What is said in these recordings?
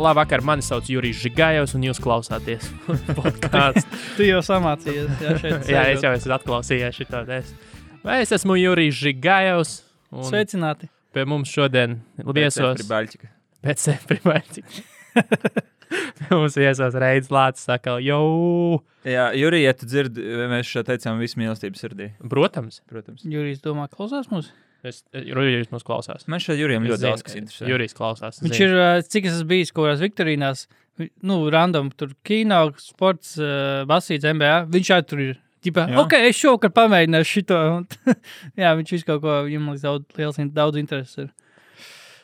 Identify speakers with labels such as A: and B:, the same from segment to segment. A: Labvakar, mani sauc Jurijs Žigājovs, un jūs klausāties podkāstu.
B: Tu jau samācījies. Jā, šeit
A: Jā, es
B: sēžot.
A: jau esmu atklausījies šitā. Es, es esmu Jurijs Žigājovs, un Sveic.
B: Sveicināti.
A: pie mums šodien viesos
C: Pribaļķika.
A: pēc seprimaļķi. Pie mums viesos Reids Lācis saka, jau,
C: Jā, Jurija, ja tu dzirdi, eh, mēs šeit teicām visu mīlestību sirdī,
A: protams,
C: protams.
B: Jurijs domā, klausās mūs.
A: es, Jurijs mums klausās.
C: Man šeit Jurijam
A: Es
C: Mm, ļoti
A: zinu,
C: daudz kas interesē.
A: Jurijs klausās.
B: Viņš
A: zinu.
B: ir, ā, cik es esmu bijis kaut kādās Viktorīnās, vi- nu, random, tur kino, sports, ā, basīts, MBA. Viņš arī tur ir. Ģipā,
C: Jā.
B: ok, es šovakar pamēģināšu šito. un jā, viņš visu kaut ko, viņam liekas, daudz, liels, in- daudz intereses ir.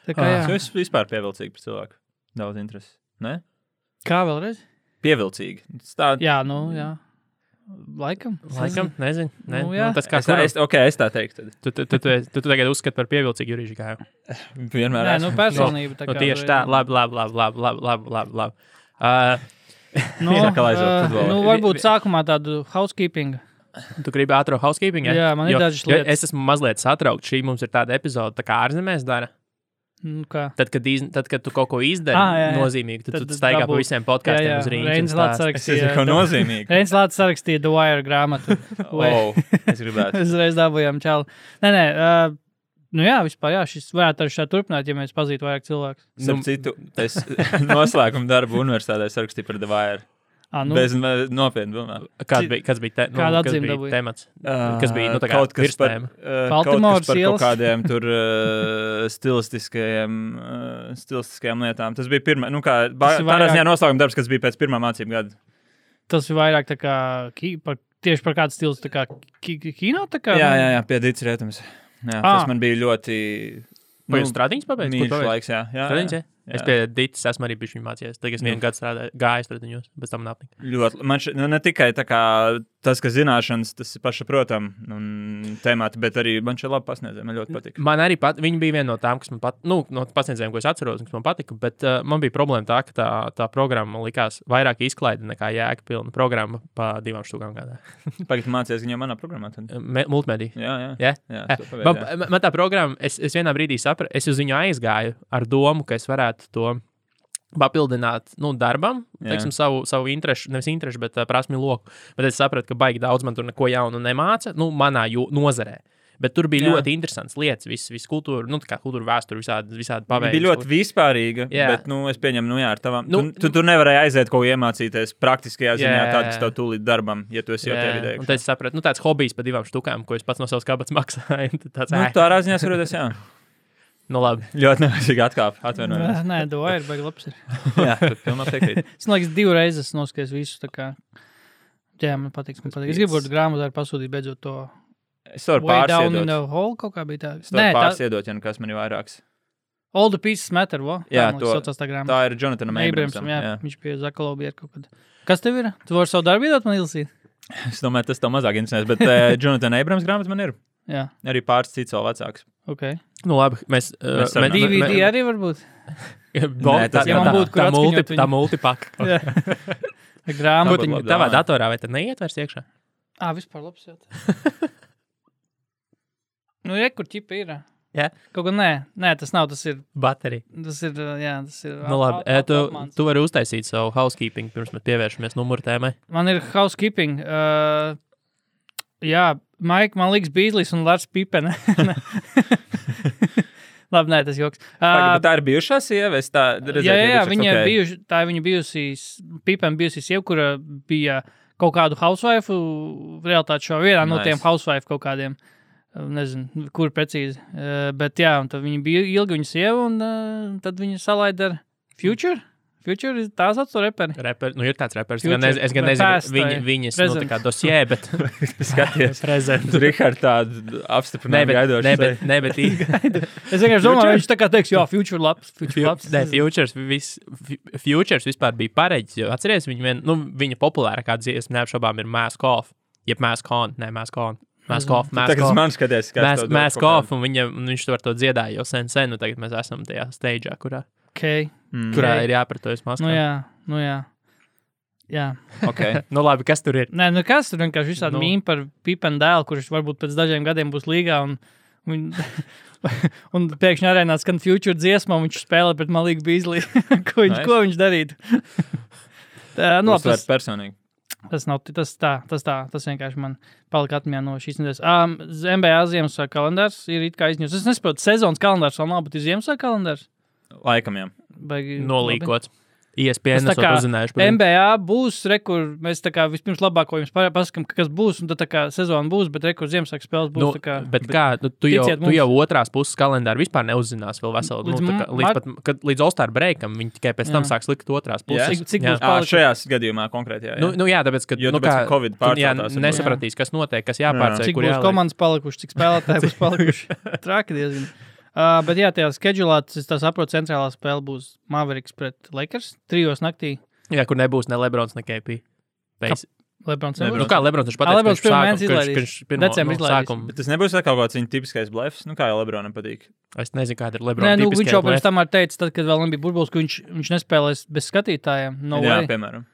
B: Tā kā,
C: Ah,
B: jā.
C: Es esmu vispār pievilcīgi par cilvēku. Daudz intereses. Ne?
B: Kā vēlreiz?
C: Pievilcīgi. Tas Tā,
B: Jā, nu, jā. Laikam.
A: Laikam, nezinu. Ne?
B: Nu,
A: Nu,
B: jā.
A: nu, tas kā
C: mm, es, tā, es,
A: es.
C: okay, es tā teiktu. Tad.
A: Tu, tu, tu, tu, tu, tu tagad uzskati par pievilcīgu Jurijs Žigājovu.
C: Vienmēr
B: Nē, nu,
C: esmu.
B: personība.
A: Nu, tieši tā, labi, labi, labi, labi, labi, labi, labi, labi. Uh,
B: Nu,
C: Tā kā aizved
B: ā,
C: futbolu.
B: nu,
A: Vi-
B: varbūt
A: vi-
B: sākumā tādu housekeeping.
A: tu gribi ātrāk housekeeping?
B: Jā, man ir dažas
A: jo
B: lietas.
A: Es esmu mazliet satraukts. Šī mums ir tāda epizode, tā kā ārzemēs dara.
B: Nu, kā?
A: Tad, kad, iz, tad, kad tu kaut ko izdari
B: Ah, jā, jā.
A: nozīmīgi, tad,
B: Tad
A: tad tu staigā
B: dabūt.
A: pa visiem podkāstiem uz
B: Reins Lācis
A: rīņķiem.
C: Es esmu
B: rakstīja.
C: kaut nozīmīgi.
B: Reins Lācis rakstīja The Wire grāmatu.
C: oh, es gribētu.
B: Uzreiz dabūjām čālu. Nē, nē, uh, nu jā, vispār jā, šis varētu arī šādi turpināt, ja mēs pazītu vairāk cilvēku.
C: Starp citu, es noslēgumu darbu universitātē sarakstīju par Dvāru.
B: Ah, nu,
C: Nu, Bez eh, nopietnu domām.
A: Kāds bija, kas bija, te, nu,
B: Kāda
A: kas
B: atzīme
A: bija
B: dabūji?
A: temats? Kas bija nu, tā kā,
C: Uh, kaut kas par,
A: virstēma?
C: eh, kaut
B: Baltimoras
C: kas par
B: ielas.
C: kaut kādiem tur eh, stilistiskajiem, eh, stilistiskajām lietām. Tas bija pirmā, nu, kā ba-
B: Tas ir
C: tādā
B: vairāk-
C: ziņā noslēguma darbs, kas bija pēc pirmā mācību gada.
B: Tas ir vairāk tā kā ki, par, tieši par kādu stilu, tā kā ki, ki, kino. Tā kā,
C: Jā, jā, jā piedīts rietums. Jā,
B: nu. Ah.
C: tas man bija ļoti. nu,
A: Vai jūs strādājat pēc
C: mīļš laiks, jā. jā, jā.
A: Stradiņš, es
C: Jā.
A: pie Dītas esmu arī bijis viņa mācījies. Tagad es vienu gadu strādāju, gāju stradiņos, bet tam nāpīgi.
C: Ļoti, man šeit nu, ne tikai tā kā, tas, ka zināšanas, tas ir pašsaprotami un temāti, bet arī man šeit labi pasniedzēja. Man ļoti patīk.
A: Man arī pat, viņa bija viena no tām, kas man patīk, nu, no pasniedzējiem, ko es atceros, un kas man patika. Bet uh, man bija problēma tā, ka tā, tā programma man likās vairāk izklaide nekā jēga pilna programma pa divām stundām gadā.
C: Pagaidām mācīties viņam manā programmā. Tad.
A: Me- Multimedija.
C: Jā, jā.
A: Jā?
C: jā,
A: Eh,
C: to pabeidz,
A: Man,
C: jā.
A: man- man tā programma, es, es vienā brīdī sapratu, es uz viņu aizgāju ar domu, ka es varētu to papildināt nu, darbam,
C: Jā.
A: teiksim, savu, savu interesu, nevis interesu, bet uh, prasmi loku. Bet es sapratu, ka baigi daudz man tur neko jaunu nemāca, nu, manā jo- nozarē. Bet tur bija
C: Jā.
A: Jā. ļoti interesants lietas, viss, viss kultūra, nu, tā kā kultūra vēsture, visādi, visādi
C: Viņa
A: paveikti.
C: bija ļoti vispārīga.
A: Jā.
C: Jā. Bet, nu, es pieņemu, nu, jā, ar tavām.
A: Nu,
C: Nu, tu, tu, tu nevarēji aiziet kaut ko iemācīties praktiskajā ziņā,
A: Jā.
C: tādu, kas tev tūlīt darbam, ja tu esi jau tajā vidē.
A: un tad es sapratu, nu, tāds hobijs par divām štukām, ko es pats no savas kabatas maksāju. Tad Tāds,
C: Nu,
A: nu, tā...
C: tā rāziņā saprotas, jā.
A: nu, labi.
C: Ļoti nevajadzīga atkāpe. Atvainojiet.
B: Nē, The Wire beigas labs. Ir.
C: jā, tu pilnā piekrīt.
B: Es domāju, ka divreiz esmu noskaidrojis visu. tā kā. Jā, man patiks, man patiks. Es gribu ar grāmatu arī pasūtīt beidzot to
C: Es varu
B: Way Down in
C: pārsiedot.
B: the Hole kaut kā bija tā.
C: Es
B: Nē,
C: varu
B: tā
C: pārsiedot, ja nu kas man ir vairāks.
B: All the Pieces Matter, vo?
C: Jā,
B: tā, man
C: to-
B: liekas, saucās tā grāmata.
C: Tā ir Jonathan Mabels.
B: Abramsam, jā, jā. Viņš bija Zakalobijā kaut kad. Kas tev ir? Tu vari savu darbu iedot man ilsīt?
C: Es domāju, tas tev mazāk interesēs, bet uh, Jonathan Abrams grāmatas man ir.
B: Jā,
C: Arī pāris cits vēl vecāks.
B: ok.
A: Nu, labi mēs,
C: Mēs sarunājamies.
B: DVD
C: ne-
B: arī varbūt.
A: Bon,
C: Nē,
A: tā,
C: tas
A: tā,
C: jau
A: tā,
C: man
B: būtu, kur
A: tā, multi,
B: atskaņot viņu.
A: tā multipaka.
B: Jā. Ar
C: Tā
A: Kur
B: Grāmatu.
C: būtu
A: viņi
C: labi
A: tavā
C: domā.
A: datorā vai tad neietvers iekšā?
B: Ā, vispār labs jau. Nu, re, kur ķipa ir.
A: Jā.
B: Kaut kā nē, nē, tas nav, tas ir,
A: Baterija.
B: tas ir, jā, tas ir.
A: Nu, labi, e, tu, tu vari uztaisīt savu housekeeping pirms mēs pievēršamies numuru tēmai.
B: Man ir housekeeping. Uh, jā, Maik, man liekas, Bīslis un Lārs Pipene. Labi, nē, tas joks.
C: Pagaid,
B: Uh,
C: bet tā ir bijušā sieva. es Tā,
B: Jā, jā, jā viņa okay. bijuši, tā ir viņa bijusī, pipēm bijusī sieva, kura bija kaut kādu housewife, realitāte šo vienā nice. no
C: Nice.
B: tiem housewife kaut kādiem. Nezinu, kur precīzi. Eh, Bet jā, un tad viņa bija ilgi viņa sieva, un eh, tad viņa salaida ar Future. Future ir tās atsauce reperi.
A: Reper, nu, ir tāds reperis,
B: Future
A: gan es, es gan
B: vai past
A: nezinu,
B: vai
A: viņa, viņas nu, tā
B: present?
A: kā dosjē, bet
C: Skaties,
A: prezent.
C: tur ir tāda
A: Nē,
C: apstiprināta
A: bet,
C: gaidoša.
A: ne, bet, ne, bet,
B: Es vienkārši domāju,
C: Future?
B: viņš tā kā teiks, jā, Future labs. Future labs.
A: ne, futures, vis, fu- futures vispār bija pareģis, jo atceries, viņa, vien, nu, viņa populāra kā dziesma neapšaubām ir Mask Off, jeb Mask On, ne Mask On, Mask Off, Mask
C: Nu, Tagad
A: Off.
C: man skaties, kā
A: Mēs, mēs kopu, un viņa, un viņš to var to dziedāt jau sen, sen, un tagad mēs esam tajā steigā, kurā,
B: Okay.
C: Mm.
A: kurā
B: Ok.
A: ir jāpratojas maskām.
B: Nu jā, nu jā. Jā.
C: Okay.
A: nu, labi, kas tur ir?
B: Nē, nu kas tur vienkārši ir tāds
A: Nu.
B: mīmīms par pipēnu dēlu, kurš varbūt pēc dažiem gadiem būs līgā un, Un, un pēkšņi arēnā skan future dziesmā, un viņš spēlē pret malīgu bīzli. ko, viņš,
C: Nice.
B: ko viņš darītu? Tā, nu, labi,
C: tas
B: tas,
C: ir personīgi.
B: tas nav tas tā, tas tā, tas vienkārši man palika atmiņā no šīs nedēļas. Um, MBA Ziemassvētku kalendārs ir it kā izņemts. Es nesaprotu, sezonas kalendārs vēl nav, bet ir Ziemassvētku kalendārs.
C: Laikam, jā.
B: Baigi labi.
A: Nolīkots. E ISPN
B: Tas tā
A: esot
B: kā
A: uzzinājuši. par viņu.
B: MBA būs, re, kur mēs tā kā vispirms labāko jums pa- pasakām, ka kas būs, un tad tā kā sezona būs, bet re, kur Ziemassvētku spēles būs.
A: Nu,
B: tā kā,
A: bet kā, nu, tu, jau,
B: ticiet
A: tu
B: mums.
A: jau otrās puses kalendāra vispār neuzzinās. Vēl veselu,
B: Līdz
A: līdz, nu, tā kā,
B: m-
A: līdz,
B: mar-
A: pat, kad, līdz All-Star breakam viņi tikai pēc tam
B: Jā.
A: sāks likt otrās
C: Jā.
A: puses.
B: Cik- cik būs
C: À,
B: Palika.
C: šajā gadījumā konkrēti, jā. jā.
A: Nu, nu, jā, tāpēc, ka,
C: Jo
A: nu,
C: tāpēc,
A: kā,
C: ka Covid
A: tu, jā,
C: pārceltās, varbūt.
A: nesapratīsi, kas notiek, kas jāpārceļ.
B: Cik
A: kur
B: būs
A: jāliek.
B: komandas palikušas, cik spēlētāji būs palikuši. Traki diezgan. Uh, bet jā, tajā skedulā tas saprot, centrālā spēle būs Mavericks pret Lakers. Trijos naktī.
A: Jā, kur nebūs ne Lebrons, ne KP. Pēc,
B: Lebrons
A: nu,
C: Lebrons.
A: kā Lebrons viņš
B: Ā,
A: pateica,
B: Lebrons
A: ka
B: pirmo
A: viņš
B: mēnesi
A: sākuma,
B: izlaidīs.
A: ka viņš pirmo
B: Decembrī
A: nu,
B: izlaidīs.
A: sākumu.
C: Bet tas nebūs tā kaut kāds viņa tipiskais blefs, nu kā jau Lebronam patīk.
A: Es nezinu, kāda ir
B: Nē,
A: Lebrons.
B: nu, viņš jau pirms tam arī teica, tad, kad vēl nebija burbulis, ka viņš, viņš nespēlēs bez skatītājiem. No
C: jā,
B: way.
C: piemēram.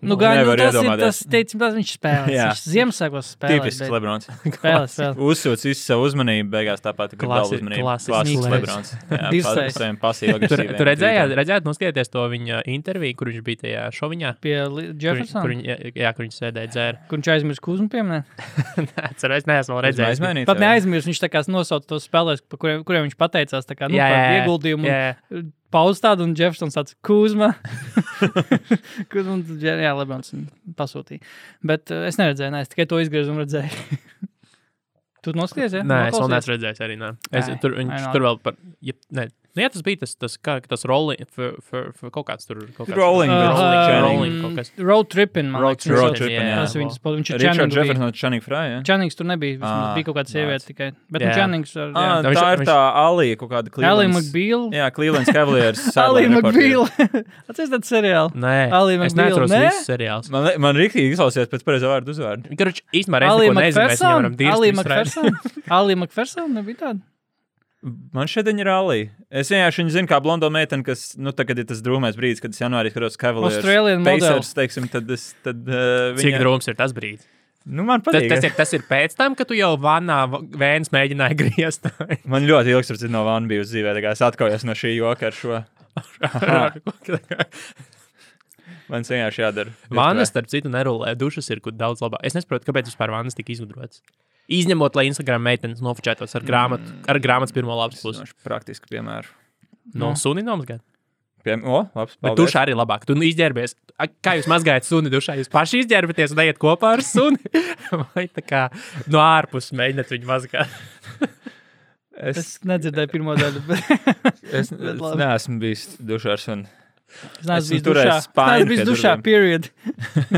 B: nu, gan nu,
C: nevar
B: tas ir
C: iedomāties.
B: tas, teicam, tas viņš spēlēs.
C: Jā.
B: Viņš Ziemassvētkos spēlēs.
C: Tipisks
B: bet
C: Lebrons.
B: Spēlēs, spēlēs.
C: Uzsūc visu savu uzmanību, beigās tāpat kā
A: Klasi-
C: galvu uzmanību.
A: klasisks
C: Klasisks
A: Lebrons.
C: Lebrons. Jā,
B: Divsais.
C: pa- saviem pasīviem.
A: Tur, tur redzējāt, redzējāt, noskatieties to viņa interviju, kur viņš bija tajā šoviņā.
B: Pie
A: Kur
B: Li-
A: viņš, kur
B: Jeffersona,
A: viņ, jā, kur viņš sēdēja dzēra.
B: kur viņš aizmirst kūzmu pieminēt.
A: Ceru, es neesmu vēl redzējis.
C: Aizmainīt.
B: Pat neaizmirst, viņš tā kā nosauca tos spēlēs, par kuriem, kuriem viņš pateicās, tā kā, nu,
A: Jā,
B: par
A: jā, jā.
B: ieguldījumu. un
A: Jā,
B: pauze tāda, un Jeffersons tāds - Kuzma. Kuzma, un tad, jā, Lebrons pasūtīja. Bet uh, es neredzēju, ne, es tikai to izgriezumu redzēju. tu noskaties, ja?
A: nē, es vēl
B: Noklausies?
A: neesmu redzējis arī. Nē. Es,
B: Ai,
A: tur,
B: ai,
A: viņš
B: nu, nē.
A: tur vēl par. Ja, nē, nu, jā, tas bija tas, tas, kā, tas rolling, f, f, f, kaut kāds tur. Kaut kāds,
C: Rolling,
A: rolling,
B: Uh,
A: rolling,
B: um,
A: kaut kas.
B: Road tripping, man
A: Road
B: liekas. viņš
C: Road
B: sauc.
C: Trippin, jā.
B: Tas viņas, pa- viņš ir
C: Richard
B: Čanings.
C: Jefferson, Channing Fry. jā?
B: Čanings tur nebija, vismaz,
C: Ah,
B: bija kaut kāda
C: nāc.
B: sieviete tikai. Bet
A: Jā. Ah,
B: nu, Čanings ar
C: Ā,
A: jā.
C: Tā
A: Viņš-
C: ir
A: viņš-
C: tā alija kaut kāda
B: Eliju
C: Cleveland's-
B: McBīlu.
C: Jā, Cleveland's Cavaliers.
B: Eliju
C: sideline reporteri.
B: McBīlu. Atceries tādu seriālu?
A: Nē,
B: Ali
A: es
B: McBeal,
A: neatceros
B: nē?
A: visus seriālus.
C: Man, li- man rīktīgi izklausījās pēc pareizā vārdu uzvārdu.
A: Karuč, īstenībā
B: Alija
A: reizi nezinu, mēs viņam
B: McPherson?
A: varam dīvainot.
B: Alija McPherson? Alija McPherson nebija tāda.
C: Man šeit viņa ir alija. Es vienkārši viņu zinu kā blondo meiteni, kas, nu, tagad ir tas drūmais brīdis, kad es janvārī skatos Cavaliers.
B: Australian
C: Pacers, teiksim, tad es, tad uh,
A: Cik
C: viņa...
A: drūms ir tas brīdis?
C: Nu, man
A: Tas,
C: patīk.
A: tas, ir, tas ir pēc tam, kad tu jau vannā v- vēns mēģināji griezt.
C: Man ļoti ilgs ir no Vānu bijusi dzīvē, tā kā es atkojos no šī joka ar šo. Man tas vienkārši jādara.
A: Vannas, starp citu, nerulē. Dušas ir kur daudz labāk. Es nesaprotu, kāpēc vispār vannas tika izgudrotas. Izņemot, lai Instagram meitenes nofočētos ar, grāmatu, ar grāmatas pirmo labs pusi.
C: būs praktiski piemēra.
A: No
B: Mhm.
A: sunīm gan.
C: Piem... O, labs,
A: Bet
C: paldies.
A: dušā arī labāk. Tu nu izģērbies. A, Kā jūs mazgājat suni dušā? Jūs paši izģērbieties un ejiet kopā ar suni. Vai tā kā no ārpuses mēģināt viņu mazgāt?
C: Es,
B: Es nedzirdēju pirmo daļu. bet-
C: es, es
B: Bet labi.
C: neesmu bijis dušā ar sunu.
B: Es neesmu
C: Esmu
B: bijis
C: turējis
B: dušā. Es
C: spaiņu
B: neesmu bijis
C: pie
B: dušā,
C: durvīm.
B: period.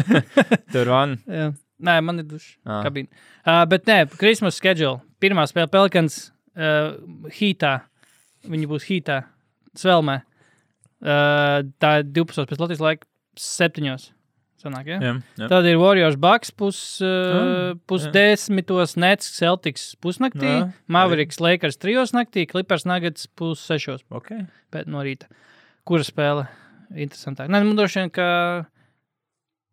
C: Tur van.
B: Jā. Nē, man ir duša
C: Ā.
B: kabīne. Uh, bet nē, Christmas schedule. Pirmā spēle Pelikans uh, Hītā. Viņi būs Hītā, Svelmē. Uh, tā ir 12. pēc Latvijas laika 7. Sanāk, ja?
C: Jā, jā. Ah,
B: Tad ir Warriors Bucks pus, uh, pusdesmitos, Nets Celtics pusnaktī,
C: Jā.
B: Mavericks Lakers trijos naktī, Clippers Nuggets pussešos
C: Okay.
B: pēc no rīta. Kura spēle interesantāk? Nē, man droši vien, ka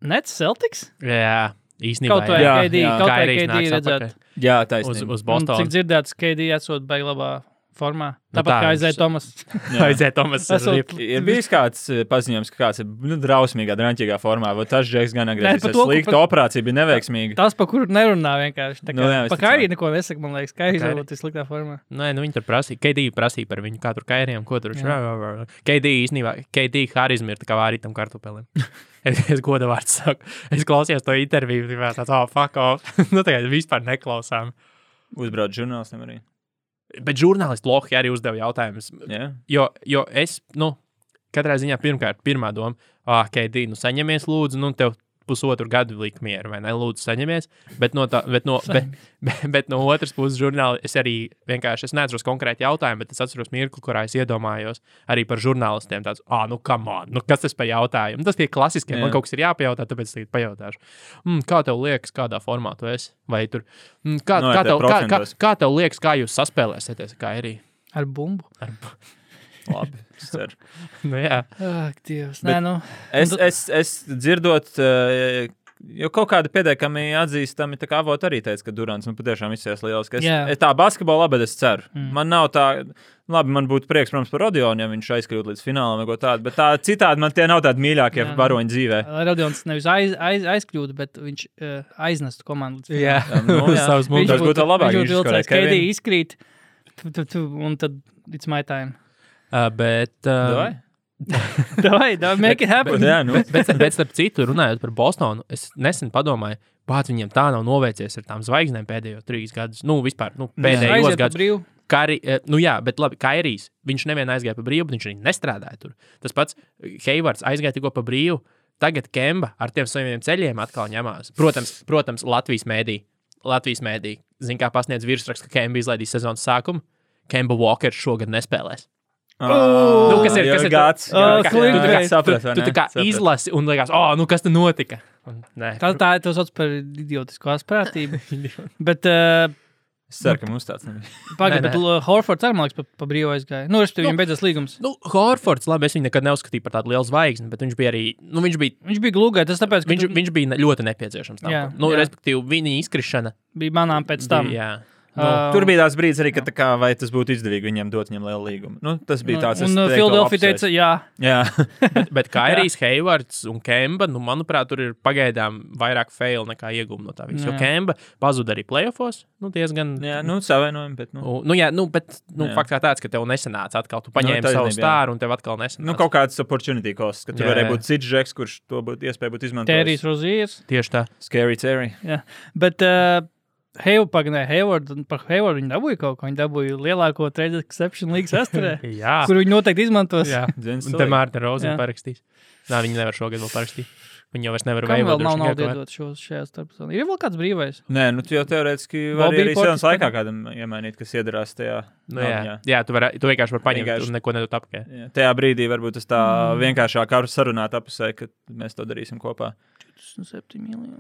B: Nets Celtics
A: Jā, īstenībā.
B: kaut vai
A: jā.
C: jā,
B: KD,
C: jā.
B: kaut vai
A: Kairīs
B: KD
A: nāks
B: redzēt.
A: atpakaļ
C: Jā, taisnība.
A: Uz, uz
B: Un, cik
A: Bostonas.
B: dzirdēts, KD esot beig labā formā.
A: Nu
B: Tāpat
A: tā,
B: kā
A: viņš-
B: aizēja Tomas.
A: Aiziet, Tomas.
B: Esot-
A: Rip.
C: Ir bijis kāds eh, paziņojums, ka kāds ir nu, drausmīgā, drāmīgā formā, vai tas Džeks gan
B: Nē, par
C: agresīvs.
B: to, ka
C: Slikta
B: par-
C: operācija bija neveiksmīga.
B: Tas, par kuru nerunā vienkārši. Tā kā,
C: Nu
B: no, jā,
C: jā,
B: pa
C: visticamāk.
B: Kairī neko nesaka, man liekas. Kairī
A: Kairī.
B: varbūt ir sliktā formā.
A: Nē, nu viņi tur prasīja. KD prasīja par viņu, kā tur kairiem, ko tur viņš
B: Jā.
A: ir. KD īstenībā, KD harizma ir tā kā arī tam kartupelim. es, es godu vārdu saku. Es klausījos to interviju, tā kā tāds, oh, fuck off. nu, tagad vispār neklausām.
C: Uzbrauc žurnālistam arī.
A: Bet žurnālisti Lohi arī uzdeva jautājumus.
C: Jā.
A: Jo, jo es, nu, katrā ziņā pirmkārt, pirmā doma, ah, KD, nu saņemies, lūdzu, nu tev pusotru gadu likt mieru, vai ne? Lūdzu, saņemies. Bet no, tā, bet no, bet, bet, bet no otras puses, žurnāli, es arī vienkārši es neatceros konkrēti jautājumu, bet es atceros mirkli, kurā es iedomājos arī par žurnālistiem. Tāds, ah, nu, kam on, nu, kas tas par jautājumu? Tas bija klasiski,
C: Jā.
A: man kaut kas ir jāpajautā, tāpēc es tagad pajautāšu. Mm, kā tev liekas, kādā formā tu esi? Vai tur, mm, kā, kā,
C: Novērtē
A: tev, kā, kā,
C: Nu, procentos.
A: kā tev liekas, kā jūs saspēlēsieties, kā arī?
B: Ar bumbu.
C: Labi. es ceru.
A: Nu, jā.
B: Ak, Dievs. Nē, nu.
C: Es, es, es dzirdot, eh, Jo kaut kāda pietiekami atzīstami tā kā avota arī teica, ka Durants nu, patiešām izsies lieliski. Es,
B: Jā.
C: es tā basketbolā, bet es ceru.
B: Mm.
C: Mm. Man nav tā, labi, man būtu prieks, protams, par Rodionu, ja viņš aizkļūtu līdz finālam, vai ko tādu. Bet tā citādi man tie nav tādi mīļākie
B: Jā, nu.
C: varoņi dzīvē.
B: Radions nevis aiz, aiz, aizkļūda, bet viņš uh, aiznestu komandu. līdz
A: Jā,
C: Nu, jā.
A: savas
C: Viņš
A: mūžas.
C: būtu tā labāk,
B: Viņš
C: viņš
B: būtu
C: skorēja
B: vilcējis, ka
C: Kevinu.
B: Edija izkrīt, tu, tu, tu, un tad it's my time.
A: Bet, uh,
C: Davai?
B: Davai, davai, make it happen.
C: Bet, jā, nu.
A: bet, bet, starp citu, runājot par Bostonu, es nesen padomāju, kāds viņiem tā nav novērsies ar tām zvaigznēm pēdējos trīs gadus. Nu, vispār, nu, pēdējos
B: Aiziet pa
A: gados.
B: brīvu.
A: Kari, eh, nu jā, bet labi, Kairijs. Viņš nevienu aizgāja par brīvu, bet viņš arī nestrādāja tur. Tas pats Heivards aizgāja tikko par brīvu. Tagad Kemba ar tiem saviem ceļiem atkal ņemās. Protams, protams Latvijas mēdī. Latvijas mēdī. Zin, kā pasniedz virsraksts, ka Kemba izlaidīs sezonas sākumu. Kemba Walkers šogad nespēlēs.
C: Ā,
A: Nu, kas ir-
C: jau
A: kas ir-
C: gads?
B: Ā,
C: gads,
B: clickbait.
C: jā. Tu tā kā
A: Tu,
C: saprati, vai
A: tu
C: ne?
A: tā kā
C: Saprati.
A: izlasi un liekas, oh, nu kas te notika? Un, nē,
B: Tā, tā ir tā sauc par idiotisku asprātību. bet, uh,
C: Es ceru, ka mums tāds nebija.
A: Nē,
B: pagaid,
A: nē.
B: bet uh, Horfords arī, man liekas, pa, pa brīvu aizgāja. Nu, es tev viņam beidzas līgums.
A: nu, Horfords, labi, es viņu nekad neuzskatīju par tādu lielu zvaigzni, bet viņš bija arī, nu, viņš bija
B: Viņš bija glūgai, tas tāpēc, ka
A: Viņš,
B: viņš
A: viņš bija ne- ļoti nepieciešams. Tam, jā,
B: Jā,
A: nu, jā.
B: jā.
A: Respektīvi, viņa izkrišana.
B: bija manām pēc tam.
A: bija, Jā,
B: Nu,
C: Nu, tur bija tāds brīdis arī, ka tā kā, vai tas būtu izdevīgi viņiem dot viņam lielu līgumu. Nu, tas bija tāds, es
B: Un
C: teiktu,
B: Filadelfija
C: labs
B: teica, jā,
C: veids. jā.
A: bet, bet kā arī Heivards un Kemba, nu, manuprāt, tur ir pagaidām vairāk fail nekā iegūmu no tā visa. Jo
B: Jā.
A: Kemba pazuda arī playoffs. Nu, diezgan.
C: jā, nu, savainojumi, bet, nu,
A: U- Nu, jā, nu, bet nu,
C: Jā.
A: fakts kā tāds, ka tev nesanāca atkal. Tu paņēmi
C: taisnība,
A: nu, savu
C: jā.
A: stāru un tev atkal nesanāca.
C: Nu, kaut kāds opportunity costs, ka tur
A: Jā,
C: varēja
A: jā.
C: būt cits žeks, kurš to būtu iespēja būt izmantot.
B: Tērijs Rozijas.
A: Tieši tā.
C: Scary Terry.
B: Bet uh, Heivards, pagaidām, Heivards, par Heivardu viņa dabūja kaut ko. Viņa dabūja lielāko trade exception līgas asturē,
A: Jā.
B: kur viņa noteikti izmantos.
A: Jā.
C: Zins,
A: Un te Mārta Roza
B: Jā.
A: parakstīs. Nā, viņa nevar šogad vēl parakstīt. Viņa jau vairs nevar
B: Kam vēl
A: veidot.
B: nav naudas iedot šos šajā starpā? Ir vēl kāds brīvais.
C: Nē, nu, tu jau teorētiski
B: Bobby
C: vari arī
B: Portis
C: sezonas laikā
B: tagad?
C: kādam iemainīt, kas iedarās tajā.
A: Nu,
C: nav,
A: jā, jā tu, var, tu vienkārši vari paņemt
C: Vienkārši.
A: vienkārši. un neko nedot apkārt.
C: Jā, tajā brīdī varbūt tas tā mm. vienkāršāk ar sarunā tapusē, ka mēs to darīsim kopā.
B: 27 miljoni.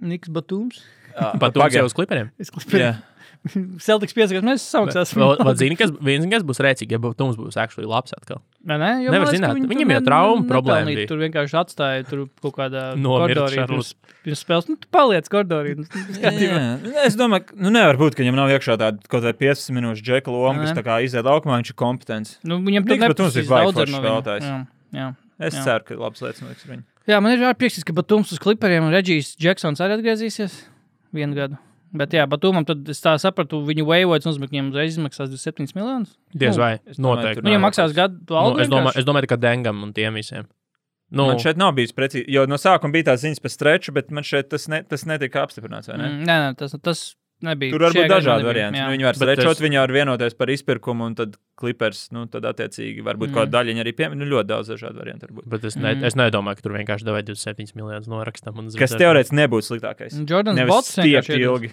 B: Niks Batums.
A: Pat tu jau uz klipriem.
B: Es klipēju.
C: Jā,
B: Celtics piesakās, mēs samaksāsim.
A: Vēl, vēl zini, kas, viens, zini, kas būs rēcīgi, ja Tums būs actually labs atkal.
B: Nē, nē, jo
A: Nevar
B: man liekas, ka
A: zināt.
B: viņi tur
A: Viņiem jau
B: ne-
A: trauma
B: ne-
A: problēma
B: nepelnīja.
A: bija.
B: Tur vienkārši atstāja tur kaut kādā
A: Nomirt
B: koridorā.
A: Šarlis.
B: Pirms, pirms spēles, nu, tu paliec koridorā.
C: jā. Es domāju, ka nu, nevar būt, ka viņam nav iekšā tāda kaut kāda 15 minūšu džeka loma,
B: Nē.
C: kas tā kā iziet laukumā, viņš ir kompetents.
B: Nu, viņam tur
C: Niks Batums ir
B: nepatīk
C: baigi
B: daudz ar
C: foršs
B: no viņa.
C: spēlētājs.
B: Jā, jā.
C: Es
B: Jā.
C: jā. ceru, ka labs lietas notiks ar viņu.
B: jā, man ir ārprieks, ka Batums uz klipriem un Reģijs Džeksons arī atgriezīsies vienu gadu. Bet, jā, Batumam tad es tā sapratu, viņu veivojas nozīmē, ka viņam uzreiz izmaksās 27 miljonus.
A: Diez
B: Nu,
A: vai.
C: es domāju,
A: Noteikti.
C: tur
B: Viņam
C: Nā,
B: maksās gadu
A: nu,
B: algu.
A: es, domāju, es domāju, ka Dengam un tiem visiem.
C: Nu.
A: Nu,
C: Man šeit nav bijis precīzi, jo no sākuma bija tā ziņas par streču, bet man šeit tas, ne, tas netika apstiprināts. vai Ne?
B: Mm, nē, nē, tas, tas nebija.
C: Tur var
B: šajā
C: būt
B: gadā
C: dažādi
B: Mm. nebija,
C: varianti.
B: jā.
C: Nu, viņi var
A: Bet
C: strečot,
A: es-
C: es... viņi var vienoties par izpirkumu, un tad klipers, nu, tad attiecīgi varbūt
B: Mm.
C: mm. kaut kāda daļiņa arī piemēra. Nu, ļoti daudz dažādu variantu var būt.
A: bet es, ne,
B: Mm.
A: es nedomāju, ka tur vienkārši devai 27 miljonus norakstam. un
C: Kas
A: zvaigznēm.
C: teorētiski nebūtu sliktākais.
B: Un Jordans
C: Nevis
B: Mm. Bots
C: stiepjas
B: vienkārši
C: ilgi.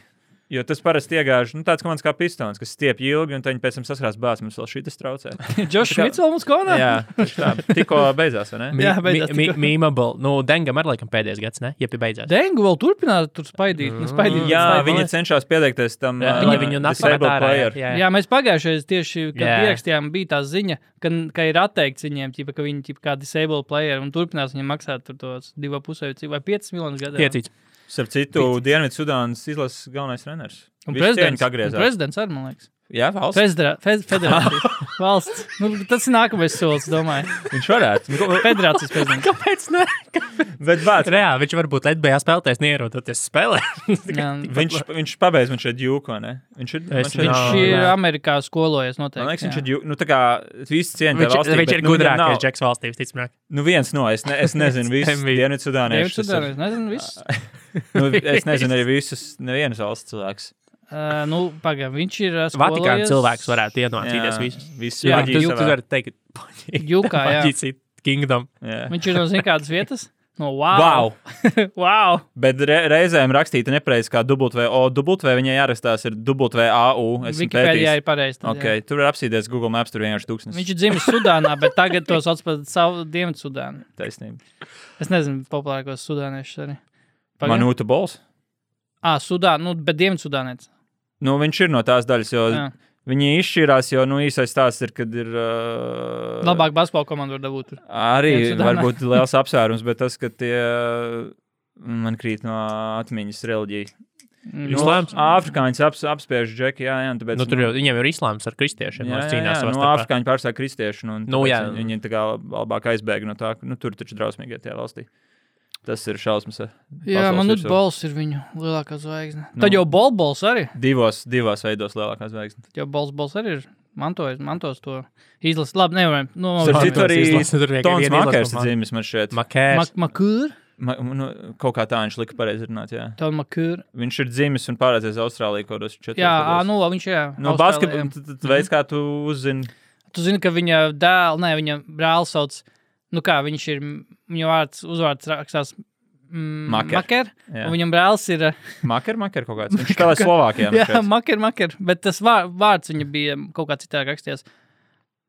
C: Jo tas parasti iegāž nu, tāds komandas kā pistons, kas stiepjas ilgi, un tad viņi pēc tam saskrās bāzes. Mums vēl šī tas traucē.
B: Džošs
C: Tā kā-
B: Šmits vēl mums konā?
C: Jā, tieši tā tikko beigās, vai ne?
A: Mi-
B: Jā,
A: mi-
B: beidzās
A: mi-
B: tikko.
A: Memeable. Nu, Dengam arī laikam pēdējais gads, ne? Ja pie beidzās.
B: Dengu vēl turpināt tur spaidīt. nu, spaidīt spaidīt.
C: Jā, viņi cenšas pieteikties tam.
A: Jā,
C: ā,
A: Viņi viņu
C: disabled player.
A: nākamajā.
B: Jā, mēs pagājušajā gadā tieši kad
A: Jā.
B: pierakstījām, bija tā ziņa, ka, ka ir atteikts viņiem, ķipa, ka viņi ir kādi disabled player un turpinās viņiem maksāt tur tos 2,5 vai 5 miljonus gadā.
A: Tiecīts.
C: Starp citu, Dienvidzudānas izlases galvenais treneris.
B: Un
C: Viņš
B: prezidents,
C: cieņu kā
B: un
C: griezās.
B: prezidents arī, man liekas.
C: Jā, valsts.
B: Federa, fed, federācija. Valsts. Nu, tas ir nākamais solis, domāju.
C: Viņš varētu. Nu, ko-
B: Federācijas prezidents.
A: Kāpēc? Ne?
C: Bet, bet
A: Reāli viņš varbūt NBA spēlētājs neierodoties spēlē.
B: Jā,
C: viņš, viņš pabeidz man šeit jūko, ne? Viņš ir. man
A: Es
C: šeit-
A: nav.
B: viņš
A: Jā.
B: ir Amerikā skolojies noteikti.
C: Man liekas, viņš
B: jā.
C: ir jūko. Nu, tā kā viss cieņa.
A: Viņš,
C: valstī,
A: viņš
C: bet,
A: ir
C: nu, viņam nav-
A: gudrākais džeks valstī, visticamāk.
C: Nu, viens no, es, ne, es nezinu, visus
A: MVP.
B: Dievišķi,
C: Dienvidzudāniešu. tas ir-
B: es nezinu, viss.
C: Nu, es nezinu, arī visus, nevienas valsts cilvēks.
B: Uh, nu, pagaidām, viņš ir. Uh,
A: Vatikāna
B: skolojies-
A: cilvēks varētu iemācīties visu.
C: visus.
B: Jā,
A: Jā,
C: maģiju
A: tu, tu
C: savā.
A: vari teikt,
B: Jukā, jā.
A: Paģicīt Kingdom.
C: Jā.
B: Viņš ir no zināmas kādas vietas. No wow!
C: Wow!
B: wow.
C: Bet re, reizēm rakstīta nepareizi kā WO. W viņai jārastās ir WAU. Es esmu
B: Wikipēdijā
C: pētījis.
B: ir pareizi. tad, jā.
C: Okay, tur ir apsīdies Google Maps, tur vienkārši tūkstnes.
B: Viņš ir dzimis Sudānā, bet tagad to sauc par savu Dienvidzudānu.
C: taisnība.
B: Es nezinu, populārākos sudāniešus arī.
C: Manūta Bols.
B: Ah, Sudāna, nu, bet Dienvidzudānēts.
C: Nu, viņš ir no tās daļas, jo
B: Jā.
C: Viņi izšķīrās, jo nu, īsais stāsts ir, kad ir. Uh,
B: Labāk basketbalu komandu var dabūt. tur.
C: Arī
B: Dienvidzudānā.
C: varbūt liels apsvērums, bet tas, ka tie Man krīt no atmiņas reliģija. Nu,
A: Jūs
B: Mm,
A: lēmums?
C: Āfrikāņus ap, apspiež džeki, jā, jā, un tāpēc.
A: Nu, tur jau viņiem ir islāms ar kristiešiem. nu, Jā, jā, jā,
C: no Āfrikāņu pārstāv kristieši. Nu,
A: Nu,
C: nu,
A: jā.
C: viņi tā kā labāk aizbēga no tā, ka nu, tur taču drausmīgi ir tajā valstī. Tas ir šausmas. eh.
B: jā,
C: pasaules
B: man
C: virsū.
B: ir bols, ir viņu lielākā zvaigzne.
C: Nu.
B: Tad jau bolbols arī.
C: Divos, divos veidos lielākā zvaigzne.
B: Tad jau bols, bols arī ir mantojis, mantos to izlases. Labi, nevaram. Nu,
C: Starp citu, arī Tons Makers ir
A: Makērs.
C: dzimis man šeit.
A: Makērs.
B: Makūra.
C: Ma, nu, kaut kā tā viņš lika pareizi runāt, jā.
B: Tā ir makūra.
C: Viņš ir dzimis un pārēdzies Austrālijā kaut kādos četros.
B: Jā, ā, nu, labi, viņš jā.
C: Nu,
B: Austrālijā.
C: basketbols, tad veids, kā tu uzzini.
B: Tu zini, ka viņa dēls, nē, viņa brālis sauc, nu kā viņš ir, viņa vārds, uzvārds rakstās mm,
C: Maker.
B: Maker.
C: Jā.
B: un Viņam brālis ir.
C: Maker, maker kaut kāds. Viņš spēlē Slovākijā. man
B: Jā,
C: šķiet.
B: Maker, Maker. Bet tas vār, vārds viņa bija kaut kā citā rakstīts.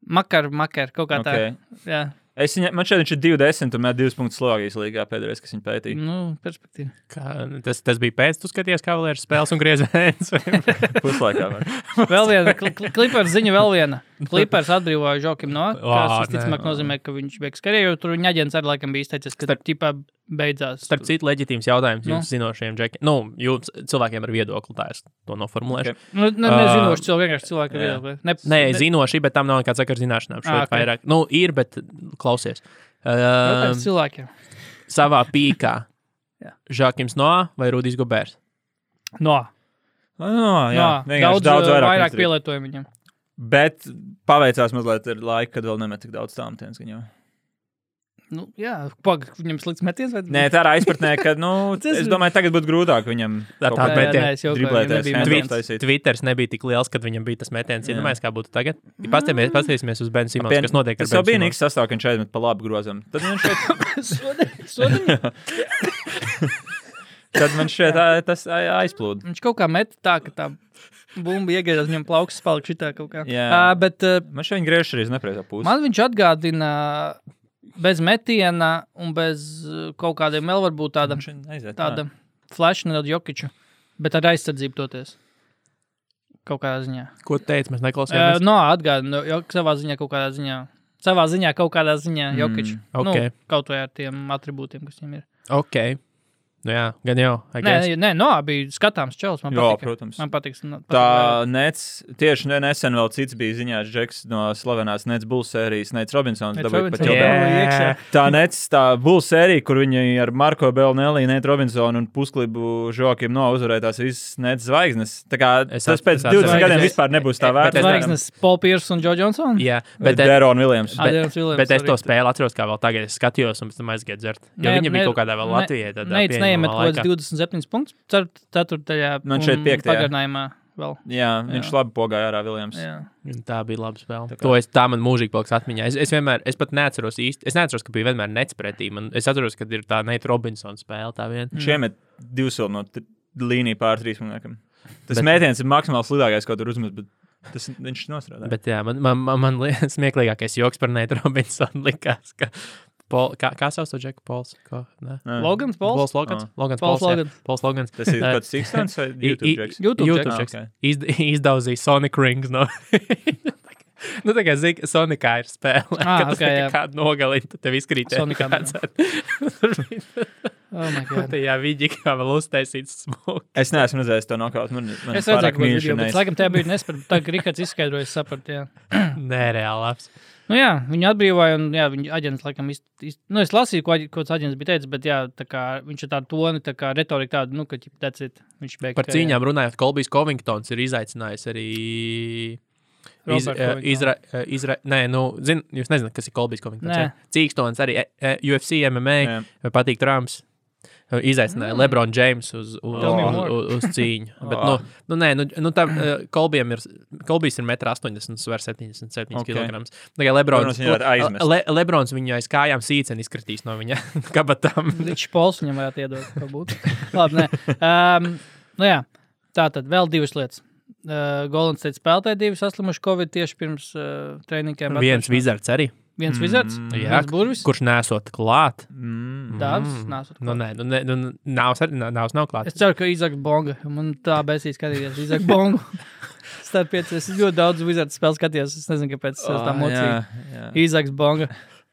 B: Makar, Maker, kaut kā okay.
C: Ok.
B: tā. Jā,
C: Es viņu, man šeit viņš ir 20, un man ir 2 punkti Slovākijas līgā pēdējais, kas viņu pētīja.
B: nu, perspektīva.
A: Kā- Tas, tas bija pēc tam, kad skaties kavalēras spēles un grieziens.
B: Mm.
C: Puslaikā. vai?
B: Vēl viena kli- kli- klipers ziņa, vēl viena. Klipers atbrīvoja Žokim no,
A: Vā,
B: kas visticamāk
A: nē.
B: nozīmē, ka viņš beigs karjeru, jo tur viņa aģents arī laikam bija izteicis, ka
A: Starp-
B: tipā beidzās.
A: Starp citu, leģitīms jautājums
B: Nu.
A: jums, zinošiem džekiem. Nu, jums cilvēkiem ar viedokli tā es to noformulēšu.
C: Ok.
B: Nu, ne, nezinu, kurš cilvēks vienkārši cilvēka
C: jā.
B: viedokli. Ne,
A: Nē, zinoši, bet tam nav nekāds sakars ar zināšanām. Šeit
B: Ā,
A: okay.
B: ok.
A: vairāk. Nu, ir, bet klausies. Uh,
B: Jautājums cilvēkiem.
A: savā pīkā.
B: Jā.
A: Žakims Noā vai Rudijs Gobērs?
B: No.
C: Nu, no, jā,
B: Jā,
C: vienkārši
B: daudz, daudz vairāk, vairāk
C: nedarīt.
B: pielietojumu viņam.
C: Bet paveicās mazliet ar laiku, kad vēl nemet tik daudz tāmtienas. gan jau.
B: Nu, jā, pag, viņam slikts metiens. Vai...
C: Nē, tā ir aizpratnē, ka, nu,
B: Tas ir-
C: es domāju, tagad būtu grūtāk viņam
A: Tā-
C: kaut
A: tā
C: kā
A: metiens.
B: es jokoju, viņam nebija
C: driblēties, hands-ups
B: metiens.
A: Tweet,
C: taisīt.
A: Twitters nebija tik liels, kad viņam bija tas metiens.
C: Jā.
A: Iedomājieties, kā būtu tagad.
B: Mm.
A: Ja Paskatīsimies, paskatīsimies uz Benu Simonu,
C: Apien-
A: kas notiek ar
C: Tas jau bija
A: Benu
C: Niks sastāvā, ka viņš aizmet pa labi grozam. Tad viņš šeit,
B: Sodi- sodi-
C: tad viņš šeit ā, tas ā, aizplūda.
B: Viņš kaut kā met tā, ka tā bumba iegriezās viņam plaukst, palika šitā kaut kā.
C: Jā.
B: Ā, bet uh,
C: Man šeit viņa griež arī uz nepreizā pusi.
B: man viņš atgādina bez metiena un bez uh, kaut kādiem vēl varbūt tāda,
C: Viņš šeit aiziet.
B: tāda
C: Tāda.
B: flash, nedaudz jokiču, bet ar aizsardzību toties. Kaut kādā ziņā.
A: Ko teicu, mēs
B: Uh,
A: neklausījāmies.
B: no, atgādina, jo savā ziņā kaut kādā ziņā. Savā ziņā kaut kādā ziņā
C: Mm,
B: jokiču.
A: ok.
B: Nu, kaut vai ar tiem attribūtiem, kas viņam ir.
A: Ok. Nu jā, gan jau. I
B: Nē,
A: guess.
B: nē, nē, no bija skatāms čels. Man
C: Jā,
B: patīk.
C: protams.
B: Man patīk. Man patīk
C: Tā nec, tieši ne- nesen vēl cits bija ziņās, Džeks no slavenās Nets Bulls sērijas, Nets Robinsons.
B: Nets
C: dabūja pat
B: Robinsons.
C: jau
B: Jā.
C: vēl.
A: Jā.
C: Tā Nets, tā Bulls sērija, kur viņi ar Marko Belnelli, Nets Robinsonu un pusklibu Žokiem no uzvarēja tās visas Nets zvaigznes. Tā kā
A: Es
C: es tas
A: at-
C: pēc
A: es
C: 20
A: atceros.
C: gadiem vispār nebūs
A: Bet
C: tā vērts.
A: es-
B: Zvaigznes, Pols Pierce un Džordžs Johnsons.
A: Jā, bet,
C: Bet
A: bet,
C: Dērons Viljams.
B: Ā, Dērons Viljams
A: bet es
B: arī.
A: to spēli atceros, kā vēl tagad. Es skatījos, un pēc tam aizgāju dzert. Jo
B: Nē,
A: viņa bija
B: nē,
A: kaut kādā vēl
B: nē,
A: Latvijā. tādā
B: Neits
A: pieņemamā
B: neiemet kaut
A: laikā.
B: kāds 27 punktus. cer- Ceturtajā.
C: Man šeit
B: un
C: piektajā.
B: Pagarinājumā vēl.
C: Jā, viņš
B: Jā.
C: labi pogāja ārā Viljams.
B: Jā.
A: Un Tā bija laba spēle.
C: Tā kā-
A: To es tā man mūžīgi paliks atmiņā. Es, es vienmēr, es pat neatceros īsti, es neatceros, ka bija vienmēr nec pretī. Man, es atceros, ka ir tā Neita Robinsona spēle. Tā viena.
C: Šiemet divas vēl no t- līnija pār trīs monētām. Tas
A: Bet-
C: bet... mētējums ir maksimāls lidākais, ko tur uzmet, bet tas viņš nostrādā.
A: Bet jā, man, man, man, man liekas, smieklīgākais joks par Neitu Robinsonu likās, ka. Pol, kā, kā sauc to Džeku Pols? Ko? Nē.
C: Nē.
B: Logans, Pols.
A: Pols Logans.
C: Ah.
A: Logans
B: Pols
A: Pols, jā.
B: Logans.
A: Pols Logans.
C: Tas ir
A: Nē.
C: pats Sixtons vai
A: I-
C: YouTube
A: i-
C: džeks?
B: YouTube
A: YouTube
B: džeks.
A: džeks.
C: Ah, ok.
A: Izd, izdaudzīja Sonic Rings. No. Nu, tā kā zina, Sonicā ir spēle.
B: Ah,
A: Kad tu
B: ok, jā.
A: kādu nogalini, tad tev izkrīt.
B: Sonicā,
A: Sonicā.
B: Oh my God.
A: Tajā vidī, kā vēl uztaisīts smuki.
C: Es neesmu redzējis to nokautu. Man, man
B: Es redzēju, ka
C: pārāk
B: viņš
C: mīļš
B: bija.
C: un
B: bet,
C: es-
B: Laikam tajā bija nesapratu. Tā kā Rikards izskaidroja, es sapratu. Jā.
A: Nereāli labs.
B: Nu, jā, viņu atbrīvoja, un jā, viņa aģents laikam iz, iz, nu, es lasīju, ko aģi- ko tas aģents bija teicis, bet jā, tā kā, viņš ir tāds toni, tā kā retorika tāda, nu, ka ķip, that's it. Viņš beigs.
A: Par
B: karjeru.
A: cīņām runājot, Kolbijs Covingtons ir izaicinājis arī. Iz,
B: Robert
A: eh,
B: Covington.
A: izra, eh, izra, nē, nu, zin, jūs nezināt, kas ir Kolbijs Covingtons.
B: Nē.
A: jā? Cīkstons arī eh, eh, UFC, MMA,
C: Jā.
A: vai patīk Trumps. eh, Izaicināja mm. Lebronu Džeimsu uz, uz,
B: Tell me
A: uz,
B: more.
A: uz, uz cīņu. Bet, nu,
C: Oh.
A: nu, nē, nu, nu tā, eh, Kolbijam ir, Kolbijs ir 1,80 m, svērs 77
C: Ok.
A: kg. Tagad Lebrons,
C: Lebrons viņu varētu aizmest.
A: Le, Lebrons viņu aiz kājām sīcen izkritīs no viņa kabatām.
B: Viņš pols viņam varētu iedot, varbūt. Labi, nē. Um, nu, jā, tā tad vēl divas lietas. Uh, Golans teica, spēlētāji divi saslimuši Covid tieši pirms uh, treniņiem.
A: Viens vizards arī.
B: viens vizards,
C: Mm,
B: mm,
A: jā,
B: viens burvis.
A: kurš nesot klāt.
C: Mm.
B: Tāds
A: Mm.
B: nesot
A: Nu,
B: klāt.
A: nē, nu, nē, nu, nav, sar- nav, nav, nav klāts.
B: Es ceru, ka Izaka Bonga. Man tā besīs skatīties, Izaka Bonga. Starp pieciem. Es ļoti daudz vizardu spēles skatījos. Es nezinu, kāpēc es tā
C: Ah,
B: mocīju.
C: jā, jā.
B: Izaks Bonga.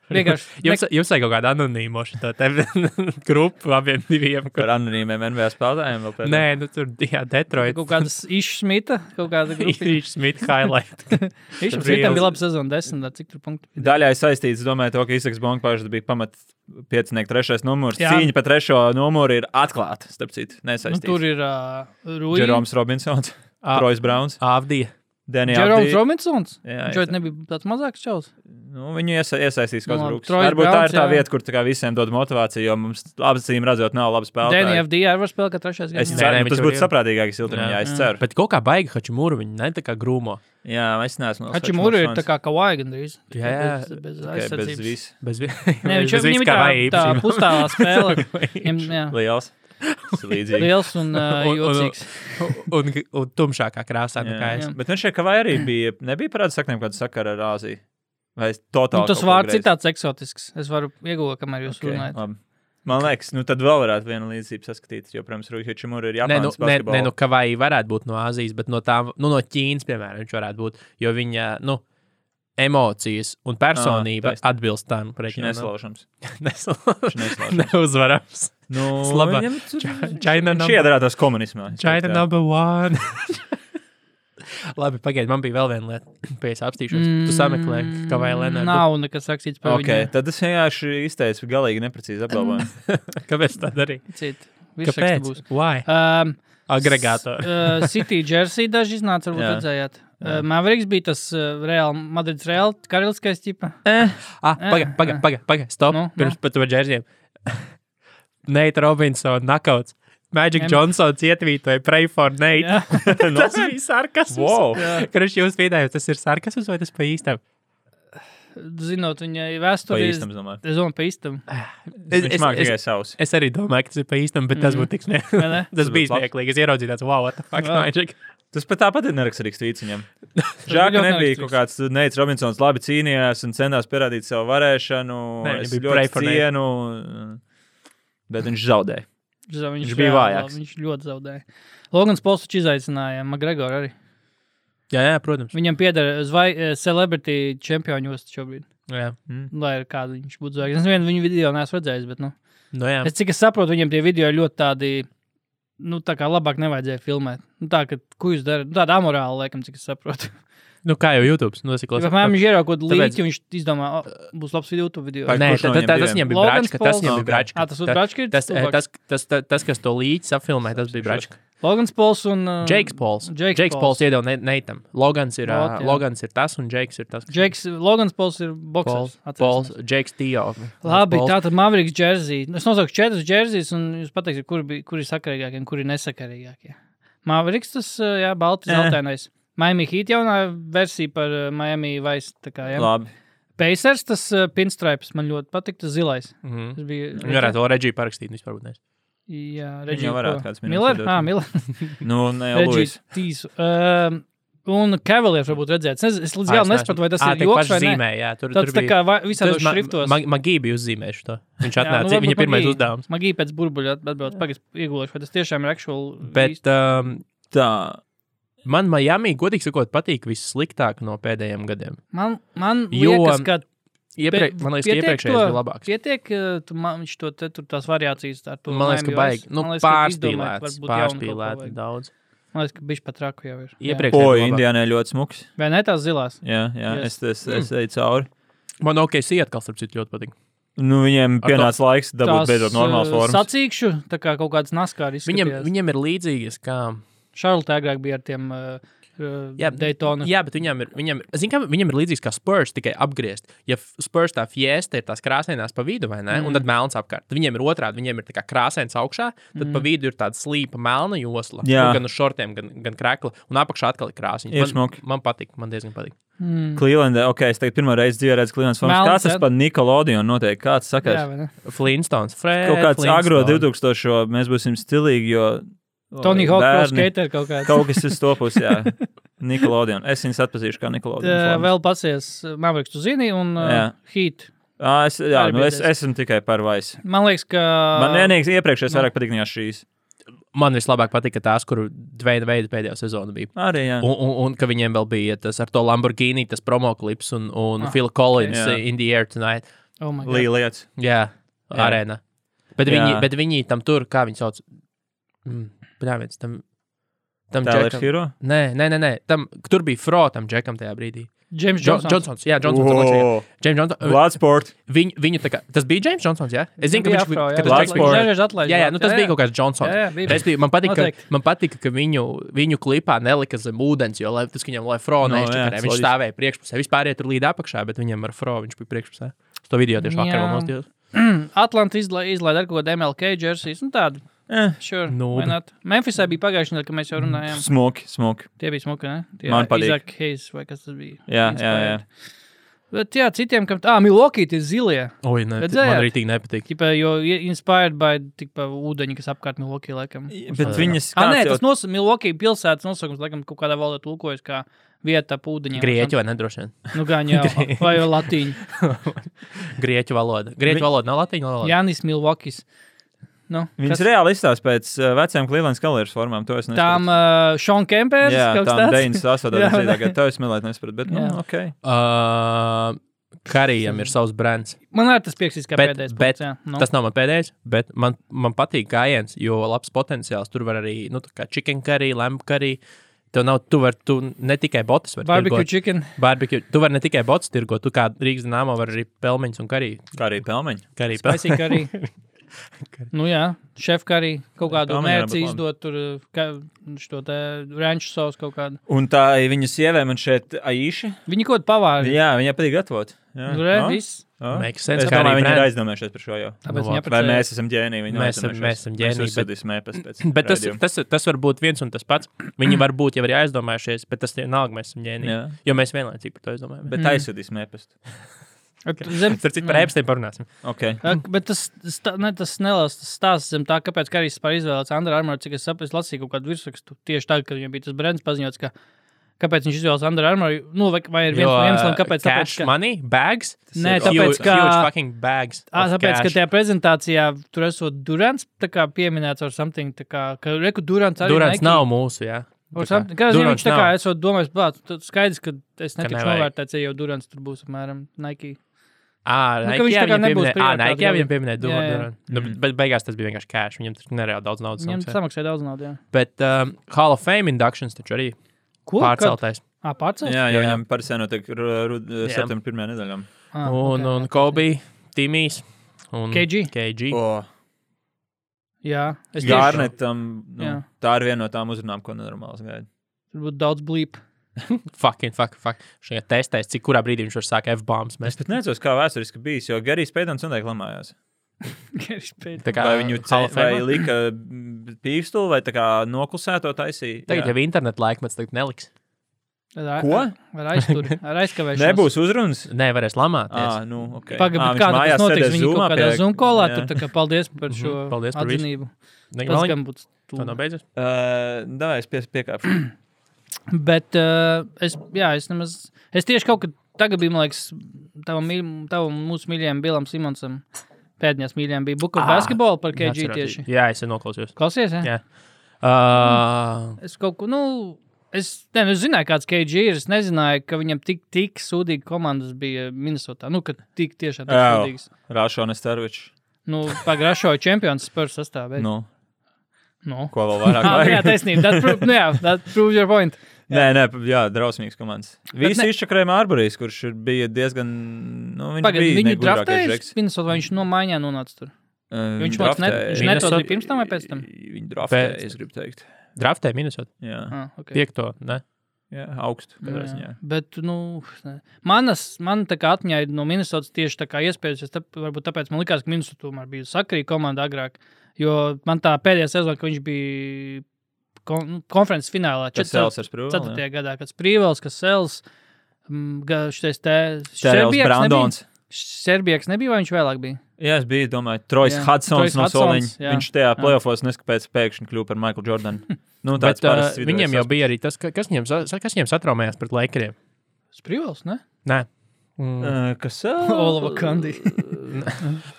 B: Vienkārši.
A: Jums, jums vajag kaut kādu anonīmu šo te grupu abiem diviem. Kur...
C: Ar anonīmiem NBA spēlētājiem vēl pēdējiem.
A: Nē, nu tur jā, Detroit.
B: Kaut kādas izsmita, kaut kāda grupa.
A: Viņš smit highlight.
B: Izsmita bija laba sezona, desmit, cik tur punktu.
C: Daļai saistīts, domāju, to, ka Isaks Bonkpāžs bija pamat piecinieku trešais numurs.
B: Jā.
C: Jā. Cīņa par trešo numuru ir atklāta, starp citu,
B: Nu,
C: nesaistīta.
B: tur ir Ah. uh, Rūjas.
C: Jeroms Robinsons,
A: Ā.
C: Rojas Browns,
A: Avdija.
C: Denijs
B: Jeroms Robinsons.
C: Jā,
B: Viņš
C: jā,
B: jau nebija tāds mazāks čels.
C: Nu, viņu iesa iesaistīs kaut
B: Nu,
C: kāds rūks.
B: Trojs
C: Varbūt tā
B: Browns,
C: ir tā
B: jā.
C: vieta, kur tā kā visiem dod motivāciju, jo mums apzīm redzot nav labs
B: Dēnija
C: spēlētājs.
B: FD arī var spēlēt kā trešais.
C: Es
B: gadījumā.
A: Nē,
C: ceru,
A: nē,
C: ka
A: viņš
C: tas
A: jau
C: būtu
A: ir.
C: saprātīgāk Siltumam,
A: Jā.
C: jā, es
B: Jā.
C: ceru.
A: Bet kaut kā baigi Hačimūru viņi ne tā kā grūmo.
C: Jā, es neesmu. no
B: Hačimura ir
C: Hačimura
B: tā
C: fans.
B: kā kawaii gandrīz. tikai
A: Jā,
B: bez, bez
C: Tikai bez
B: aizsardzības.
C: vis.
A: Bez vi-
B: Nē, viņš jau
A: bez
B: viņam ir
A: kā vai
B: tā, tā
A: īpašībām.
B: pustāvā spēle. Viņam, jā,
C: Liels. Līdzīgi.
B: liels un uh,
A: Un- un-
B: jocīgs.
A: un, un tumšākā krāsā
C: Jā,
A: nekā es.
C: jā. Bet viņš šeit kā vai arī bija, nebija parāda saknēm kāda sakara ar Āziju. Vai es
B: Nu,
C: totāli.
B: tas
C: kaut ko
B: vārds
C: greizi?
B: ir tāds eksotisks. Es varu iegūt, kamēr jūs
C: Ok,
B: okay. runājat.
C: labi. Man liekas, nu tad vēl varētu vienu līdzību saskatīt, jo, protams, Rūķis Čimur ir
A: Nē, nu,
C: Japānas
A: nē, nē, nu,
C: basketbols.
A: ka vai varētu būt no Āzijas, bet no tām, nu, no Ķīnas, piemēram, viņš varētu būt. Jo viņa, nu, emocijas un personība
C: Ah, taisnība.
A: atbilst tam
C: Viņš ir
A: reģionam.
C: neslaužams. Viņš
A: Neslaužams.
C: ir neslaužams.
A: Neuzvarams.
C: Nu,
A: Slabā.
C: viņam tur-
A: China
C: Viņš
A: number,
C: iedarbojas komunismā. es
A: China
C: teiktu, jā.
A: number one. Labi, pagaidiet, man bija vēl viena lieta, pie es apstīšos. Mm, tu sameklē, ka vai
C: Mm,
A: Lenardu.
B: Nav nekas rakstīts par
C: Okay,
B: okay.
C: tad es vienkārši izteicu galīgi neprecīzi apgalvojumu.
A: Kāpēc tā darīja?
B: viņu. Citu. Viss raksts
A: Kāpēc?
B: būs.
A: Why?
B: Um,
A: Agregātori.
B: uh, City jersey daži iznāca, varbūt
C: Jā.
B: redzējāt. Uh, Mavericks bija tas uh, Real Madrids Real, karaliskais tipa.
C: Eh.
A: Ah, pagaidi, pagaidi, pagaidi, paga, stop.
B: Nu,
A: Nu,
B: nu.
A: Pirms par to džērziem. Nate Robinsona nakauts. Magic
B: Em-
A: Em- Johnsons ietvītoja Pray for Nate.
B: Jā.
C: Nu,
A: tas bija sarkasms.
C: Wow.
A: Kurš jūs vidējāt, tas ir sarkasms vai tas pa īstam?
B: Zinot viņa
C: Pa
B: vēsturi, es
C: īstam, domāju.
B: es domāju, pa īstam.
A: Es,
C: Viņš
A: es,
C: māk tikai
A: es,
C: savus.
A: es arī domāju, ka tas ir pa īstam, bet mm. tas būtu tik snie.
B: Vai ne?
A: tas
C: Tas
A: bija
C: būtu labs.
A: smieklīgi. Es ieraudzīju tādu, wow, what the fuck,
B: Jā.
A: Magic.
C: Tas pat tāpat ir neraksturīgs tweets viņam. Žēl, ka
B: ļoti
C: nebija
B: neraksturīgs.
C: kaut kāds Neits Robinsons labi cīnījās un centās pierādīt savu varēšanu.
A: Nē,
C: es
A: viņam bija pray
C: ļoti
A: for Nate.
C: cienu, bet viņš zaudēja.
B: Zinu, Viņš,
C: Viņš bija
B: reāli-
C: vājāks.
B: Viņš ļoti zaudēja. Logans Polsčs izaicināja Magregoru arī.
A: Jā, jā, protams.
B: Viņam pieder zvai- eh, celebrity čempionos šobrīd.
A: Jā. Mm.
B: Lai ir kāda viņš būtu zvaigznes. Es nevienu viņu video neesmu redzējis, bet, nu,
A: Nu, jā.
B: es, cik es saprotu, viņiem tie video ir ļoti tādi, nu, tā kā labāk nevajadzēja filmēt. Nu, tā, ka, ko jūs darat? Nu, tāda amorāla, laikam, cik es saprotu.
A: nu kā jau YouTube
B: Ja,
A: nosaklausās.
B: Piemēram, viņš ieraugot
A: Tāpēc-
B: līķi, viņš izdomā, o, būs labs YouTube video.
C: Vai-
A: Nē,
C: kurš no
A: tad-
C: viņiem
A: tad- tas
C: diviem?
A: viņam bija
B: Logans
A: brāčka. Tas
B: Pauls.
A: viņam bija
C: Ok.
A: brāčka.
B: Ā, Ah, tas būs
A: Tā-
B: Bračkis.
A: Tas, eh, tas, tas, tas, tas, kas to līdzi apfilmēja, tas bija Bračka.
B: Logans Pols un... uh,
A: Džeiks Pols.
B: Džeiks
A: Džeiks
B: Pols.
A: Pols iedeva Ne- Neitam. Logans ir,
B: Vot,
A: ā,
B: jā.
A: Logans ir tas, un Džeiks ir tas, kas
B: Džeiks, Logans Pols ir
A: Pols.
B: boxers.
A: Pols,
B: atcerēsimies.
A: Džeiks Tio.
B: Labi,
A: Pols.
B: tā tad Mavericks jersey. Es nosaucu četrus jerseys, un jūs pateiksiet, kur, bija- kur ir sakarīgākie un kur ir nesakarīgākie. Mavericks tas, uh, jā, balts,
C: Jā.
B: zeltainais. Miami Heat jaunā versija par uh, Miami Vice. tā kā, jā.
C: Labi.
B: Pacers, tas uh, pinstripes man ļoti patika, tas zilais.
A: Mhm.
B: Tas bija.
A: Viņu varētu vēl Reģiju parakstīt, viņš varbūt nevis.
B: Jā,
C: Viņam varētu kāds minūtes
B: Miller?
C: iedot.
B: Jā, Miller.
C: Nu, ne jau Lūis.
B: Reģis Tīsu. Um, un Cavaliers varbūt redzēt. Es, es līdz galam nesapratu, vai tas ir joks vai nē.
A: zīmē, jā, tur,
B: Tāds
A: tur
B: tā
A: bija.
B: kā va- visādos šriftos.
A: Magija bija uzzīmējuši to. Viņš
B: Jā,
A: atnāca,
B: nu,
A: nu,
B: varbūt
A: viņa pirmais
B: Magī-
A: uzdevums.
B: Magija pēc burbuļa atbrauc, pagaidz iegulēšu, vai tas tiešām ir actual.
A: Bet um,
C: Tā.
A: man Miami, godīgi sakot, patīk vissliktāk no pēdējiem gadiem.
B: Man, man
A: Jo,
B: liekas, ka
A: Iepriek,
B: Pie-
A: man liekas, ka
B: pietiek
A: iepriekšējais
B: to-
A: bija labāks.
B: pietiek, ka tu man, viņš to te, tur tās variācijas ar to.
A: Man liekas, ka
B: Miami
A: baigi
B: Vice.
A: nu,
B: Man liekas, ka izdomāt
A: pārspīlēts.
B: varbūt jaunu kaut ko
A: Pārspīlēts
B: vajag.
A: daudz.
B: Man liekas, ka bišķi pat raku jau ir. Jā.
A: Iepriekš
C: O, Indijānai ļoti smuks.
B: Vai ne tās zilās?
C: Jā, jā,
B: Yes. Mm.
C: es, es, es eju cauri.
A: Man ok, sēž atkal, starp citu, ļoti patīk.
C: Nu, viņiem
A: Ar to-
C: pienāca laiks
B: Tās,
C: dabūt beidzot normālas
B: uh,
C: formas.
B: Sacīkšu, tā kā kaut kāds naskā arī.
A: Viņam, viņam ir līdzīgas, kā.
B: Šarlotē agrāk bija ar tiem uh, uh,
A: Jā,
B: Daytona.
A: Jā, bet viņam ir, viņam, zin, kā, viņam ir līdzīgs kā spurs, tikai apgriezt. Ja f- spurs tā fiesta ir tās krāsainās pa vidu, vai ne? Mm. Un tad melns apkārt. Tad Viņiem ir otrādi, viņiem ir tā kā krāsains augšā, tad mm. pa vidu ir tāda slīpa melna josla.
C: Jā.
A: Nu, gan uz šortiem, gan, gan krēkla. Un apakšā atkal ir krāsains.
C: Ir
A: Man,
C: smuki.
A: man patīk, man diezgan patīk.
B: Mm.
C: Klīlendē, ok, es teicu, pirmā reize dzīvē redzu Klīlendes formas.
B: Melns,
C: Kāds tas
B: jā.
C: par Nikolodionu noteikti? Kāds sakars?
B: vai ne?
A: Flintstones, Fred.
C: Kaut kāds
A: Flintstone.
C: agro 2000 šo mēs būsim stilīgi, jo.
B: Tony Hawk pro
C: bērni-
B: skater kaut kāds.
C: Kaut kas uz to puses, jā. Nikolodionu. Es viņus atpazīšu kā
B: Uh,
C: Nikolodionu.
B: vēl pasies uh, Mavericks, tu zini, un uh,
C: Jā.
B: Heat.
C: Ā, es, jā,
B: Arī
C: nu es
B: biedēs.
C: esmu tikai par vaisu.
B: Man liekas, ka.
C: Man vienīgais iepriekšējais
B: nu.
C: vairāk patīk nekā šīs.
A: Man vislabāk patika tās, kur dveida veida pēdējā sezona bija.
C: Arī, jā.
A: Un, un, un ka viņiem vēl bija tas ar to Lamborghini, tas promo klips un, un
B: Ah,
A: Phil Collins
C: jā.
A: eh, in the air tonight.
B: Oh my God.
C: Līja lietas.
A: Jā,
C: Jā.
A: arēna. Bet,
C: Jā.
A: viņi- bet viņi tam tur, kā viņi sauc, mm, pļāviens, tam, tam
C: Tā ir
A: Džekam.
C: Hero.
A: Nē, nē, nē, nē. Tam, tur bija Frotam Džekam tajā brīdī.
B: James
A: Jo-
B: Johnson.
A: Johnsons, jā, Johnsons. atlaicīja. James Johnsons.
C: Vladsport.
A: Viņu, viņu tā kā, tas bija James Johnsons, jā? Es zinu, ka
B: Bija
A: viņš
B: afro, jā,
A: ka tas
C: Black
A: Džeks
B: atlaid-
A: bija-
C: Sport.
B: dažreiz atlaid,
A: Jā, jā, nu tas
B: jā,
A: bija
B: jā.
A: kaut kāds Johnsons.
B: Jā, jā, bija.
A: Respektīvi, man patīk, ka,
B: Noteikti.
A: man patika, ka viņu, viņu klipā nelika zem ūdens, jo lai, tas viņam lai fro
C: Nu,
A: nešķikarē.
C: jā,
A: Viņš
C: loģiski.
A: stāvēja priekšpusē. Vispār iet tur līdz apakšā, bet viņam ar fro viņš bija priekšpusē. Es to video tieši vakar
B: Jā.
A: vēl nostījos.
B: Atlantijas izlaid, izlaid ar kaut kādu MLK jerseys. Nu, tādu.
C: Eh.
B: Sure,
A: Nu,
B: why
A: bet- Mm.
B: not? Memphisā bija pagājušajā nedēļā, kad mēs jau runājām.
C: Smoki, smoki.
B: Tie bija smuki, ne? Tie
C: Man patīk.
B: Izāk Hayes vai kas tas bija.
C: Jā, jā,
B: Inspired.
C: jā.
B: Bet jā, citiem, kam tā, ah, Milwaukee tie zilie.
A: Oi, nē,
B: Redzējāt?
A: man arī tik nepatīk.
B: Tipā, jo i- inspired by tikpa, ūdeņi, kas apkārt Milwaukee laikam.
C: Bet viņas
B: Ah, nē,
C: kāds
B: tas nos... Milwaukee pilsētas nosaukums laikam kaut kādā valodā tulkojas kā vieta pa ūdeņiem.
A: Grieķu vai nedroši vien?
B: Nu, gan jau. Vai jau latīņu.
A: Grieķu valoda. Grieķu
C: Vi-
A: valoda nav latīņa valoda.
B: Jānis Milwaukee. Nu,
C: Viņas reāli izstāsta pēc uh, vecām Cleveland Cavaliers formām. To es
A: Nu,
B: Tām
C: nesaprotu.
B: uh, Sean Kempers.
C: jā,
B: kaut kas
C: tām
B: tāds?
C: 98.
B: Jā,
C: gada
B: vai
C: tagad to es melēt nesaprotu, bet, nu,
B: Jā.
C: ok.
A: Uh, Karijam ir savs brands.
B: Man arī tas pieksis, kā
A: Bet-
B: pēdējais. punkts,
A: bet
B: jā, nu.
A: Tas nav man pēdējais, bet man, man patīk gājiens, jo labs potenciāls tur var arī, nu, tā kā chicken curry, lamb curry. Tev nav, tu vari, tu ne tikai botus vari
B: Barbecue
A: tirgot.
B: chicken.
A: Barbecue. Tu vari ne tikai botus tirgot, tu kā Rīgas nāmo vari arī pelmeņus un karī.
C: Kā arī pelmeņi.
A: Karī
B: Spicy curry. nu, jā, šef arī kaut kādu
C: Tā man jābūt
B: mērķi
C: labi.
B: izdot, tur eh, šo te ranču sausu kaut kādu.
C: Un tā ir viņas sievē man šeit aiši.
B: Viņi kaut ko pavāri.
C: Jā, viņai patīk gatavot. Jā.
B: Nu, re,
C: Nu,
B: viss.
C: nu.
A: Makes
C: Es
A: sense.
C: domāju,
A: Curry
C: viņi ir
A: brand.
C: aizdomējušies par šo jau.
A: Nu,
B: Tāpēc
A: labi.
B: viņi
C: Vai
B: apprecē.
C: mēs esam ģēniji? Viņi
A: Mēs esam- mēs esam ģēniji, bet-
C: Uzsūdīsim mēpes pēc.
A: Bet tas,
C: raidījuma.
A: tas, tas var būt viens un tas pats. Viņi var būt jau arī aizdomājušies, bet tas vienalga mēs esam ģēniji.
C: Jā.
A: Jo mēs vienlaicīgi par to aizdomājamies.
C: Bet
B: Mm.
C: aizsūdīsim mēpes.
B: Ak, zem-
A: Starp citu, par ēpstiem parunāsim.
C: Ok.
B: Ak, Bet tas, tas, tā- ne, tas neliels tas stāsts zem tā, kāpēc Karis vispār izvēlējās Andrēnu Armoru. Cik es saprotu, es lasīju kaut kādu virsrakstu tieši tad, kad viņam bija tas brands paziņots, ka kāpēc viņš izvēlējās Andrēnu Armoru. Nu, vai, vai ir viens no iemesliem, kāpēc?
A: Cash
B: Tāpēc,
A: ka...
B: ka,
A: money, bags.
B: nē,
C: ir
B: tāpēc,
A: huge,
B: ka
A: Huge fucking bags.
B: Ah,
A: of
B: tāpēc, ka
A: cash.
B: tajā prezentācijā tur esot Durants, tā kā pieminēts ar something, tā kā, ka reku Durants arī
A: Durants
B: Nike,
A: nav mūsu. Jā.
B: Or
A: Tā kā
B: something, kā zinu,
A: Durants
B: viņš tā kā
A: nav.
B: esot domājis, blāt, tad skaidrs, ka es netikšu
A: nevajag.
B: novērtēts, ja jau Durants tur būs apmēram Nike.
A: Ah,
B: Nu, ka
A: Nike
B: viņš tā kā
A: viņam
B: nebūs
A: pieminēja, ah,
B: prioritāte,
A: Nike viņam
B: jā.
A: pieminēja
B: Jā, jā. Mm.
A: Durants. Nu, bet- bet beigās tas bija vienkārši cash. Viņam tur nereāli daudz naudas.
B: Viņam
A: samaksāja.
B: samaksāja daudz naudas, jā.
A: Bet um, Hall of Fame inductions taču arī
B: Ko?
A: pārceltais.
B: Kad? Ā, pārcelt?
C: Jā,
A: Jā.
C: jau viņam par senu tiek
A: Jā.
C: septembrī pirmajā
B: Ā,
C: nedēļā.
A: Un,
B: Ah, ok.
A: un Kobe, Timijs. Un
B: KG.
A: KG.
B: Jā, es tieši-
C: Gārnetam, nu,
B: Jā.
C: tā ir viena no tām uzrunām, ko nenormāls gaida.
B: Tur būtu daudz blīp.
A: Fucking, fuck, fuck. Šajā testēs, cik kurā brīdī viņš var sākt F-bombs.
C: Es pat nezinu, kā vēsturiski bijis, jo Garijs Pētons noteikti lamājās.
A: Tā
C: Kā
A: kā
C: vai viņu
A: Hall
C: ceļā
A: of
C: vai
A: Fame?
C: lika mm, pīkstuli, vai tā kā noklusēto taisīja.
A: Tagad jau interneta laikmets tagad neliks.
C: Ko?
B: Ar aizturi, ar aizkavēšanos.
C: Nebūs uzrunas.
A: Nē, varēs lamāties.
C: Ah, nu, okay.
B: Pagaidām,
C: Ā,
B: ah,
C: viņš
B: kā tas
C: mājās
B: notiks.
C: sēdēs
B: Viņi kaut
C: Zoomā
B: kādā
C: pie-
B: zumkolā
C: Jā.
B: tur tā kā paldies par šo
A: paldies par visu.
B: atzinību.
A: Nē,
B: Tas
A: man liekas,
B: gan būtu.
A: tā nav
B: stulbi.
A: beidzies.
C: Ā, Davai, es pies- piekāpšu.
B: Bet uh, es, jā, es, nemaz, es tieši kaut kad tagad biju, man liekas, tavam, mīļ- tavam mūsu mīļajam Bilam Simonsam. Pēdējās mīļajām bija Buka
A: Ā,
B: basketbola par KG
A: Atceros,
B: tieši. Mhm.
A: Jā, es noklausījos.
B: Klausies, jā?
A: Jā. Uh,
B: Es kaut ko, nu, es, ne, nu, es zināju, kāds KG ir. Es nezināju, ka viņam tik, tik sūdīga komandas bija Minnesotā. Nu, ka tik tiešām tik
C: Au.
B: sūdīgs.
C: Rāšonis Tarvičs.
B: Nu, pagrašoja čempions par sastāvē.
C: Nu,
B: nu.
C: ko vēl vairāk?
B: Ah, jā,
C: vajag?
B: taisnība. That prove, nu, jā, that proves your point.
C: Nē, nē, p- jā, drausmīgs komandas. Visi
B: ne-
C: izčakrēja Mārbuļs, kurš ir- bija diezgan. Nu, viņš
B: Pagaid,
C: bija
B: viņu
C: negudrākais
B: draftēja
C: žeks.
B: Minnesotā, vai viņš no mājā nonāca tur?
C: Uh,
B: viņš nāc ne-
C: draftēja-
B: viņš
C: Minnesota-
B: netoda pirms tam vai pēc tam?
C: Viņu draftēja,
A: Pēc.
C: es gribu teikt.
A: Draftē minusot.
C: Jā,
B: Ah, okay.
A: Piekto. Ne?
C: jā augstu.
B: Nu,
C: katrā
B: jā.
C: ziņā.
B: Bet, nu, ne. manas, man tā kā atmiņā ir no Minnesotas tieši tā kā iespējas, es tap, varbūt tāpēc man likās, ka Minnesota tomēr bija sakarīga komanda agrāk, jo man tā pēdējā sezona, kad viņš bija kon konferences finālā,
C: Tas
B: 4.
C: Sels ar Sprūvu. jā.
B: gadā, kad Sprīvels, kas Sels, mm, ga- šitais te,
C: Terels
B: Šerbieks nebija?
C: Brandons.
B: Serbieks nebija, vai viņš vēlāk bija?
C: Jā, es biju, domāju, Trojs
B: Jā,
C: Hudsons
B: Trojs
C: no
B: Hudsons,
C: Soliņa.
B: jā.
C: Viņš tajā
B: Jā.
C: playoffos neskapēc pēkšņi kļuva par Michael Jordanu. Nu, tāds
A: Bet, uh,
C: parasts
A: viņiem jau
C: vidējais
A: bija arī tas, ka, kas viņiem, sa- sa- kas viņiem satraumējās pret Lakeriem.
B: Sprīvels, ne?
A: Nē, Mm.
C: Uh, kas vēl?
B: Olava Kandi.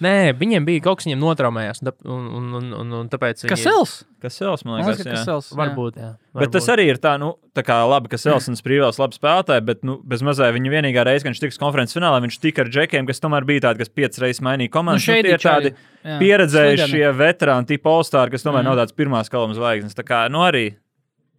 A: Nē, viņiem bija kaut kas, viņiem notraumējās. un tāp- Un, un, un, un, un tāpēc viņi-
B: Kas else?
C: Kas vēl, man
B: Man
C: liekas,
B: liekas, ka
C: jā.
B: kas else. jā.
A: Varbūt, jā. Varbūt.
C: Bet tas arī ir tā, nu, tā kā labi, ka Selsons privāls labs spēlētājs, bet, nu, bez mazā viņa vienīgā reize, kad viņš tiks konferences finālā, viņš tika ar džekiem, kas tomēr bija tādi, kas piecas reizes mainīja
B: Nu,
C: komandu.
B: šeit
C: tie ir tādi
B: jā.
C: pieredzējušie
B: Slideni.
C: veterāni, tipa Olstāri, kas tomēr
B: Mhm.
C: mm. nav tāds pirmās kalnas zvaigznes. Tā kā, nu, arī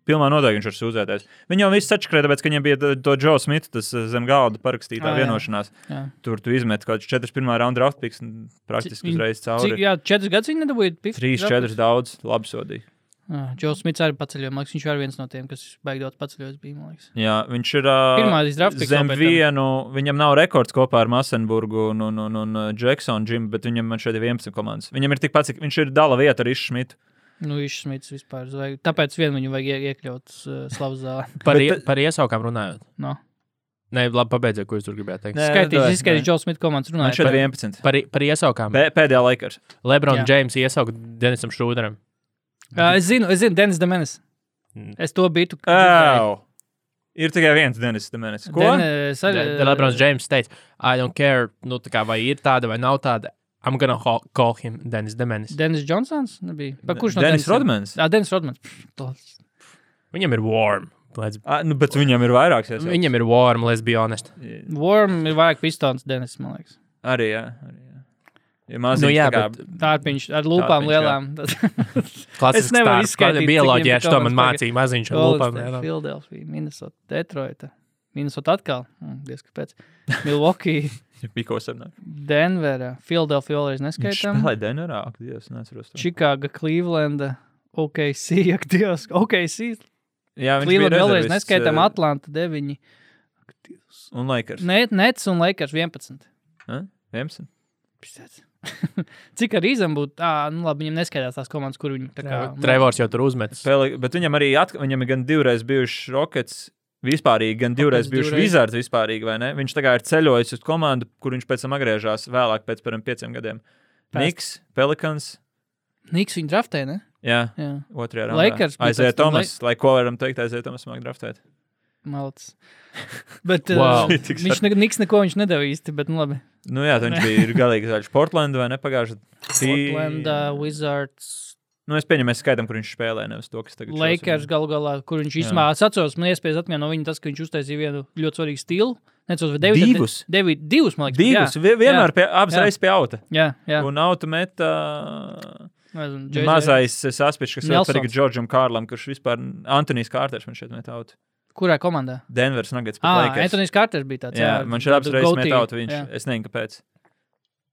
C: pilnā noteikti viņš ir sūdzētais. Viņam jau viss atšķirīja, tāpēc, ka viņam bija to- to Joe Smita, tas eh, zem galda parakstītā
B: Ah,
C: ah,
B: jā.
C: vienošanās.
B: Jā.
C: Tur tu izmet kaut kāds 4 pirmā raunda draft picks un praktiski
B: Cik-
C: uzreiz
B: Cik,
C: cauri.
B: jā, četras gadus viņa nedabūja. pick-
C: 3, 4 daudz, labi sodīja.
B: Jā, Džons Smits arī paceļoja. Man liekas, viņš arī viens no tiem, kas beigās paceļojas. Bija, man liekas.
C: Jā, viņš ir. ā,
B: Pirmais draft picks
C: Zem
B: nopietnam.
C: vienu, viņam nav rekords kopā ar Massenburgu un, un, un, un Jacksonu Džimu, bet viņam man šeit ir 11 komandas. Viņam ir tikpat, cik viņš ir dala vieta ar Išsmitu.
B: Nu, viņš smits vispār. Zvaig... Tāpēc vienu viņu vajag ie- iekļaut uh, slavas zālē.
A: par,
C: bet
A: ie,
C: ta-
A: par iesaukām runājot.
B: No.
A: Nē, labi, pabeidziet, ko jūs tur gribējāt teikt.
C: Nē,
B: Skaitīs,
C: dod,
B: izskaidrs,
C: nē.
B: Džons Smits komandas
C: Man
B: runāja.
C: šeit ir
B: par-
C: 11.
A: Par, i- par iesaukām.
C: Pē, pēdējā laikā.
A: Lebrons
B: Jā.
A: Džeims iesauka Denisam Šrūderam.
B: Jā, es zinu, es zinu, Denis Demenis.
A: Mm.
B: Es to biju.
C: Au! Ir tikai viens Denis Demenis. Ko?
B: Denis,
A: Tad eh,
B: arī,
A: Lebrons Džeims teica, I don't care, nu, tā kā vai ir tāda vai nav tāda. I'm gonna ho- call him Denis Demenis.
B: Denis Džonsons nebija. Pa, kurš no
C: Denis
B: Dennisiem?
C: Rodmans.
B: Jā, Denis Rodmans. Pff, to-
A: Viņam ir warm. Let's,
C: Ah, nu, bet viņam ir vairāks. iesaucis.
A: viņam ir warm, let's be honest.
B: Worm ir vairāk pistons, Denis, man liekas.
C: arī, jā. Arī, jā. Ja maziņš,
A: Nu, jā,
C: tā kā,
A: bet
B: Tārpiņš ar lūpām
C: Tārpiņš,
B: lielām.
A: Klasisks
B: Es nevaru
A: stāsts.
B: izskaidrot, cik
A: Bioloģijā
B: viņam
A: šo man
B: komandas
A: mācīja maziņš ar
B: Golden
A: lupām.
B: State,
A: lielām.
B: Philadelphia, Minnesota, Detroita, Minnesota atkal, mm, diez kāpēc, Milwaukee,
C: ja pikos ar nāku.
B: Denvera, Philadelphia vēlreiz neskaitām,
C: Lai Denverā, ak, Dievs, neatceros. to.
B: Čikāga, Clevelanda, OKC, ak, Dievs, OKC,
C: Jā, viņš bija
B: Cleveland vēlreiz
C: rezervists,
B: neskaitām,
C: eh,
B: Atlanta 9,
C: Un Lakers.
B: Ne- Nets un Lakers 11.
C: Eh? 11.
B: Pistec. Cik ar īzam būtu, ā, nu labi, viņam neskaidrās tās komandas, kur viņi tā kā...
A: Trevors jau tur uzmetas.
C: Peli, bet viņam arī atk- viņam ir gan divreiz bijuši Rockets. Vispārīgi, gan divreiz
B: Rockets
C: bijuši
B: divreiz.
C: Vizards vispārīgi, vai ne? Viņš tā kā ir ceļojis uz komandu, kur viņš pēc tam atgriežas vēlāk, pēc piemēram, pieciem gadiem.
B: Pēc-
C: Niks, Pelikans,
B: Niks viņu draftē, ne?
C: Jā,
B: Jā,
C: otrajā raundā.
B: Lakers bija pēc
C: Aiziet
B: tam
C: Tomas, lai ko varam teikt, aiziet Tomas, smagi draftēt.
B: malts. Bet wow.
A: Wow.
B: uh, viņš ne, Niks neko viņš nedeva īsti, bet nu labi.
C: Nu jā, tad viņš bija ir galīgi zaļš. Portland vai ne pagājuši?
B: Portland, uh, Wizards,
C: Nu, es pieņemu, mēs skaidām, kur viņš spēlē, nevis to, kas tagad šos-
B: Lakers galu galā, kur viņš
C: Jā.
B: īstenībā es atceros, man iespējas atmiņā no viņa tas, ka viņš uztaisīja vienu ļoti svarīgu stilu. Necos, vai deviņas,
C: Divus?
B: Devi, divus, man liekas.
C: Divus, vi- vienmēr pie, abas
B: Jā.
C: reizes pie auta.
B: Jā, jā. jā.
C: Un auta metā.
B: Nezinu,
C: Nu,
B: Jay-Z.
C: Mazais saspiņš, kas ir
B: Nelsons.
C: līdzīgs Džordžam Kārlam, kurš vispār Antonius Kārters man šeit met out.
B: Kurā komandā?
C: Denveris Nuggets. pret
B: Ah,
C: Lakers.
B: Antonijs Kārters bija tāds.
C: Jā, man šeit
B: tāds
C: apziņā met
B: goatee,
C: out. Viņš,
B: jā.
C: es nezinu, kāpēc.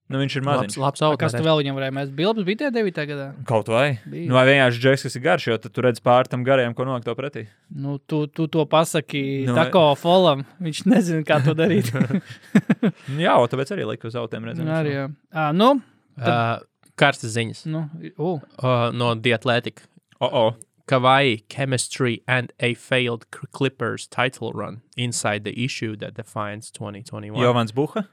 C: Nu, viņš ir
A: Labs,
C: mazs.
A: labs
B: Kas tu
A: augsts.
B: vēl viņam varēja mēs? Bilbs bija tajā 9. gadā.
C: Kaut vai.
B: Bija.
C: Nu, vai vienkārši džeks, kas ir garš, jo tad tu redz pār tam garajam, ko nonāk to pretī.
B: Nu, tu, tu to pasaki
C: Nu,
B: nu, Tako Folam. Viņš nezina, kā to darīt.
C: Nu, jā, o, tāpēc arī liku uz autiem redzēt.
B: Arī, jā. À, nu,
A: Uh, karstas ziņas
B: nu, uh,
A: uh, no The Athletic.
C: O, o.
A: Kawaii chemistry and a failed Cl- Clippers title run inside the issue that defines 2021.
C: Jovans Buha,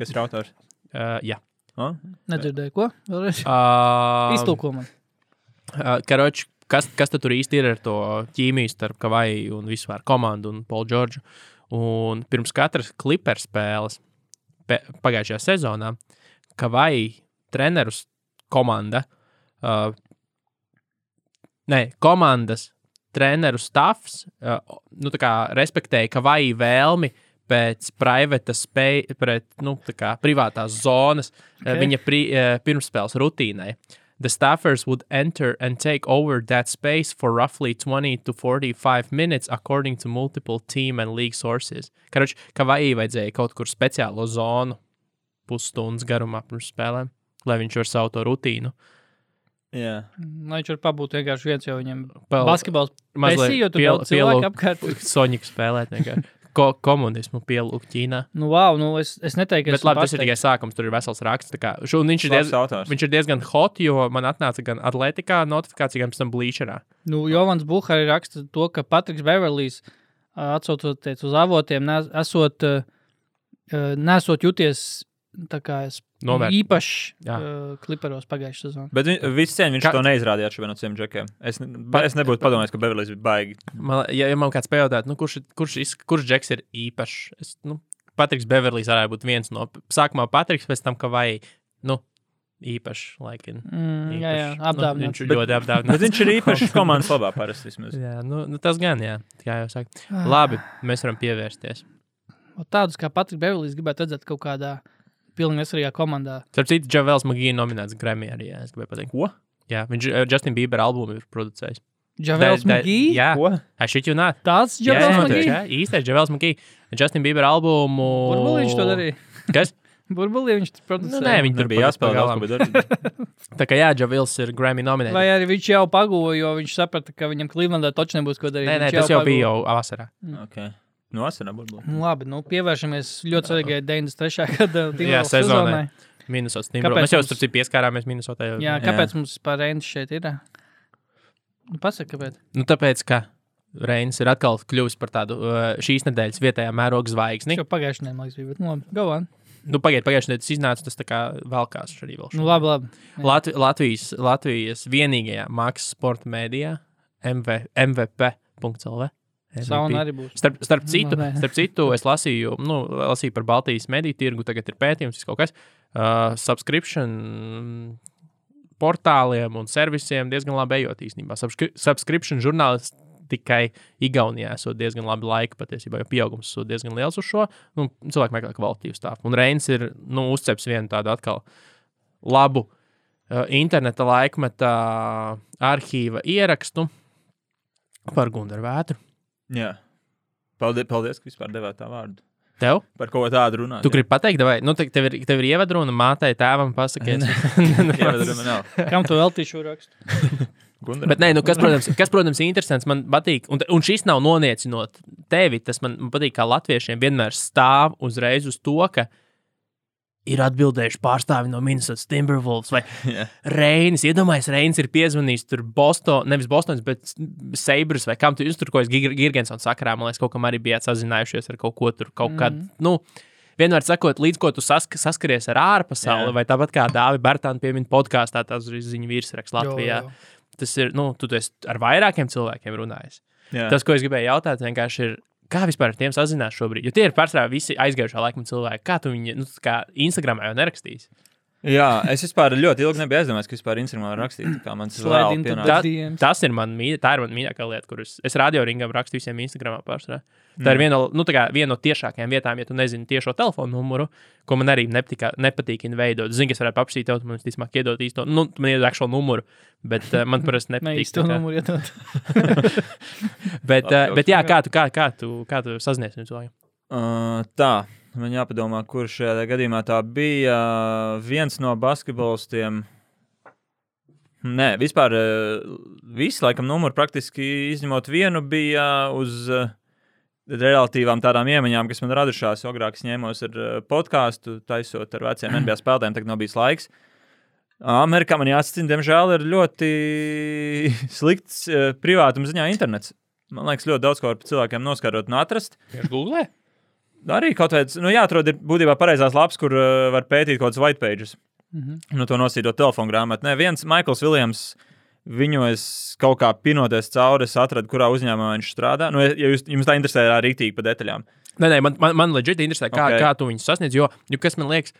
C: kas ir autors.
A: uh, jā.
C: O?
B: nedzirdēju, ko? Vēlreiz.
A: Uh,
B: Iztulko man.
A: Uh, karoč, kas, kas tad tur īsti ir ar to ķīmiju starp Kavaju un vispār komandu un Paulu Čorģu? Un pirms katras klipa spēles pe- pagājušajā sezonā Kavaju trenerus komanda. Uh, Nē, komandas treneru stāvs uh, nu, tā kā respektēja Kavaju vēlmi pēc privātas spējas, pret nu, tā kā privātās zonas, okay.
B: Ok.
A: viņa pri, uh, pirmspēles rutīnai. The staffers would enter and take over that space for roughly 20 to 45 minutes, according to multiple team and league sources. Karoči, Kavajai vajadzēja kaut kur speciālo zonu pusstundas garumā pirms spēlēm, lai viņš ar savu to rutīnu
C: Jā.
B: Lai Nu, viņš var pabūt vienkārši viens, jo viņam
A: Pel-
B: basketbols
A: mazliet
B: pesī, jo tur
A: piel-
B: daudz cilvēku
A: pielūk-
B: apkārt.
A: Soņiku spēlēt. vienkārši. Ko, komunismu pielūgt Ķīnā.
B: Nu, wow, nu es, es neteiktu, ka
A: Bet
B: esmu
A: labi, tas ir tikai
B: pārsteigts.
A: sākums. Tur ir vesels raksts. tā Kā, šo, un viņš, ir
C: Labs
A: diez,
C: autors.
A: viņš ir diezgan hot, jo man atnāca gan atletikā notifikācija, gan pēc tam blīčerā.
B: Nu, Jovans Buha arī raksta to, ka Patriks Beverlijs, ā, atsaucoties uz avotiem, nes- esot, ā, ā, nesot jūties tā kā es
A: Novērt.
B: īpaši
A: Jā.
B: ā, kliperos pagājušajā sezonā.
C: Bet vi- viss cien, viņš
A: Kā-
C: Kā... to neizrādīja ar šo vienu no saviem džekiem. Es, ne, es nebūtu padomājis, ka Beverlijs bija baigi.
A: Man, ja, ja man kāds pajautā, nu, kurš, ir- kurš, iz- kurš džeks ir īpašs, es, nu, Patriks Beverlijs varētu būt viens no. Sākumā Patriks, pēc tam Kavai. Nu, īpaši, laikam.
B: Mm, jā, jā,
A: Īpaši. Nu,
B: apdāvināts.
A: viņš ir ļoti
C: Bet
A: apdāvināts.
C: viņš ir īpašs komandas labā parasti. vismaz.
A: jā, nu, nu, tas gan, jā. Kā jau saka.
B: Ah.
A: Labi, mēs varam pievērsties.
B: Un Tādus kā Patriks Beverlijs gribētu redzēt kaut kādā pilnīgi nesvarīgā komandā.
A: Starp citu, Džavels Magīna nominēts Grammy arī, jā, es gribēju pateikt.
C: Ko?
A: Jā, viņš eh, Justin Bieber albumu ir producējis.
B: Džavels
A: That- that-
B: Magī?
A: Jā,
C: Ko?
A: I shit you not.
B: Tāds
A: Jā,
B: Džavels
A: jā,
B: Magī?
A: jā, īstais Džavels Magīna. Justin Bieber albumu.
B: Burbulīši to darīja.
A: Kas?
B: Burbulī viņš
A: Nu,
B: producē.
A: nē, viņi
C: Viņam bija jāspēlē daudz, ko bija.
A: Tā kā jā, Džavils ir Grammy nominēts.
B: Vai arī viņš jau pagūda, jo viņš saprata, ka viņam Clevelandā taču nebūs ko darīt.
A: Nē, nē,
B: Viņš
A: tas jau
B: paguva.
A: bija jau vasarā.
C: Okay. No asarām varbūt.
B: Nu, labi, nu, pievēršamies ļoti svarīgai 93. gada
A: Jā,
B: Timberwolves sezonai.
A: sezonai. Minusot
B: Kāpēc
A: Stimbrā. Mēs jau
B: mums-
A: starp citu pieskārāmies minusotā.
B: Jā,
A: Jā.
B: kāpēc jā. mums par Reinsu šeit ir? Nu, Pasaka, kāpēc?
A: Nu, tāpēc, ka Reins ir atkal kļuvis par tādu uh, šīs nedēļas vietējā mēroga zvaigzni.
B: Viņš jau pagājušajā nedēļā, man liekas, bija. Bet, nu, labi, go on.
A: Nu, pagaidiet, pagājušajā nedēļā tas iznāca, tas tā kā valkās arī vēl.
B: Nu, labi, labi. jā.
A: Latvi, Latvijas, Latvijas vienīgajā mākslas sporta mēdījā MV, MVP.CLV.
B: Sauna arī būs.
A: Starp, starp, citu,
B: Labi.
A: starp citu, es lasīju, nu, lasīju par Baltijas mediju tirgu, tagad ir pētījums, viss kaut kas. Uh, subscription portāliem un servisiem diezgan labi ejot īstenībā. Subscri subscription žurnālists tikai Igaunijā esot diezgan labi laika patiesībā, jo pieaugums ir diezgan liels uz šo. Nu, cilvēki meklē kvalitīvu stāstu. Un Reins ir nu, uzceps vienu tādu atkal labu uh, interneta laikmeta arhīva ierakstu par Gunteru Vētru.
C: Jā. Paldies, paldies, ka vispār devāt tā vārdu.
A: Tev?
C: Par ko tādu runāt.
A: Tu gribi pateikt, vai nu, te- tev, ir, tev ir ievadruna mātei, tēvam, pasakiet.
C: Jā,
B: Kam tu veltīšu šo rakstu?
A: Bet, nē, nu, kas, protams, kas, protams, ir interesants, man patīk, un, un šis nav noniecinot tevi. Tas man, man patīk, kā latviešiem vienmēr stāv uzreiz uz to, ka ir atbildējuši pārstāvi no Minnesotas Timberwolves vai
C: Jā.
A: Reinis. Iedomājieties, Reinis ir piezvanījis tur Bostonā, nevis Bostonas, bet Seibras vai kam tur izturkojas Gigantsona sakarā. Man liekas, kaut kam arī bija sazinājušies ar kaut ko tur, kaut mm. kādu. Nu, Vienmēr sakot, līdz ko tu sask saskaries ar ārpasauli,
C: Jā.
A: vai tāpat kā Dāvija Bartāna piemina podkāstā, tas ir ziņu virsraksts
B: Jo,
A: Latvijā.
B: jo.
A: Tas ir, nu, tu esi ar vairākiem cilvēkiem runājis.
C: Jā.
A: Jā. Tas, ko es gribēju jautāt, vienkārši ir, kā vispār ar tiem sazinās šobrīd? Jo tie ir pārsvarā visi aizgājušā laikam cilvēki. Kā tu viņu, nu, tā kā Instagramā jau nerakstīs?
C: Jā, es vispār ļoti ilgi nebiju aizdomājies, ka vispār Instagramā rakstīt. Kā man tas
B: Slide
C: vēl
B: into
A: Tā,
C: pienāca.
B: DMs.
A: tas ir man mīļākais, tā ir man mīļākā lieta, kuras es radioringam rakstu visiem Instagramā pārsvarā. Tā
C: Mm.
A: ir viena, no- nu, tā kā viena no tiešākajām vietām, ja tu nezini tiešo telefonu numuru, ko man arī nepatika, nepatīk viņa veidot. Zini, ka es varētu paprasīt tev, tu man visticamāk iedot īsto, nu, tu man iedod aktuālo numuru, bet uh, man parasti
B: Nē,
A: nepatīk.
B: īsto
A: tā kā.
B: numuru iedot.
A: Bet,
C: Labi,
A: uh, bet jā, kā tu, kā, kā tu, kā tu sazinies ar cilvēkiem?
C: Uh, tā, man jāpadomā, kurš šajā gadījumā tā bija. uh, Viens no basketbolistiem. Nē, vispār uh, visi laikam numuri praktiski izņemot vienu bija uz uh, relatīvām tādām iemaņām, kas man radušās. Agrāk es ņēmos ar uh, podkāstu, taisot ar veciem NBA spēlētājiem, tagad nav bijis laiks. Amerikā man jāsacīt, diemžēl ir ļoti slikts uh, privātuma ziņā internets. Man liekas, ļoti daudz ko var cilvēkiem noskarot un atrast.
A: Tieši Google?
C: Arī kaut kāds, nu, jāatrod ir būtībā pareizās lapas, kur uh, var pētīt kaut kādas white pages.
B: Mhm.
C: Nu, to nosīdot telefonu grāmatā. Nē, viens Maikls Viljams, viņu es kaut kā pinoties cauri, es atradu, kurā uzņēmumā viņš strādā. Nu, ja jūs, jums tā interesē, arī rīktīgi pa detaļām.
A: Nē, nē, man, man, man leģitīvi interesē, kā,
C: Ok.
A: okay. kā tu viņus sasniedz. Jo, jo kas man liekas,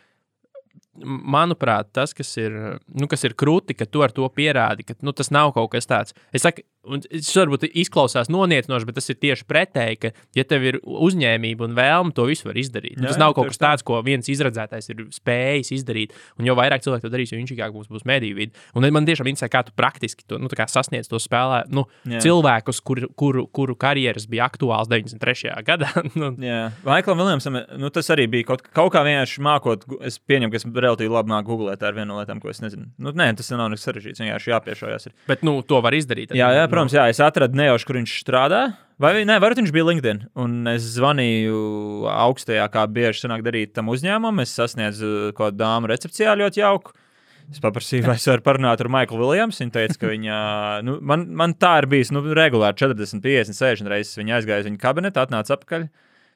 A: m- manuprāt, tas, kas ir, nu, kas ir krūti, ka tu ar to pierādi, ka nu, tas nav kaut kas tāds. Es saku, un tas varbūt izklausās noniecinoši, bet tas ir tieši pretēji, ka, ja tev ir uzņēmība un vēlme, to visu var izdarīt.
C: Jā,
A: Jā, tas
C: jā,
A: nav kaut
C: tieši
A: kas tāds, ko viens izredzētais ir spējis izdarīt. Un jo vairāk cilvēku to darīs, jo inčīgāk mums būs mediju vidi. Un man tiešām interesē, kā tu praktiski to, nu, tā kā sasniedz to spēlē, nu,
C: Jā.
A: cilvēkus, kur, kuru, kuru karjeras bija aktuāls 93. gadā. nu,
C: Jā, Maiklam Viljamsam, nu, tas arī bija kaut, kaut kā vienkārši mākot. gu- Es pieņemu, ka es relatīvi labi māku googlēt, tā ir viena no lietām, ko es nezinu. Nu, nē, tas nav nekas sarežģīts, vienkārši jāpiešaujas. ir.
A: Bet nu, to var izdarīt.
C: Jā, jā, protams, jā, es atradu nejauši, kur viņš strādā. Vai vi- nē, varbūt viņš bija LinkedIn. Un es zvanīju augstajā, kā bieži sanāk darīt tam uzņēmumam. Es sasniedzu kaut kādu dāmu recepcijā ļoti jauku. Es paprasīju, vai es varu parunāt ar Maiklu Viljams. Viņa teica, ka viņa, nu, man, man tā ir bijusi nu, regulāri 40, 50, 60 reizes. Viņa aizgāja uz viņa kabinetu, atnāca atpakaļ.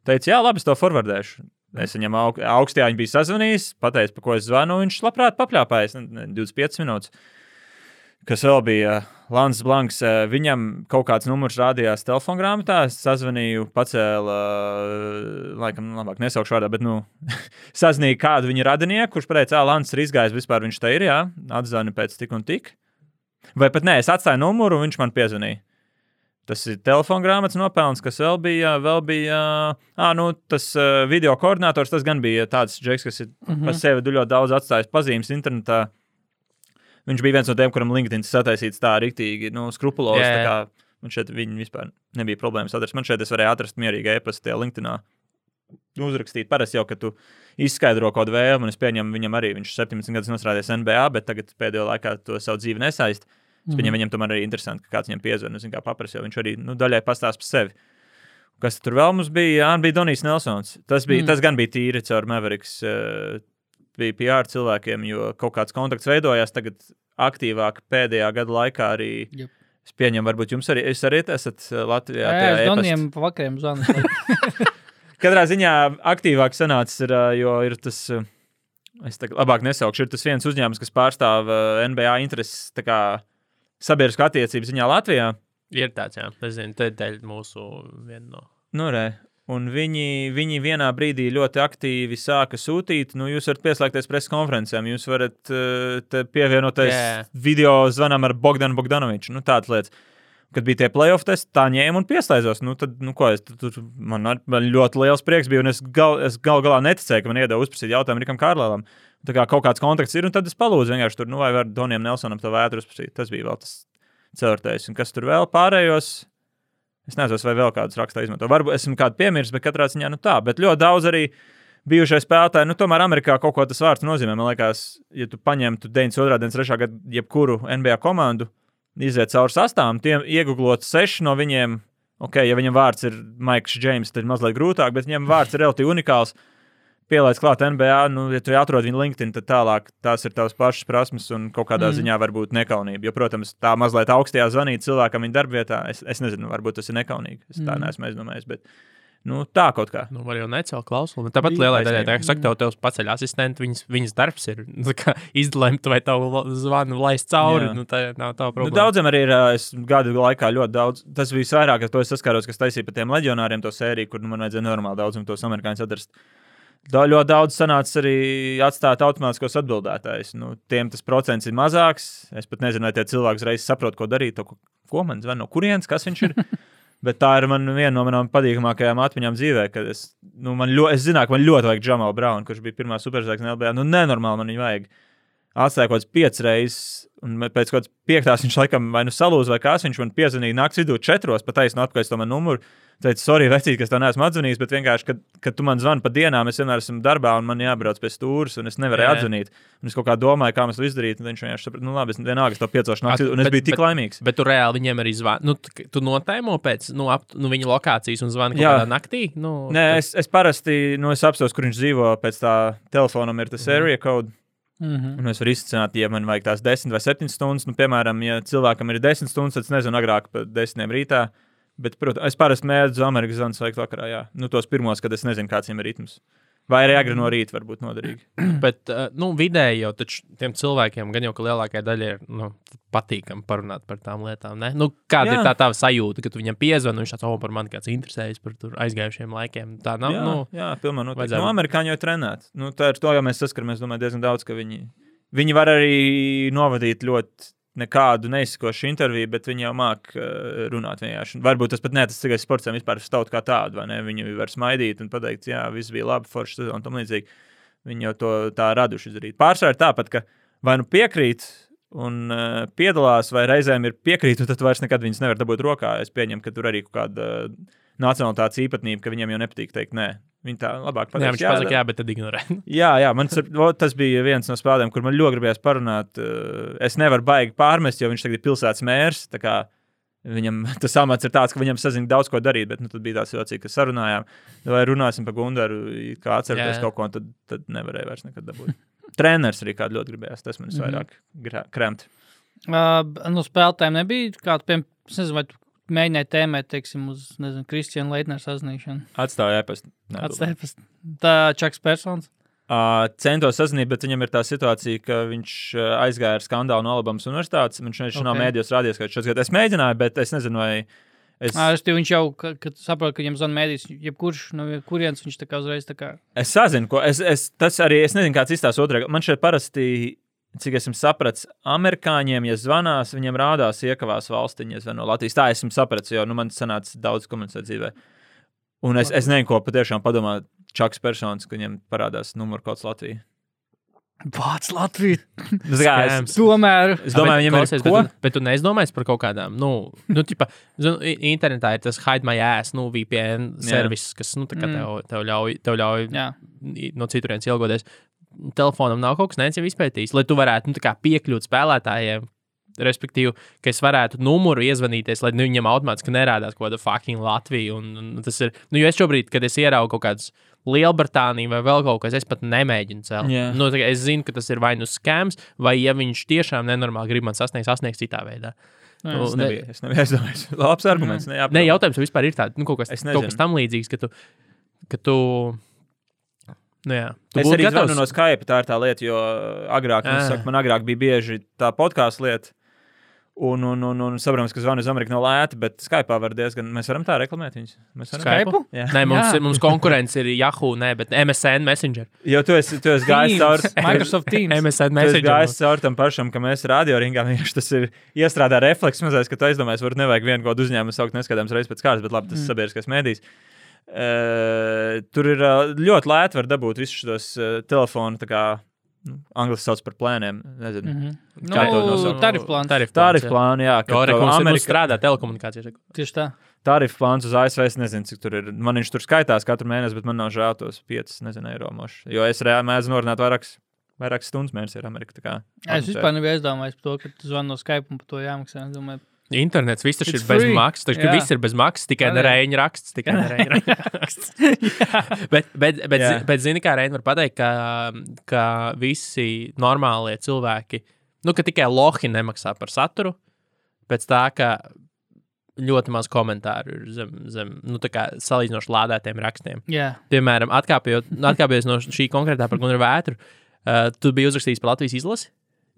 C: Teica, jā, labi, es to forwardēšu. Es viņam aug, augstajā viņa bija sazvanījis, pateicis, pa ko es zvanu. un Viņš labprāt papļāpājas nu, 25 minūtes. Kas vēl bija Lans Blanks, eh, viņam kaut kāds numurs rādījās telefongrāmatā. Es sazvanīju, pacēlu, eh, laikam, labāk nesaukšu vārdā, bet, nu, sazvanīju kādu viņa radinieku, kurš teica, ah, Lans ir izgājis vispār, viņš te ir, jā, atzvanīja pēc tik un tik. Vai pat nē, es atstāju numuru, un viņš man piezvanīja. Tas ir telefongrāmatas nopelns, kas vēl bija. Vēl bija ah, nu, tas eh, video koordinators, tas gan bija tāds džeks, kas ir mm -hmm. pa
A: Mhm.
C: sevi du- ļoti daudz atstājis pazīmes internetā. Viņš bija viens no tiem, kuram LinkedIn sataisīts tā rīktīgi, nu, skrupulozi.
A: Jā,
C: tā
A: jā.
C: kā Man šeit viņa vispār nebija problēmas atrast. Man šeit es varēju atrast mierīgi e-pastu tajā LinkedInā. Uzrakstīt, parasti jau, ka tu izskaidro kaut kādu vēlmu, un es pieņemu viņam arī. Viņš 17 gadus strādājis NBA, bet tagad pēdējo laikā to savu dzīvi nesaist.
B: Mhm.
C: Es pieņemu, viņam tomēr arī interesanti, ka kāds viņam piezvanīja, zina, kā paprasīja. Viņš arī nu, daļai pastāsta par sevi. Kas tur vēl mums bija? Jā, bija Donijs Nelsons. Tas, bija,
B: Mm.
C: mm. tas gan bija tīri caur Mavericks, eh, bija PR cilvēkiem, jo kaut kāds kontakts veidojās tagad aktīvāk pēdējā gada laikā. Arī,
B: Jep.
C: Es pieņemu, varbūt jums arī, jūs arī esat eh,
B: Jā,
C: Latvijā. tajā
B: es
C: e-pastā.
B: Donijam vakariem zvanu.
C: Katrā ziņā aktīvāk sanācis, ir, ā, jo ir tas. ā, Es tagad labāk nesaukšu. Ir tas viens uzņēmums, kas pārstāv eh, ā, NBA intereses tā kā sabiedriskā attiecību ziņā Latvijā.
A: Ir tāds, jā, es zinu, tā ir daļa mūsu viena no.
C: Nu, re. Un viņi, viņi vienā brīdī ļoti aktīvi sāka sūtīt, nu, jūs varat pieslēgties preses konferencēm, jūs varat ā, te pievienoties
A: Jā.
C: yeah. video zvanam ar Bogdanu Bogdanoviču. Nu, tādas lietas. Kad bija tie playoff testi, tā ņēma un pieslēdzos. Nu, tad, nu, ko es tu- tur man, ar- man ļoti liels prieks bija. un Es gal, es gal galā neticēju, ka man iedeva uzprasīt jautājumu Rikam Kārlēlam. Tā kā kaut kāds kontakts ir, un tad es palūdzu vienkārši tur, nu, vai var Donijam Nelsonam to vētru uzprasīt. Tas bija vēl tas ceturtais. Un kas tur vēl pārējos? Es nezinu, vai vēl kādus rakstus izmanto. Varbūt esmu kādu piemirsis, bet katrā ziņā nu tā. Bet ļoti daudz arī bijušie spēlētāji, nu, tomēr Amerikā kaut ko tas vārds nozīmē. Man liekas, ja tu paņemtu 92. un 93. gadu jebkuru NBA komandu, iziet cauri sastāvam, tiem ieguglot seši no viņiem. Okay, ja viņam vārds ir Maiks Džeims, tad ir mazliet grūtāk, bet viņam vārds ir relatīvi unikāls. Pielaidz klāt NBA, nu, ja tu atrod viņu LinkedIn, tad tālāk tās ir tavas pašas prasmes un kaut kādā
B: Mm.
C: mm. ziņā varbūt nekaunība. Jo, protams, tā mazliet augstajā zvanīt cilvēkam viņa darbvietā, es, es nezinu, varbūt tas ir nekaunīgi. Es tā
B: Mm.
C: mm. neesmu aizdomājies, bet nu, tā kaut kā.
A: Nu, var jau necelt klausuli. Tāpat
C: Bija
A: lielai daļai,
C: taisnība.
A: tā kā saka, tev, tev paceļ asistenti, viņas, viņas darbs ir nu, kā izlemt, vai tavu la- zvanu laist cauri.
C: Jā.
A: Nu, tā nav tā
C: Nu,
A: problēma.
C: daudziem arī ir ā, es gadu laikā ļoti daudz. Tas bija vairāk, ar to es saskāros, kas taisīja par tiem leģionāriem to sēriju, kur nu, man vajadzēja normāli daudziem tos amerikāņus atrast. Da, ļoti daudz sanāca arī atstāt automātiskos atbildētājus. Nu, tiem tas procents ir mazāks. Es pat nezinu, vai tie cilvēki uzreiz saprot, ko darīt. To, ko, ko man zvanīja, no kurienes, kas viņš ir. Bet tā ir man viena no manām patīkamākajām atmiņām dzīvē, kad es, nu, man ļo, es zināju, ka man ļoti vajag Džamalu Braunu, kurš bija pirmā superzvaigznes LBA. Nu, nenormāli man viņu vajag. Atstāja kaut kāds piecas reizes, un me- pēc kaut kādas piektās viņš laikam vai nu salūza, vai kas viņš man piezvanīja naktas vidū četros, pat taisnu atpakaļ to manu numuru. Teicu, sorry, vecīt, ka es tev neesmu atzvanījis, bet vienkārši, kad, kad tu man zvani pa dienām, es vienmēr esmu darbā un man jābrauc pie stūres, un es nevarēju
A: Jā.
C: atzvanīt. Un es kaut kā domāju, kā mēs to izdarītu, un viņš vienkārši saprata, nu labi, es vienalga, es to piecošu naktas
A: At-
C: vidū, un es
A: bet-
C: biju tik
A: bet-
C: laimīgs.
A: Bet tu reāli viņiem arī zvani. Nu, tu, tu notaimo pēc nu, ap, nu, viņa lokācijas un zvani
C: Jā.
A: kaut kādā naktī. Nu,
C: Nē,
A: tad-
C: es, es parasti nu, es apstāstu, kur viņš dzīvo. Pēc tā telefonam ir tas
A: Mhm.
C: area code.
B: Mhm.
C: Un es varu izsākt, ja man vajag tās 10 vai 7 stundas. Nu, piemēram, ja cilvēkam ir 10 stundas, tad es nezinu, agrāk par 10 rītā. Bet, protams, es parasti mēdzu Amerikas zvans vai vakarā. Jā. Nu, tos pirmos, kad es nezinu, kāds viņam ir ritms. Vai arī agri no rīta varbūt noderīgi.
A: Bet eh, nu, vidēji jau taču tiem cilvēkiem, gan jau ka lielākajai daļai ir nu, patīkami parunāt par tām lietām. ne? Nu, kāda
C: Jā.
A: ir tā tā sajūta, kad tu viņam piezvanīji, viņš tāds oh, par mani kāds interesējas par tur aizgājušiem laikiem? Tā nav.
C: jā,
A: Nu,
C: jā pilnībā noteikti.
A: vajadzētu.
C: Nu, amerikāņi jau ir trenēti. Nu, tā ir to, ja mēs saskaramies, domāju, diezgan daudz, ka viņi, viņi var arī novadīt ļoti nekādu neizsakošu interviju, bet viņi jau māk eh, runāt vienkārši. Un Varbūt tas pat ne tas tikai sportsam vispār stāvot kā tādu, vai ne? Viņi var smaidīt un pateikt, jā, viss bija labi, forši sezona un tam līdzīgi. Viņi jau to tā raduši izdarīt. Pārsvarā ir tāpat, ka vai nu piekrīt un uh, piedalās, vai reizēm ir piekrīt, un tad vairs nekad viņas nevar dabūt rokā. Es pieņemu, ka tur arī kaut kāda uh, nacionālitātes īpatnība, ka viņiem jau nepatīk teikt nē. Viņi tā labāk
A: jā,
C: pateiks.
A: viņš pasakā, jā, bet tad ignorē.
C: Jā, jā man, sar- o, tas bija viens no spēlēm, kur man ļoti gribējās parunāt. uh, Es nevaru baigi pārmest, jo viņš tagad ir pilsētas mērs. tā kā Viņam tas amats ir tāds, ka viņam sazina daudz ko darīt, bet nu, tad bija tāds jocīgi, ka sarunājām, vai runāsim par Gundaru, kā atcerēties
A: Jā.
C: kaut ko, un tad, tad nevarēja vairs nekad dabūt. Treneris arī kādu ļoti gribējās, tas man
B: Mhm.
C: visvairāk grā- kremt.
B: Uh, nu, spēlētājiem nebija kāda, piemēram, es nezinu, vai tu mēģināji tēmēt, teiksim, uz, nezinu, Kristiāna Leitnera sazinīšanu.
C: Atstāja e-pastu. Nedomāju.
B: Atstēpas. Tā Čaks Persons.
C: Uh, centos sazināties, bet viņam ir tā situācija, ka viņš uh, aizgāja ar skandālu no Alabamas Universitātes. Viņš viņš okay. nav
B: Ok.
C: mēdījos rādījies, ka šis gads es mēģināju, bet es nezinu, vai es,
B: Ā, Es tev viņš jau ka- kad saprotu, ka viņam zvanīja mēdīs, jebkurš no kurienes viņš tā kā uzreiz tā kā.
C: es sazinu, ko es, es, tas arī es nezinu, kāds izstāsta otrā. Man šeit parasti, cik esmu sapratis, amerikāņiem, ja zvanās, viņiem rādās iekavās valstiņas vai no Latvijas. Tā esmu sapratis, jo nu, man sanāca daudz komunicēt dzīvē. Un es, es nezinu, ko patiešām padomā Čaks Persons, ka viņam parādās numurkods Latvijā.
B: Vāc Latvija!
C: Tas kā es,
A: Scams.
B: Tomēr!
C: Es domāju, viņam ir
A: klausies,
C: ko?
A: Bet, tu- bet tu neizdomājies par kaut kādām, nu, nu tipā, zinu, i- internetā ir tas hide my ass, nu, VPN
C: Jā.
A: servis, kas, nu, tā kā
B: Mm.
A: tev, tev ļauj, tev ļauj
B: Jā,
A: i- no citurienes ielgoties. Telefonam nav kaut kas neviens jau izpētījis, lai tu varētu, nu, tā kā piekļūt spēlētājiem. Respektīvi, ka es varētu numuru iezvanīties, lai nu, viņam automātiski nerādās kaut kāda fucking Latvija. Un, un tas ir, nu, jo es šobrīd, kad es ieraugu kaut kādas Lielbritāniju vai vēl kaut kas, es pat nemēģinu celt.
C: Jā.
A: Nu, tā kā es zinu, ka tas ir vai nu skams, vai ja viņš tiešām nenormāli grib man sasniegt, sasniegt citā veidā.
B: Nu,
A: Nu,
C: Es
A: ne- Mm.
C: nebiju, es nebiju aizdomājies. Labs arguments. Ne,
A: Nē, jautājums vai vispār ir tāds, nu, kaut kas,
C: Es
A: kaut kas
C: nezinu.
A: tam līdzīgs, ka tu. Ka tu Nu jā, tu
C: Es
A: būtu
C: arī
A: gatavs-
C: zvanu no Skype, tā ir tā lieta, jo agrāk, nu,
A: Ā.
C: es saku, man agrāk bija bieži tā podkāstu lieta. Un, un, un, un saprotams, ka zvanu uz Ameriku nav lēti, bet Skype var diezgan. Mēs varam tā reklamēt viņus. Mēs varam.
A: Skype?
B: Skype?
C: Jā.
A: Nē, mums,
B: Jā.
A: ir, mums konkurence ir Yahoo, nē, bet MSN Messenger.
C: Jo tu esi, tu esi gājis cauri.
B: Microsoft Teams.
A: MSN
C: Tu esi
A: Messenger.
C: gājis cauri tam pašam, ka mēs radioringā vienkārši tas ir iestrādā refleks mazais, ka tu aizdomājies, varbūt nevajag vienu godu uzņēmumu saukt neskatāms reizes pēc kārtas, bet labi, tas ir
B: Mm.
C: sabiedriskais mēdījis. Uh, tur ir uh, ļoti lēti var dabūt visus šos uh, telefonu, tā kā nu, angļu sauc par plēniem. Nezinu. Mm.
B: Mhm.
C: Kā to
B: Nu,
C: nosaukt?
B: tarifu plāns.
A: Tarifu plāns.
C: Tarifu plānu, jā,
A: Jā,
C: ka
A: arī
C: tev
A: mums Amerika...
C: Amerika-
A: strādā telekomunikācijas.
B: Tieši tā.
C: Tarifu plāns uz ASV, es nezinu, cik tur ir. Man viņš tur skaitās katru mēnesi, bet man nav žēl tos 5, nezinu, eiro moši. Jo es reāli mēdzu norunāt vairākas, vairākas stundas mēnesī ar Ameriku. tā kā
B: Es
C: atmosfēra.
B: vispār nebiju aizdomājies par to, ka tu zvani no Skype un par to jāmaksā. Es domāju,
A: Internets viss taču
B: It's
A: ir bez
B: free.
A: maksas. Taču, ka
B: Jā.
A: viss ir bez maksas, tikai
B: Jā, jā.
A: nereņģa raksts. Tikai nereņģa raksts. bet, bet, bet,
C: Jā.
A: zi- bet zini, kā Reņģa var pateikt, ka, ka visi normālie cilvēki, nu, ka tikai lohi nemaksā par saturu, pēc tā, ka ļoti maz komentāru ir zem, zem nu, tā kā salīdzinoši lādētiem rakstiem.
B: jā.
A: piemēram, atkāpjot, nu, atkāpjoties no šī konkrētā par Gunara vētru, uh, tu biji uzrakstījis par Latvijas izlasi.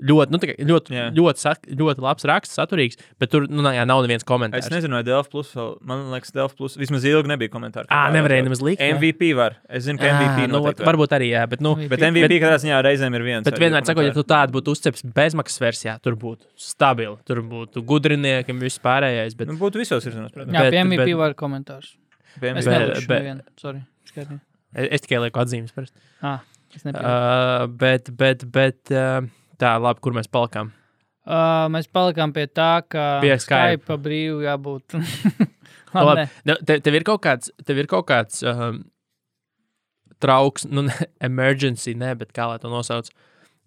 A: Ļoti, nu, tā kā ļoti,
C: Jā.
A: ļoti, sak- ļoti labs raksts, saturīgs, bet tur nu, jā, nav nevienas
C: Es
A: komentāru.
C: nezinu, vai Dēlķis plus vēl, man liekas, Dēlķis plus vismaz ilgi nebija komentāru.
A: Ā, nevarēja nemaz likt, jā.
C: MVP var. Es zinu, ka MVP
A: nu, vat
C: noteikti var.
A: varbūt arī, jā, bet, nu,
B: MVP.
C: Bet MVP
A: Bet-
C: katrā ziņā reizēm ir viens.
A: bet
C: arī
A: vienmēr, sakot, ja
C: komentārs.
A: tu tādu būtu uzceps bezmaksas versijā, tur būtu stabili, tur būtu gudrinieki un viss pārējais. Bet,
C: Nu, būtu visos virzienos, protams.
B: Jā,
A: bet-
B: pie MVP
A: bet-
B: var komentārus.
C: Pie
B: Es
A: Bet-
C: MVP.
B: nelikšu
A: bet-
B: nevienu. Sorry. Skaidri.
A: es, es tikai lieku atzīmes. parasti.
B: Ā, Ah, es nepieņemu.
A: Uh, bet, bet, bet uh, tā, labi, kur mēs palikām.
B: Uh, mēs palikām pie tā, ka
A: Pie Skype.
B: Skype brīvi jābūt.
A: Nu, labi.
B: Labi, nē.
A: Nu, Te, tev ir kaut kāds, tev ir kaut kāds um, trauks, nu, ne, emergency, ne, bet kā lai to nosauc.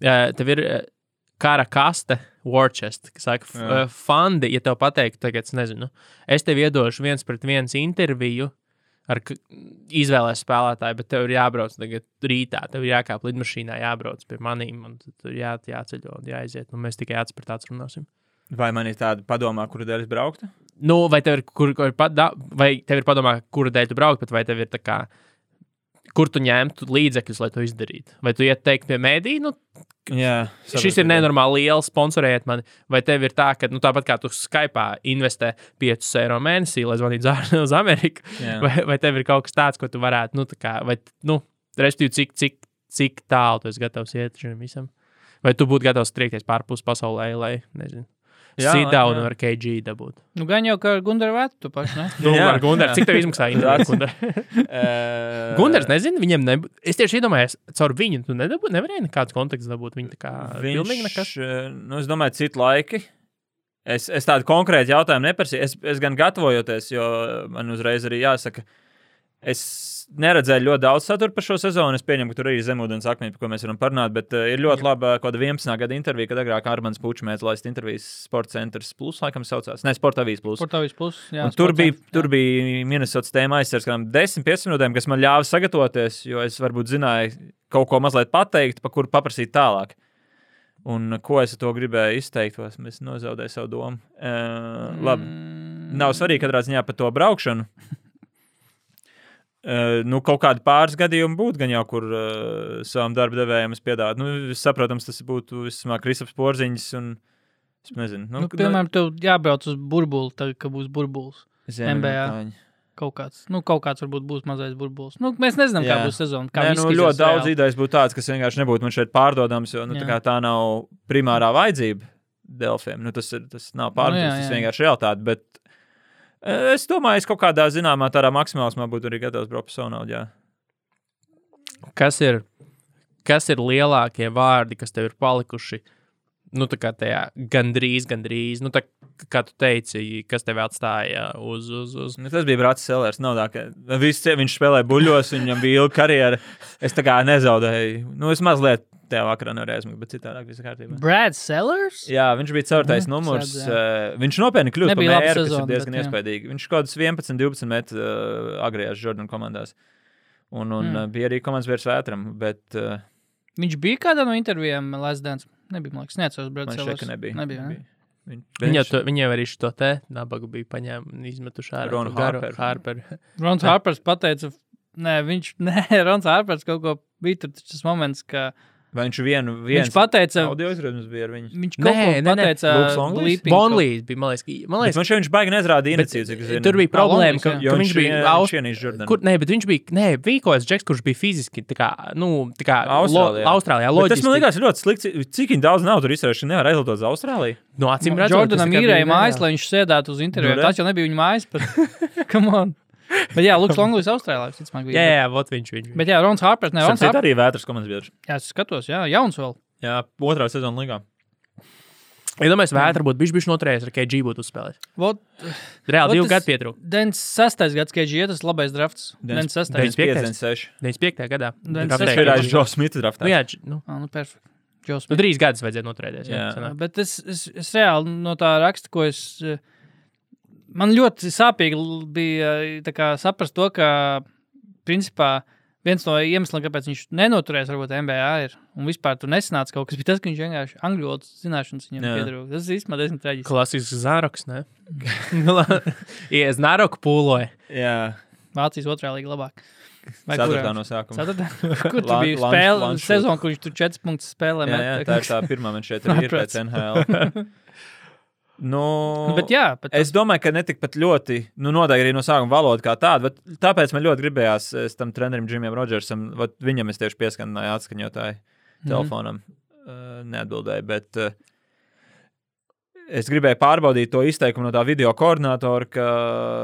A: Uh, tev ir uh, kara kaste, war chest, kas saka, f-
C: Jā.
A: uh, fondi, ja tev pateiktu, tagad es nezinu, es tev iedošu viens pret viens interviju. Ar k- izvēlēs spēlētāju, bet tev ir jābrauc tagad rītā. Tev ir jākāp lidmašīnā, jābrauc pie maniem, un tad tur jā, jāceļo un jāiziet. Un mēs tikai acis par tādu runāsim.
C: Vai man ir tāda padomā, kuru dēļ es brauktu?
A: Nu, vai tev ir, kur, kur, ir pada, vai tev ir padomā, kuru dēļ tu brauc, bet vai tev ir tā kā, kur tu ņemtu līdzekļus, lai to izdarītu? Vai tu ieteiktu pie mēdīņa, nu,
C: Jā,
A: šis ir nenormāli liels, sponsorējiet mani, vai tev ir tā, ka, nu, tāpat kā tu Skype investē 5 eiro mēnesī, lai zvanītu zā- uz Ameriku,
C: Jā.
A: vai, vai tev ir kaut kas tāds, ko tu varētu, nu, tā kā, vai, nu, respektīvi, cik, cik, cik tālu tu esi gatavs iet šim visam? Vai tu būtu gatavs striekties pārpus pasaulē, lai, nezinu,
C: Jā, lai-
A: Sidaunu
C: jā.
A: ar KG dabūt?
B: Nu, gan jau kā ar Gunteru Vētu, tu paši, ne?
A: Nu,
C: Jā.
A: jā, Gunār, cik tev izmaksā
C: Tas-
A: intervija?
C: Ē,
A: Gunārs, nezinu, viņam nebūtu. Es tieši iedomājos, caur viņu tu nedabū, nevarēji nekāds konteksts dabūt. Viņa tā kā viņš... pilnīgi nekas.
C: Viņš, eh, nu, es domāju, citi laiki. Es, es tādu konkrētu jautājumu neprasīju. Es, es gan gatavojoties, jo man uzreiz arī jāsaka, es neredzēju ļoti daudz satura par šo sezonu. Es pieņemu, ka tur ir zemūdens akmeņi, par ko mēs varam parunāt. Bet uh, ir ļoti laba kaut kāda 11. gada intervija, kad agrāk Armāns Puķis mēģināja laist intervijas Sports Centers Plus, laikam saucās. Ne, Sports Avijas Plus.
B: Portāvis puses.
C: Un Tur bija, tur bija Minnesotas tēma aizsargs, kādām 10-15 minūtēm, kas man ļāva sagatavoties, jo es varbūt zināju kaut ko mazliet pateikt, pa kuru paprasīt tālāk. Un ko es ar to gribēju izteikt, vai es nozaudēju savu domu.
B: Mm.
C: Uh, labi, nav svarīgi katrā ziņā par to braukšanu. eh, nu, kaut kādi pāris gadījumi būtu gan jau, kur eh, savam darba devējam es piedāvātu. Nu, saprotams, tas būtu vismaz Kristaps Porziņš. Un, es nezinu,
B: Nu, piemēram, tev jābrauc uz burbuli, tad, kad būs burbulis.
C: Ziemē,
B: NBA.
C: tā viņa.
B: Kaut kāds, nu, kaut kāds varbūt būs mazais burbulis. Nu, mēs nezinām, kā
C: Jā.
B: būs sezona. Kā
C: Nē, nu,
B: izskatīsies
C: ļoti daudz
B: reāli.
C: idejas būtu tādas, kas vienkārši nebūtu man šeit pārdodams, jo nu,
B: Jā.
C: tā, kā tā nav primārā vajadzība Delfiem. Nu, tas, ir, tas nav
B: jā,
C: pārdodams, nu, tas
B: jā.
C: vienkārši ir realitāte. Bet eh, es domāju, es kaut kādā zināmā tādā maksimālismā būtu arī gatavs braukt par savu naudu. jā.
A: Kas ir, kas ir lielākie vārdi, kas tev ir palikuši? Nu, tā kā tajā gandrīz, gandrīz, nu, tā kā tu teici, kas tev atstāja uz, uz, uz
C: Nu, tas bija Brācis Sellers. Nav tā, ka viss cie- viņš spēlēja buļļos, un viņam bija ilga karjera. Es tā kā nezaudēju. Nu, es mazliet tajā vakarā nereizmu, bet citādi viss kārtībā.
B: Brad Sellers?
C: Jā, viņš bija ceturtais
B: Mhm,
C: numurs.
B: sad,
C: eh, Viņš nopietni kļuva par
B: Nebija laba
C: mēru, kas
B: sezona,
C: ir diezgan
B: bet, jā.
C: iespaidīgi. Viņš kaut kādus 11, 12 metrus agrējās Jordānas eh, komandās. Un, un
B: Mm.
C: mm. bija arī komandas vairs vētram, bet eh,
B: Viņš bija kādā no intervijām Lasdēns. Nebija, man liekas, neatceros Brad
C: man šeit
B: Sellers.
C: ka nebija.
B: Nebija, ne?
C: Viņ,
A: Viņa
C: viņš,
A: to, viņiem arī šo te nabagu bija paņēmuši, izmetuši ārā.
C: Ronu
A: to garo
C: Harperu.
A: Harperu.
B: Rons
A: Ne.
B: Harpers pateica, nē, viņš, nē, Rons Harpers kaut ko bija tur tas moments, ka
C: vai viņš vienu,
B: Viens.
C: viens
B: viņš eh, pateica,
C: audio izredzes bija ar viņu.
B: viņš
A: Nē,
B: kaut
A: nē, nē.
B: ko pateica.
C: Lūks Longlīs?
B: bleeping kaut-
A: Bonlīs bija, man liekas, ka- man
C: Bet
A: liekas
C: man šeit viņš baigi nezrādīja
A: bet
C: iniciju, cik es zinu.
A: tur bija problēma,
B: Longlīs,
A: ka,
B: jā.
A: ka viņš bija Austrālijā.
C: Austrijas
A: Kur,
C: žurnālā.
A: nē, bet viņš bija, nē, bija kaut kāds džeks, kurš bija fiziski, tā kā, nu, tā kā
C: Austrālijā.
A: Lo, Austrālijā
C: Tas
A: loģiski.
C: man liekas ļoti slikti. Cik viņi daudz naudas tur izsvērš, nevar aizlidot uz Austrāliju.
A: no acīm redzot, tas
B: Jordanam
A: tā kā
B: īrēja
A: bija
B: mājas,
A: reāli.
B: lai viņš sēdētu uz interviju.
C: Nu, re.
B: Tas jau nebija viņa mājas, bet come on. Bet jā, Lūks Longlīs Austrālijā, visticamāk,
A: Jā,
B: bija.
A: jā, vot viņš, viņš.
B: Bet jā, Rons Harpers, nē, Rons
C: Tas
B: Harpers,
C: arī vētras komandas biedrs.
B: jā, es skatos, jā, jauns vēl.
C: Jā, otrā sezona līgā.
A: Es domāju, ka vētra būtu bijis noturējis, ar KG būtu uzspēlējis.
B: Vot,
A: Reāli
B: Vot
A: divi
B: tas-
A: gadi pietrūka.
B: Dens sastais gads, kad ir tas labais drafts. Dens sastais.
A: Dens-
C: 96.
A: 95. gadā.
B: Nē,
A: Draftēja
B: tas
C: Tas
B: ir
C: ir
A: KG.
B: aiz-
C: aiz Džona Smita draftā.
A: Nu, jā, dž- nu,
B: Ah, nu, perfekt. Džos
A: nu, trīs gadus vajadzēja noturēties. Jā,
C: Jā.
A: sanāk.
B: Bet es, es, es reāli no tā raksta, ko es. eh, Man ļoti sāpīgi l- bija eh, tā kā saprast to, ka principā viens no iemesliem, kāpēc viņš nenoturējās, varbūt MBA ir un vispār tur nesanāca kaut kas, bija tas, ka viņš vienkārši angļu valodas zināšanas viņam
C: Jā.
B: pietrūka. Tas īstenībā diezgan traģiski.
A: Klasisks zāroks, ne? Nu, la- Ja es nāroku pūloju.
C: jā.
B: Vācijas otrā līga labāk. Vai kurā?
C: Ceturtā no sākuma.
B: Ceturtā? Kur tur
C: Lan-
B: bija
C: lunch-
B: spēle,
C: lunch shoot.
B: sezona, kur viņš tur 4 punktus spēlē?
C: Jā, jā,
B: met?
C: tā ir tā pirmā man šeit arī ir pēc
B: Sapratu.
C: NHL. nu,
B: Bet jā, bet
C: Es domāju, ka netik pat ļoti, nu, noteikti arī no sākuma valoda kā tāda, bet tāpēc man ļoti gribējās es tam trenerim Džimijam Rodžersam, vat viņam es tieši pieskanēju atskaņotāju telefonam, uh, neatbildēju, bet uh, es gribēju pārbaudīt to izteikumu no tā video koordinatora, ka,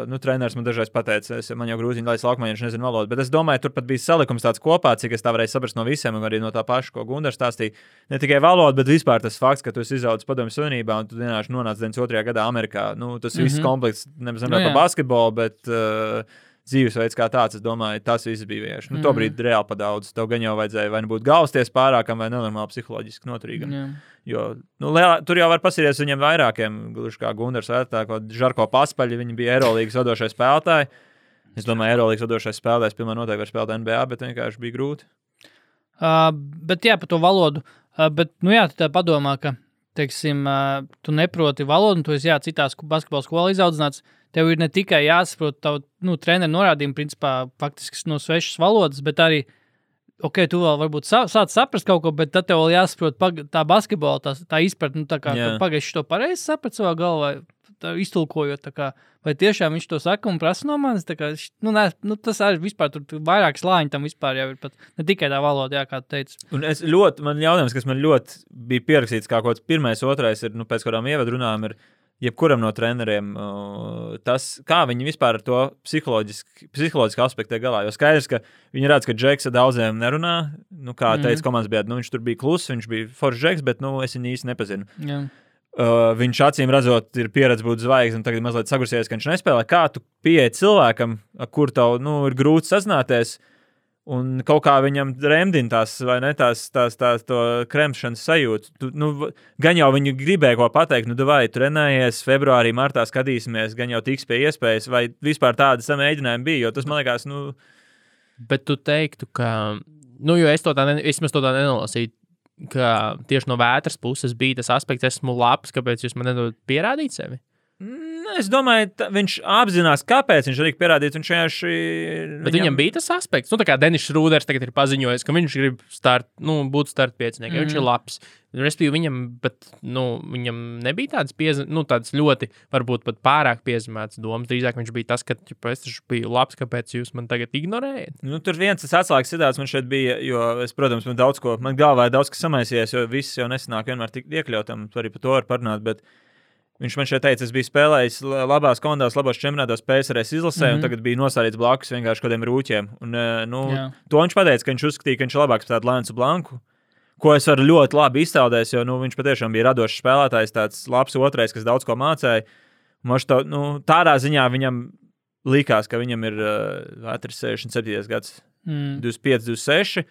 C: nu, treneris man dažreiz pateica, es, man jau grūziņi laiz laukumā, ja viņš nezina valodu, bet es domāju, tur pat bija salikums tāds kopā, cik es tā varēju saprast no visiem, un arī no tā paša, ko Gundars stāstīja. Ne tikai valoda, bet vispār tas fakts, ka tu esi izaudzis Padomju Savienībā un tu vienkārši nonāc 92. gadā Amerikā, nu, tas viss
B: Mhm.
C: komplekss, nemaz
B: Nu, jā.
C: nerunājot par basketbolu, bet uh, dzīvesveids kā tāds, es domāju, tas viss bija vienkārši. Nu, to
B: Mhm.
C: brīdi reāli padaudz. Tev gan jau vajadzēja vai nu būt gausties pārākam, vai nenormāli psiholoģiski noturīgam.
B: jā.
C: Jo, nu, lielā, tur jau var pasīties viņiem vairākiem, gluži kā Gunārs vai tā, kā Žarko Paspaļi. Viņi bija Eirolandes vadošais spēlētāji. Es domāju, Eirolandes vadošais spēlētājs pirmā noteikti var spēlēt NBA, bet vienkārši bija grūti.
B: Uh, bet jā, par to valodu. Uh, bet, nu, jā, tu tā padomā, ka, teiksim, uh, tu neproti valodu, un tu esi jā, citās ku- basketbola skolā izaudzināts. Tev ir ne tikai jāsaprot tavu nu, treniņu norādījumu, principā, faktiski no svešas valodas, bet arī, ok, tu vēl varbūt sa sāc saprast kaut ko, bet tad tev vēl jāsaprot pag- tā basketbola, tā, tā izpratne, nu, tā kā
C: Jā.
B: pagaiši to pareizi sapratu savā galvā. tā Iztulkojot, tā kā, vai tiešām viņš to saka un prasa no manis. tā kā viņš- Nu, nē, nu, tas arī vispār tur tur vairāk slāņi tam vispār jau ir. Pat, ne tikai tā valoda, jā, kā tu teici.
C: Un es ļoti, man jautājums, kas man ļoti bija pierakstīts, kā kaut kāds pirmais, otrais, ir nu, pēc kādām ievadrunām, ir jebkuram no treneriem, uh, tas, kā viņi vispār ar to psiholoģiski, psiholoģiski aspektu tiek galā. Jo skaidrs, ka viņi redz, ka Džeksa daudziem nerunā, nu, kā
B: Mhm.
C: mm. teica komandas biedrs, nu, viņš tur bija kluss, viņš bija foršs Džeks, bet nu, es viņu īsti nepazinu.
B: Jā.
C: Uh, viņš acīm redzot, ir pieredzējis būt zvaigznēm, tagad mazliet sagrusies, ka viņš nespēlē. Kā tu pieeji cilvēkam, ar kuru tev nu, ir grūti sazināties, un kaut kā viņam remdina tās, vai ne, tās, tās, tās to kremšanas sajūtu. Tu, nu, v- gan jau viņi gribēja ko pateikt, nu, vai trenējies februārī, martā skatīsimies, gan jau tiks pie iespējas, vai vispār tādi samēģinājumi bija. Jo tas man liekas, nu,
A: Bet tu teiktu, ka, nu, jo es to tā, ne, es to tā nenolasīju, ka tieši no vētras puses bija tas aspekts, esmu labs, kāpēc jūs man nedodat pierādīt sevi?
C: Mm, Es domāju, ta, viņš apzinās, kāpēc viņš arī pierādīja. Viņš vienkārši.
A: Bet viņam bija tas aspekts, nu, tā kā Denis Rūders tagad ir paziņojis, ka viņš grib start, nu, būt starp piecinieks, mm. viņš
B: Mhm.
A: ir labs. Respektīvi, viņam, bet, nu, viņam nebija tādas, piezem, nu, tādas ļoti, varbūt pat pārāk piezīmētas domas. Drīzāk viņš bija tas, ka ķipa, es taču biju labs, kāpēc jūs man tagad ignorējat.
C: Nu, tur viens tas atslēgas sidāts man šeit bija, jo, es, protams, man daudz ko, man galvā ir daudz kas samaisījies, jo viss jau nesanāk vienmēr tik iekļautam, tu arī par to var parunāt, bet viņš man šeit teica, es biju spēlējis la- labās kondās, labās čempionātās PSRS izlasē, mm -hmm. un
B: Mhm.
C: tagad bija nosārīts blakus vienkārši kādiem rūķiem. Un, eh, nu,
B: Jā.
C: to viņš pateica, ka viņš uzskatīja, ka viņš ir labāks par tādu Lēncu Blanku. Ko es varu ļoti labi iztēloties, jo nu, viņš patiešām bija radošs spēlētājs, tāds labs otrais, kas daudz ko mācīja. Mož to, nu, tādā ziņā viņam likās, ka viņam ir uh, 67 gads,
B: Mm.
C: 25, 26.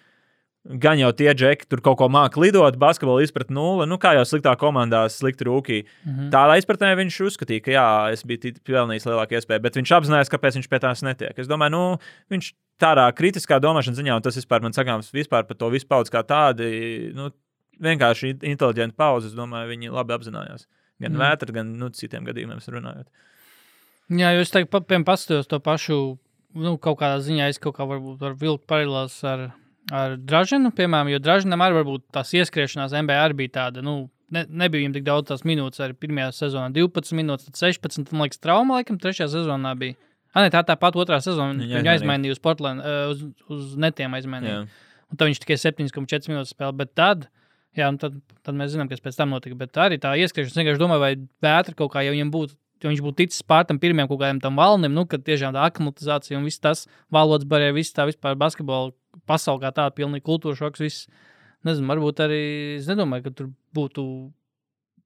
C: Gan jau tie džeki tur kaut ko māca lidot, basketbolu izpratni nulle. Nu, kā jau sliktā komandā, slikti rūkī.
B: Mhm.
C: Tādā izpratnē viņš uzskatīja, ka jā, es biju tit- pelnījis lielāku iespēju, bet viņš apzinājās, kāpēc viņš pie tās netiek. Es domāju, nu, viņš tādā kritiskā domāšanas ziņā, un tas vispār man sakāms vispār par to vispaudzi kā tādi, nu, vienkārši in- inteliģenti pauzi, es domāju, viņi labi apzinājās. Gan
B: Mm.
C: mm. vētra, gan nu, citiem gadījumiem runājot.
B: Jā, jūs tagad pa- piemēram paskatījos to pašu, nu, kaut kādā ziņā es kaut kā varbūt varu vilkt paralēlās ar, ar Dražinu, piemēram, jo Dražinam arī varbūt tās ieskriešanās NBA arī bija tāda, nu, ne, nebija viņam tik daudz tās minūtes, arī pirmajā sezonā 12 minūtes, tad 16, tad, man liekas, trauma laikam trešajā sezonā bija. Ah, ne, tā tāpat otrā sezonā
C: Viņu
B: viņa aizmainīja uz Portland, eh, uz, uz netiem aizmainīja.
C: Jā.
B: Un tad viņš tikai 7,4 minūtes spēlēja. Bet tad, jā, un tad, tad mēs zinām, kas pēc tam notika. Bet arī tā ieskriešanās, es vienkārši domāju, vai vētra kaut kā jau viņam būtu. Ja viņš būtu ticis pār tam pirmajam kaut kādam tam valnim, nu, kad tiešām tā aklimatizācija un viss tas valodas barjeras, viss tā vispār basketbola pasaulē, kā tāda pilnīgi kultūras šoks. Viss. Nezinu, varbūt arī es nedomāju, ka tur būtu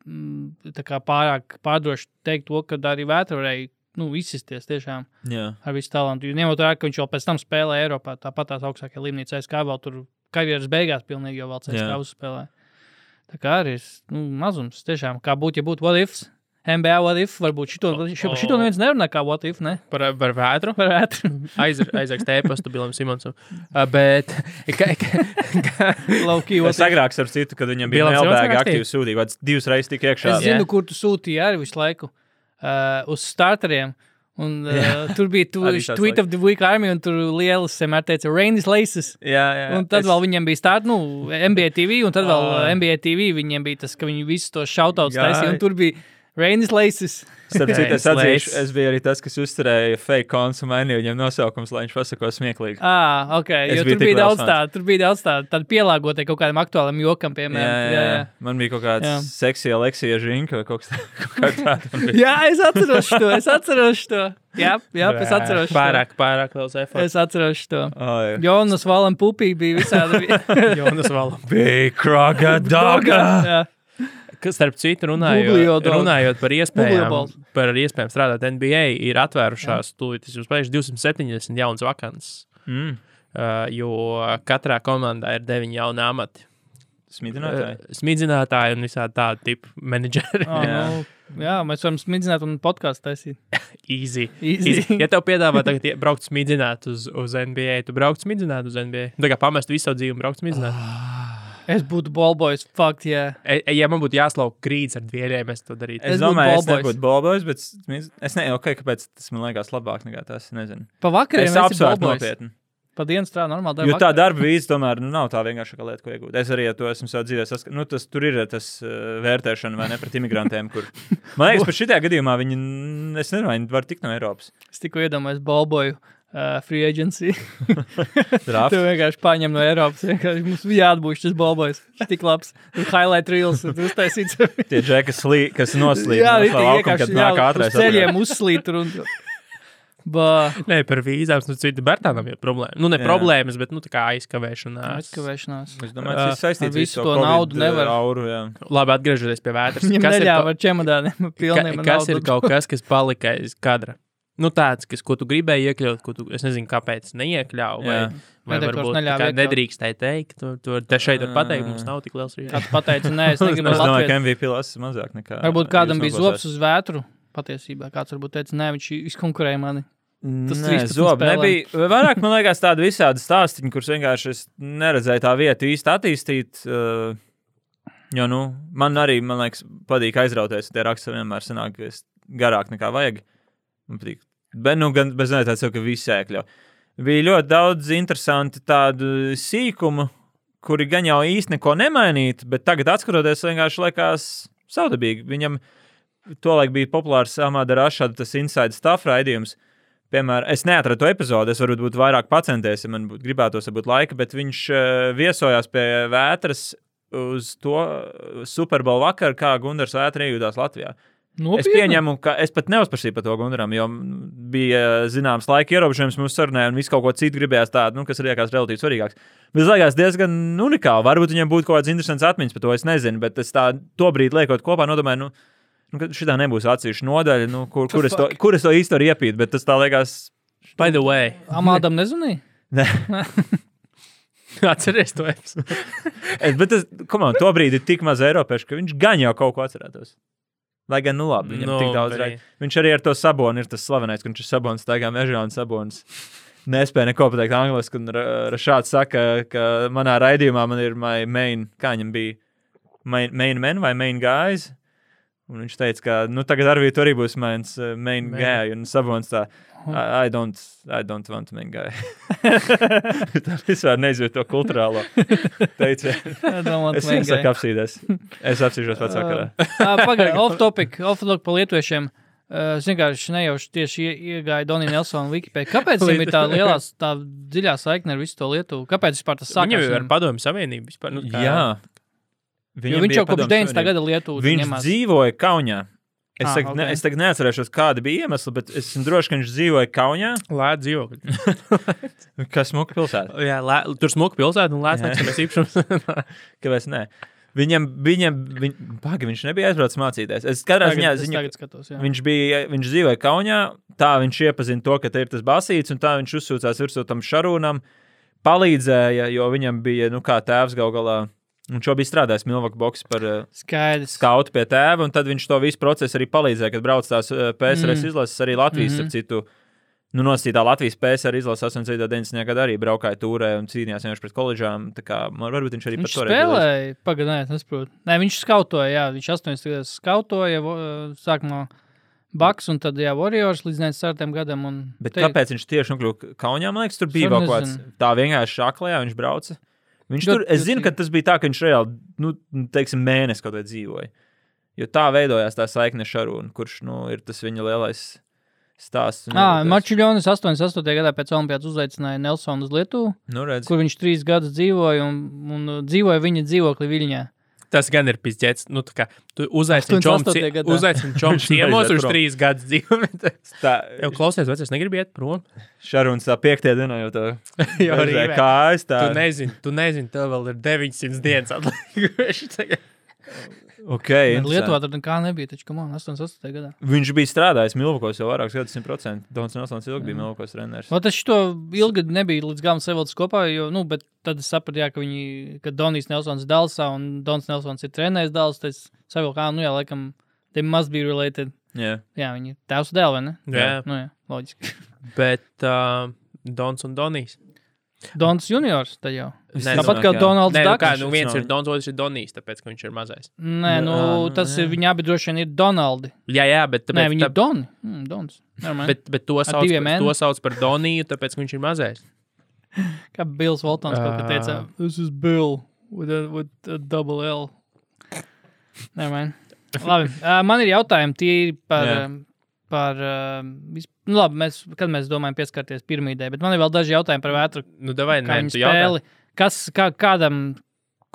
B: mm, tā kā pārāk pārdroši teikt to, ka arī vētra varēja nu, izsisties tiešām
C: Jā.
B: ar visu talantu. Jo Ņemot vērā, ka viņš jau pēc tam spēlē Eiropā, tāpat tās augstākajā līmenī CSK vēl tur karjeras beigās, pilnīgi jau vēl CSK
C: Jā.
B: uzspēlē. Tā kā arī ir nu, mazums. Tiešām, kā būtu, ja būtu what if? MBA what if? Varbūt šito, šito, šito neviens nerunā kā what if, ne?
A: Par, par vētru.
B: Varētu.
A: Aizrakst e-pastu Bilam Simonsam. Uh, bet, ka, ka, ka,
B: Laukī,
C: Es agrāk, ar citu, kad viņam bija
A: Bilans Johnson
C: Melbēga
A: rakstīja?
C: aktīvi sūdīgi, kāds divas reizes tik iekšā.
B: Es zinu, kur tu sūtīji arī visu laiku uh, uz starteriem. Un, uh, tur bija tu,
C: Arī tāds
B: tweet
C: laiks.
B: of the week armija, un tur lielas vienmēr teica, rain is laces.
C: Jā, jā.
B: Un tad es... vēl viņiem bija tāda, nu, MBA TV, un tad vēl
C: Ā.
B: uh, MBA TV viņiem bija tas, ka viņi visus tos šautautus
C: Ah. Jā.
B: taisīja, un tur bija Rainis Laces.
C: Starp citu, es
A: Slēdz.
C: atzīšu, es biju arī tas, kas uzturēja fake konsu, mainīja viņam nosaukums, lai viņš pasako smieklīgi.
B: Ah, ok,
C: Es
B: jo tur
C: biju tik
B: bija,
C: liels
B: daudz
C: fans.
B: tā, tur bija daudz tādu, tādu pielāgotie kaut kādam aktuālam jokam,
C: Jā,
B: piemēram.
C: jā, jā. Man bija kaut kāda
B: Jā.
C: seksija, Aleksija Žinka vai kaut kas kaut kā
B: jā.
C: tāds.
B: jā, es atceros to, es atceros to. Jā, jā es atceros to.
A: Pārāk, pārāk liels efekts.
B: Es atceros to.
C: Ai.
B: Jonas Valam pupī bija visādi.
A: Jonas Valam.
C: Big Roga Doga!
B: Jā.
A: Kas, Starp citu, runājot,
B: Googlejot daudz.
A: runājot par, iespējām,
B: Googlejabalz.
A: par iespējām strādāt NBA, ir atvērušās tūlīt, es jums pateikšu, 270 jaunas vakances.
C: Mm.
A: Uh, jo katrā komandā ir deviņi jauni amati.
C: Smidinātāji.
B: Eh,
A: Uh, Smidzinātāji un visādi tādi tipi menedžeri.
B: Oh,
C: Jā.
B: nu, jā, mēs varam smidzināt un podkāstu taisīt.
A: Easy.
B: Easy.
A: Easy. Ja tev piedāvā tagad ie- braukt smidzināt uz, uz NBA, tu brauc smidzināt uz NBA. Tagad pamest visu savu dzīvi un braukt smidzināt. Oh.
B: Es būtu Bolbojs, fakt, jā.
A: Ja man būtu jāslauk krīts ar dvieļiem, es to darītu.
C: Es
B: es būtu
C: domāju, es
B: Ballboys.
C: nebūtu Bolbojs, bet smiz- es nezinu, okay, kāpēc tas man liekas labāk nekā tas. Nezinu.
B: Pavakarē
C: Es apsvēru nopietni.
B: Pa dienu strādā normāli.
C: Jo tā darba vīza tomēr nu, nav tā vienkāršākā lieta, ko iegūt. Es arī ar to esmu savā dzīvē saskars. Nu, tas tur ir tas uh, vērtēšana vai ne pret imigrantiem, kur. Man liekas, par šitā gadījumā viņi, mm, es nezinu, vai viņi var tikt no Eiropas.
B: Es tikko iedomājos Balboju. Uh, free agency. Tu
C: Draft.
B: vienkārši paņem no Eiropas. vienkārši Mums bija jāatbūš šis balbojas. Viņš tik labs. Tur highlight reels. Tur uztaisīts.
C: Tie džeki, kas, slī, kas noslīd.
B: jā,
C: no
B: viņš
C: sava laukuma,
B: vienkārši
C: kad nāk
B: jā, uz
C: ātrāk.
B: ceļiem uzslīt. tur Un... Bā,
A: Nē, par vīzām, nu, citu Bertānam ir problēma. Nu, ne
C: Jā.
A: jā. problēmas, bet, nu, tā kā aizkavēšanās.
B: atkavēšanās.
C: Es domāju, tas ir
B: Ar
C: saistīts
B: visu to naudu nevar.
C: Auru, jā.
A: Labi, atgriežoties pie vētras.
B: Viņam
A: Kas ir,
B: neļāva
A: kaut,
B: ar čemodāniem. Pilniem.
A: ka, kas ir kaut kas, kas palika aiz kadra? Nu, tāds, kas, ko tu gribēji iekļaut, ko tu, es nezinu, kāpēc neiekļāvu, vai,
C: Jā.
A: vai
B: Redaktors
A: varbūt tā
B: neļāva
A: kā
B: iekļaut.
A: nedrīkstēji teikt, tur, tur, te šeit var pateikt,
C: Jā.
A: mums nav tik liels rīks.
B: Kāds pateica, nē, es
C: Es
B: negribu
C: domāju,
B: latviešu.
C: ka MVP lases mazāk nekā.
B: Varbūt kādam bija zobs
C: uz.
B: uz vētru. Patiesībā kāds varbūt teica, nē, viņš izkonkurēja mani. Tas
C: Nē,
B: 13
C: zobi
B: spēlēm.
C: nebija. Vairāk man liekas tādi visādi stāstīņi, kurus vienkārši es neredzēju tā vietu īsti attīstīt. eh, Uh, jo, nu, man arī, man liekas, patīk aizrauties. Tie raksti vienmēr sanāk, ka es garāk nekā vajag. Man patīk. Bet, nu, gan bez nezināšanas, jau, ka viss iekļauj. Bija ļoti daudz interesantu tādu sīkumu, kuri gan jau īsti neko nemainītu, bet tagad, skatoties, vienkārši liekas savādāk. Viņam tolaik bija populārs Amāda Rašada, tas inside stuff raidījums. Piemēram, es neatradu to epizodi, es varbūt būtu vairāk pacenties, ja man būtu gribētos būt laika, bet viņš eh, viesojās pie vētras uz to Superbowl vakaru, kā Gunārs Vētra iejūtās Latvijā. Es
B: Nopietni?
C: pieņemu, ka es pat neuzprasīju par to Gunaram, jo bija zināms laika ierobežojums mūsu sarunai, un viss kaut ko citu gribējās tādu, nu, kas arī liekas relatīvi svarīgāks. Bet es liekas diezgan unikāli. Varbūt viņam būtu kaut kādas interesantas atmiņas par to, es nezinu, bet es tā to brīdi liekot kopā, nodomāju, nu, nu šī tā nebūs atsevišķa nodaļa, nu, kur, kur, es to, kur es to īsti varu iepīt, bet tas tā liekas.
A: By the way,
B: Amādam nezvanīja?
C: Ne.
A: atceries to episodu.
C: Es, bet tas, komā, to brīdi ir tik maz eiropiešu, ka viņš gan jau kaut ko atcerētos. Lai gan, nu, labi, viņam
A: Nu,
C: no, tik daudz
A: bet-
C: raidīja. Viņš arī ar to sabonu ir tas slavenais, ka viņš ir sabons, tā kā mežā un sabons. Nespēja neko pateikt angliski, un Ra- Rašāds saka, ka manā raidījumā man ir my main, kā viņam bija, main, main men vai main guys. Un viņš teica, ka nu, tagad arī tur arī būs mans uh, main
A: Main.
C: guy, un sabons tā, I, I, don't, I don't want main guy. tā vispār neizjūt to kultūrālo teicienu. Es vienkārši apsīdos. Es apsīšos
B: Uh,
C: pēc vakarā.
B: Pagaidiet, off topic, off topic par lietuviešiem. Uh, Es vienkārši nejauši tieši ie- iegāju Donija Nelsona Wikipēdē. Kāpēc viņam ir tā lielā, tā dziļā saikne ar visu to Lietuvu? Kāpēc vispār tas sākās?
A: Viņam jau ir
B: viņam?
A: padomju savienība vispār. Nu, kā-
B: Jo viņš jau kopš 90. gada Lietuvā
C: Viņš ņemās. dzīvoja Kaunijā. Es,
B: Ah,
C: ah, tagad, okay. ne,
B: ok.
C: es tagad neatcerēšos, kāda bija iemesla, bet es esmu drošs, ka viņš dzīvoja Kaunijā.
A: Lēt dzīvokļi.
C: Kas mūka pilsēta?
A: Jā, lē, tur smuka pilsēta un lēts
C: Jā.
A: naktsmēs īpašums.
C: Kāpēc ne? Viņam, viņam, viņ, paga, viņš nebija aizbraucis mācīties. Es katrā
B: Tagad,
C: ziņā
B: es
C: ziņā,
B: tagad skatos. Jā.
C: Viņš, bija, viņš dzīvoja Kaunijā, tā viņš iepazina to, ka te ir tas basīts, un tā viņš uzsūcās virsū tam šarūnam, palīdzēja, jo viņam bija nu, kā tēvs gal galā. Viņš jau bija strādājis Milvaku boxu par eh,
B: Skaidrs.
C: skautu pie tēva, un tad viņš to visu procesu arī palīdzēja, kad brauc tās eh, PSRS
B: Mm.
C: mm. izlases, arī Latvijas,
B: Mhm.
C: mm -hmm. citu. Nu, nosītā Latvijas PSR izlases 89. gadā arī braukāja tūrē un cīnījās vienkārši pret koledžām. Tā kā man varbūt viņš arī
B: Viņš
C: par to
B: spēlēja, pagaidām, nesaprotu. Nē, viņš skautoja, jā, viņš 80. gados skautoja, vo- sākumā Baks un tad, jā, Warriors līdz 94. gadam. un
C: Bet
B: te-
C: Te... kāpēc viņš tieši nokļuva Kaunijā? Man liekas, tur bija
B: Es
C: kaut
B: arī
C: kāds
B: nezinu.
C: tā vienkārši šaklajā, viņš brauca. Viņš
B: Ļoti-
C: tur, es
B: ļoti-
C: zinu, ka tas bija tā, ka viņš reāli, nu, teiksim, mēnesi kaut vai dzīvoja. Jo tā veidojās tā saikne ar Šarūnu, kurš, nu, ir tas viņa lielais stāsts. un
B: Ā,
C: lielais-
B: Mačuļonis 88. gadā pēc Olimpijas uzaicināja Nelsonu uz Lietuvu,
C: Nu, redz,
B: kur viņš trīs gadus dzīvoja un, un uh, dzīvoja viņa dzīvokli Viļņā.
A: Tas gan ir pizdzēts. Nu, tā kā tu uzaicini
B: 88.
A: čomu cie-
B: gadā.
A: uzaicini čomu
C: Viņš
A: ciemos,
C: aiziet
A: kurš
C: prom.
A: trīs gadus dzīvo. Jau
C: tā,
A: klausies, vecais, negribu iet prom.
C: Šarūns tā piektajā dienā jau tā,
A: Jau rīvē.
C: kā es
A: Tu
C: tā.
A: nezini, tu nezini, tev vēl ir 900 dienas atlikušas. tagad.
C: Okay,
B: Bet Lietuvā
C: interesanti.
B: tur nekā nebija, taču, kam 88. gadā.
C: Viņš bija strādājis Milvokos jau vairākus gadus, 100%. Dons Nelsons ilgi bija Milvokos treneris.
B: Man tas šo ilgi nebija līdz galam savilts kopā, jo, nu, bet tad es sapratu, jā, ka viņi, ka Donijs Nelsons dalsā un Dons Nelsons ir trenējis dals, tad es savilku, kā, nu, jā, laikam, they must be related.
C: Jā.
B: Jā, viņi ir tēvs un dēls, vai ne?
A: Jā.
B: Nu, jā, loģiski.
A: Bet uh, Dons un Donijs.
B: Dons juniors, tad jau.
A: Nē,
B: Tāpat
A: nu,
B: kā
C: jā.
B: Donalds
A: Nē, nu, kā,
B: Dārks.
A: nu
C: viņš
A: viens
C: nav.
A: ir Dons, otrs ir Donijs, tāpēc, ka viņš ir mazais.
B: Nē, nu,
C: Nu, ā,
B: tas
C: nu,
B: ir, viņi abi droši vien ir Donaldi.
A: Jā, jā, bet,
B: Nē,
A: tāpēc,
B: viņi ir Doni. Mm, Dons. Nevermind.
A: bet, bet to, sauc,
B: diviem
A: par-
B: N?
A: to sauc par Doniju, tāpēc, ka viņš ir mazais.
B: Kā Bills Voltons kaut kā teica,
A: Ā.
B: this is Bill with a, with a double L. Nevermind. Labi, uh, man ir jautājumi tīri par,
C: Jā.
B: um, par uh, vis... nu, labi, mēs, kad mēs domājam pieskarties pirmīdē, bet man ir vēl daži jautājumi par vētru,
A: Nu, davai,
B: kā
A: nē,
B: viņi
A: tu jautā.
B: spēli. Kas, kā, kādam,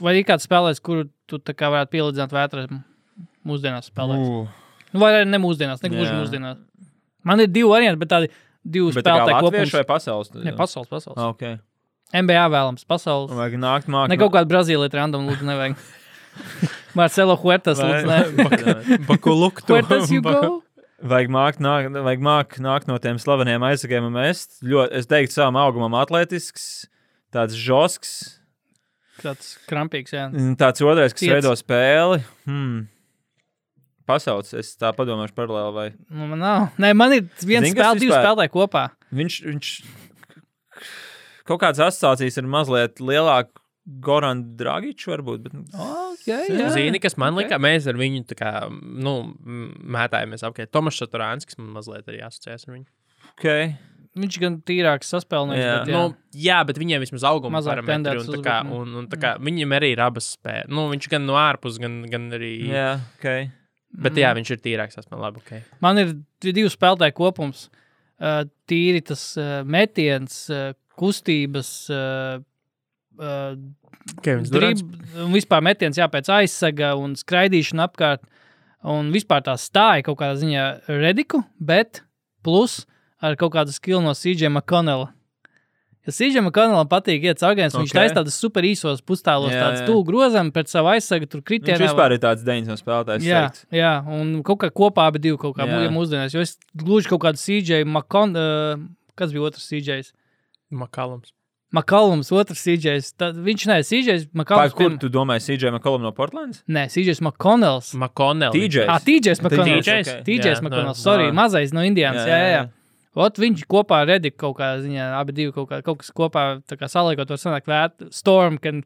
B: vai ir kāds spēlēs, kuru tu tā kā varētu pielīdzināt vētram mūsdienās spēlēs?
C: Uh,
B: Mm. Nu, vai arī ne mūsdienās, ne gluži
C: Jā. Nu,
B: mūsdienās. Man ir divi varianti, bet tādi divi
C: bet tā kā
B: spēlētāji
C: Latviešu
B: kopums.
C: vai Ah. pasaules?
B: Ne, pasaules, pasaules. Oh.
C: Okay.
B: NBA vēlams, pasaules.
C: Vajag nākt mākslā.
B: Ne kaut kāda Brazīlija random lūdzu, nevajag. Marcelo Huertas lūdzu, ne.
A: Bakuluk,
B: Huertas you go?
C: Vajag mākt, nāk, vajag mākt nākt no tiem slaveniem aizsargiem un mest. Ļoti, es teiktu, savam augumam atletisks, tāds žosks,
B: Tāds krampīgs, jā.
C: un tāds otrais, kas
B: Tiec.
C: veido spēli. Hmm. Pasaules, es tā padomāšu paralēli. Vai.
B: Nu, man nav. Nē, man ir viens
C: Zini, kas
B: spēle, divi
C: vispār-
B: spēlētāji kopā.
C: Viņš, viņš kaut kādas asociācijas ir mazliet lielāk Goranu Dragiču, varbūt. Bet, nu,
B: Okay,
C: jā.
A: Zini, kas man
C: Ok.
A: liekas, mēs ar viņu tā kā, nu, m- mētājamies apkārt. Tomas Šaturāns, kas man mazliet arī asociēs ar viņu.
C: okay.
B: Viņš gan tīrāks saspēlnieks.
C: Jā.
B: bet
A: Jā, nu, jā bet viņiem vismaz auguma
B: Mazāk
A: parametri.
B: tendēts
A: Un, tā kā,
B: uzbrukumu.
A: un, un, tā kā, viņiem arī ir abas spējas. Nu, viņš gan no ārpus, gan, gan arī. Jā.
C: Jā, okay.
A: Bet
B: Mhm.
A: jā, viņš ir tīrāks. Esmu labi. Okay.
B: Mm. Man ir divi spēlētāji kopums. Uh, tīri tas uh, metiens, uh, kustības, uh, uh,
A: Kevins Durants.
B: drib, un vispār metiens jāpēc aizsaga un skraidīšana apkārt. Un vispār tā stāja kaut kādā ziņā rediku, bet plus ar kaut kādu skilu no Sīdžiem Makonela. Ja Sīdžiem Makonelam patīk iet caurgājienas, okay. viņš
C: Ok.
B: taisa tādas super īsos pustālos,
C: Jā,
B: tādas
C: jā.
B: tūlu grozam pret savu aizsagu, tur kritienā.
C: Viņš vispār ir tāds deņas no spēlētājas.
B: Jā, jā, un kaut kā kopā abi divi kaut kā
C: Jā.
B: mūžīgi mūsdienās. Jo es gluži kaut kādu CJ, Makon, uh, kas bija otrs CJ?
A: Makalums.
B: Makalums, otrs CJ. Tad viņš nē, CJ,
C: Kā,
B: Makalums.
C: kur tu domāji, CJ McCollum no Portlands?
B: Nē, CJ, Makonels.
A: Makonels.
C: TJ.
B: Ah, TJ, Makonels.
A: TJ,
C: ok.
B: TJ,
A: Jā, no-
B: Makonels, sorry,
C: no-
B: mazais no Indijas. Jā, jā, jā. Ot, viņš kopā ar Rediku kaut kādā ziņā, abi divi kaut, kā, kaut kas kopā tā kā saliekot, var sanākt vēt, storm, kad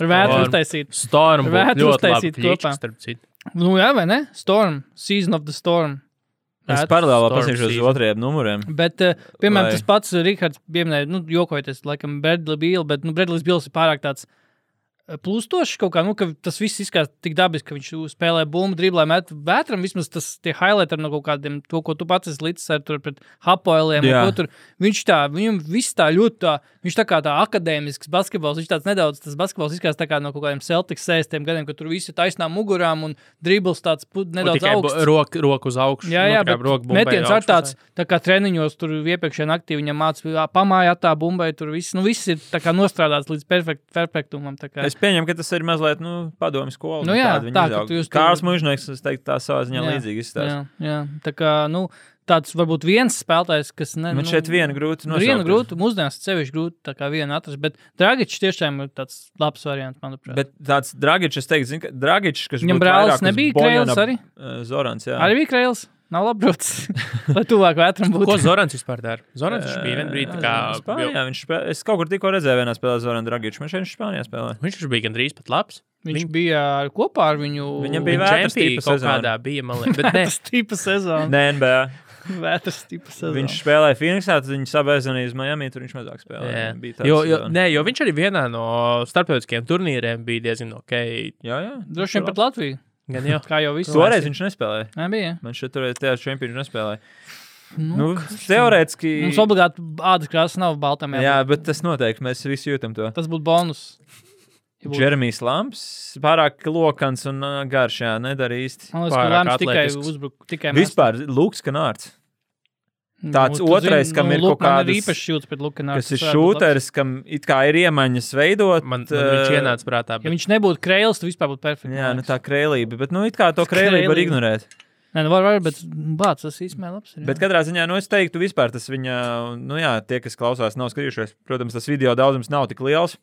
B: ar vētru
A: Storm.
B: uztaisīt.
A: Storm
B: Varētu
A: būtu ļoti labi
B: uztaisīt kopā.
A: kliķis, starp citu.
B: Nu jā, vai ne? Storm, Season of the Storm.
C: Es
B: Vēt-
C: paralēli
A: Storm
C: paskatīšos uz
A: season.
C: otrajiem numuriem.
B: Bet, eh, piemēram,
C: Vai-
B: tas pats Rīgards pieminēja, nu, jokojoties, laikam, Bredlis Bīls, bet nu, Bredlis Bīls ir pārāk tāds eh, plūstošs kaut kā, nu, ka tas viss izskatās tik dabiski, ka viņš spēlē bumbu, driblē, met vētram, vismaz tas tie highlighti no kaut kādiem, to, ko tu pats esi līdz ar tur pret hapoeliem, un
C: Jā.
B: ko tur, viņš tā, viņam viss tā ļoti tā, viņš tā kā tā akadēmisks basketbols, viņš tāds nedaudz, tas basketbols izskatās tā kā no kaut kādiem Celtics sēstiem gadiem, ka tur visi taisnām mugurām un dribls tāds pu-
A: Un
B: nedaudz
A: Tikai
B: augsts.
A: bu- roku rok uz augšu.
B: Jā,
A: nu,
B: jā,
A: tā kā
B: bet
A: roka bumbai
B: metiens
A: augšpusē.
B: ir tāds, tā kā treniņos tur iepriekšējā naktī viņam mācīja, pamājā tā bumbai, tur viss, nu, viss ir tā kā nostrādāts līdz perfekt, perfektumam. tā kā.
C: Es pieņemu, ka tas ir mazliet nu, padomju skola.
B: Nu jā, tā, ka tu
C: jūs...
B: jūs tur-
C: Kārs Mūžnieks, es teiktu, tā savā ziņā
B: Jā,
C: līdzīgi izstāsta.
B: jā, jā, tā kā, nu, tāds varbūt viens spēlētājs, kas ne,
C: Man
B: nu,
C: šeit viena grūti
B: Nu,
C: nosaukt.
B: viena grūta, mūsdienās sevišķi grūti tā kā viena atrast, bet Dragičs tiešām ir tāds labs variants, manuprāt.
C: Bet tāds Dragičs, es teiktu, zin, ka Dragičs, kas
B: Viņam
C: būtu
B: brālis
C: vairāk uz
B: nebija
C: Bojana-
B: Kreils arī?
C: Eh, Zorans, jā.
B: Arī bija krēls, nav labrots, lai tuvāk vētram būtu.
A: Ko Zorans vispār dara? Zorans viņš bija vienā brīdī. tā
C: Jā,
A: kā
C: Spānijā,
A: jau-
C: Eh, viņš spēlē. Es kaut kur tikko redzēju vienā spēlē Zoranu Dragiču. Viņš šeit Spānijā spēlē.
A: Viņš taču bija gandrīz pat labs.
B: Viņš bija kopā ar viņu.
C: Viņam bija
A: Bija
C: vētras tipa
A: vētras kaut
C: sezona.
A: kādā bija, man liekas. Bet nē,
B: vētras tipa sezona.
C: Nē, NBA.
B: Vētras tipa sezona.
C: Viņš spēlēja Phoenixā, tad viņi sabēzināja uz Miami, tur viņš mazāk
A: jā.
C: spēlēja. Bija tāds,
A: Jo, jo,
C: jā.
A: nē, jo viņš arī vienā no starptautiskiem turnīriem bija diezgan ok.
C: Jā, jā.
B: Droši vien pat Latviju.
A: Gan jau.
B: Kā jau visu
C: Toreiz viņš nespēlēja.
B: Nē, bija.
C: Man šeit tur bija tāds čempions, nespēlēja.
B: Nu,
C: Nu, teorētiski.
B: mums obligāti ādas krāsa nav baltam.
C: Jā, bet tas noteikti mēs visi jūtam to.
B: Tas būtu bonus. Ja būtu.
C: Džermijs Lamps, pārāk lokans un ā, garš, jā, nedara īsti.
B: Man liekas, ka
A: Pārāk
B: Lamps tikai
A: atletisks.
B: uzbruka. Tikai mēs-
C: Vispār Lūks Kanārds,
B: Nu,
C: tāds
B: tu
C: otrais,
B: zini,
C: kam ir
B: Luk-
C: kaut
B: man
C: kādas-
B: īpašs jūtas pret Lukanu.
C: kas ir šūteris, kam it kā ir iemaņas veidot.
A: Man, man viņš
C: ā,
A: ienāca prātā.
B: Ja
A: Bet,
B: viņš nebūtu krēls, tad vispār būtu perfekts.
C: Jā, nu tā krēlība, bet nu it kā to krēlību var
B: Krēlība.
C: ignorēt.
B: Nē, nu var, var, bet bāc, tas īstenībā labs. Ir, jā.
C: Bet katrā ziņā, nu, es teiktu, vispār tas viņa, nu, jā, tie, kas klausās, nav skatījušies. Protams, tas video daudzums nav tik liels,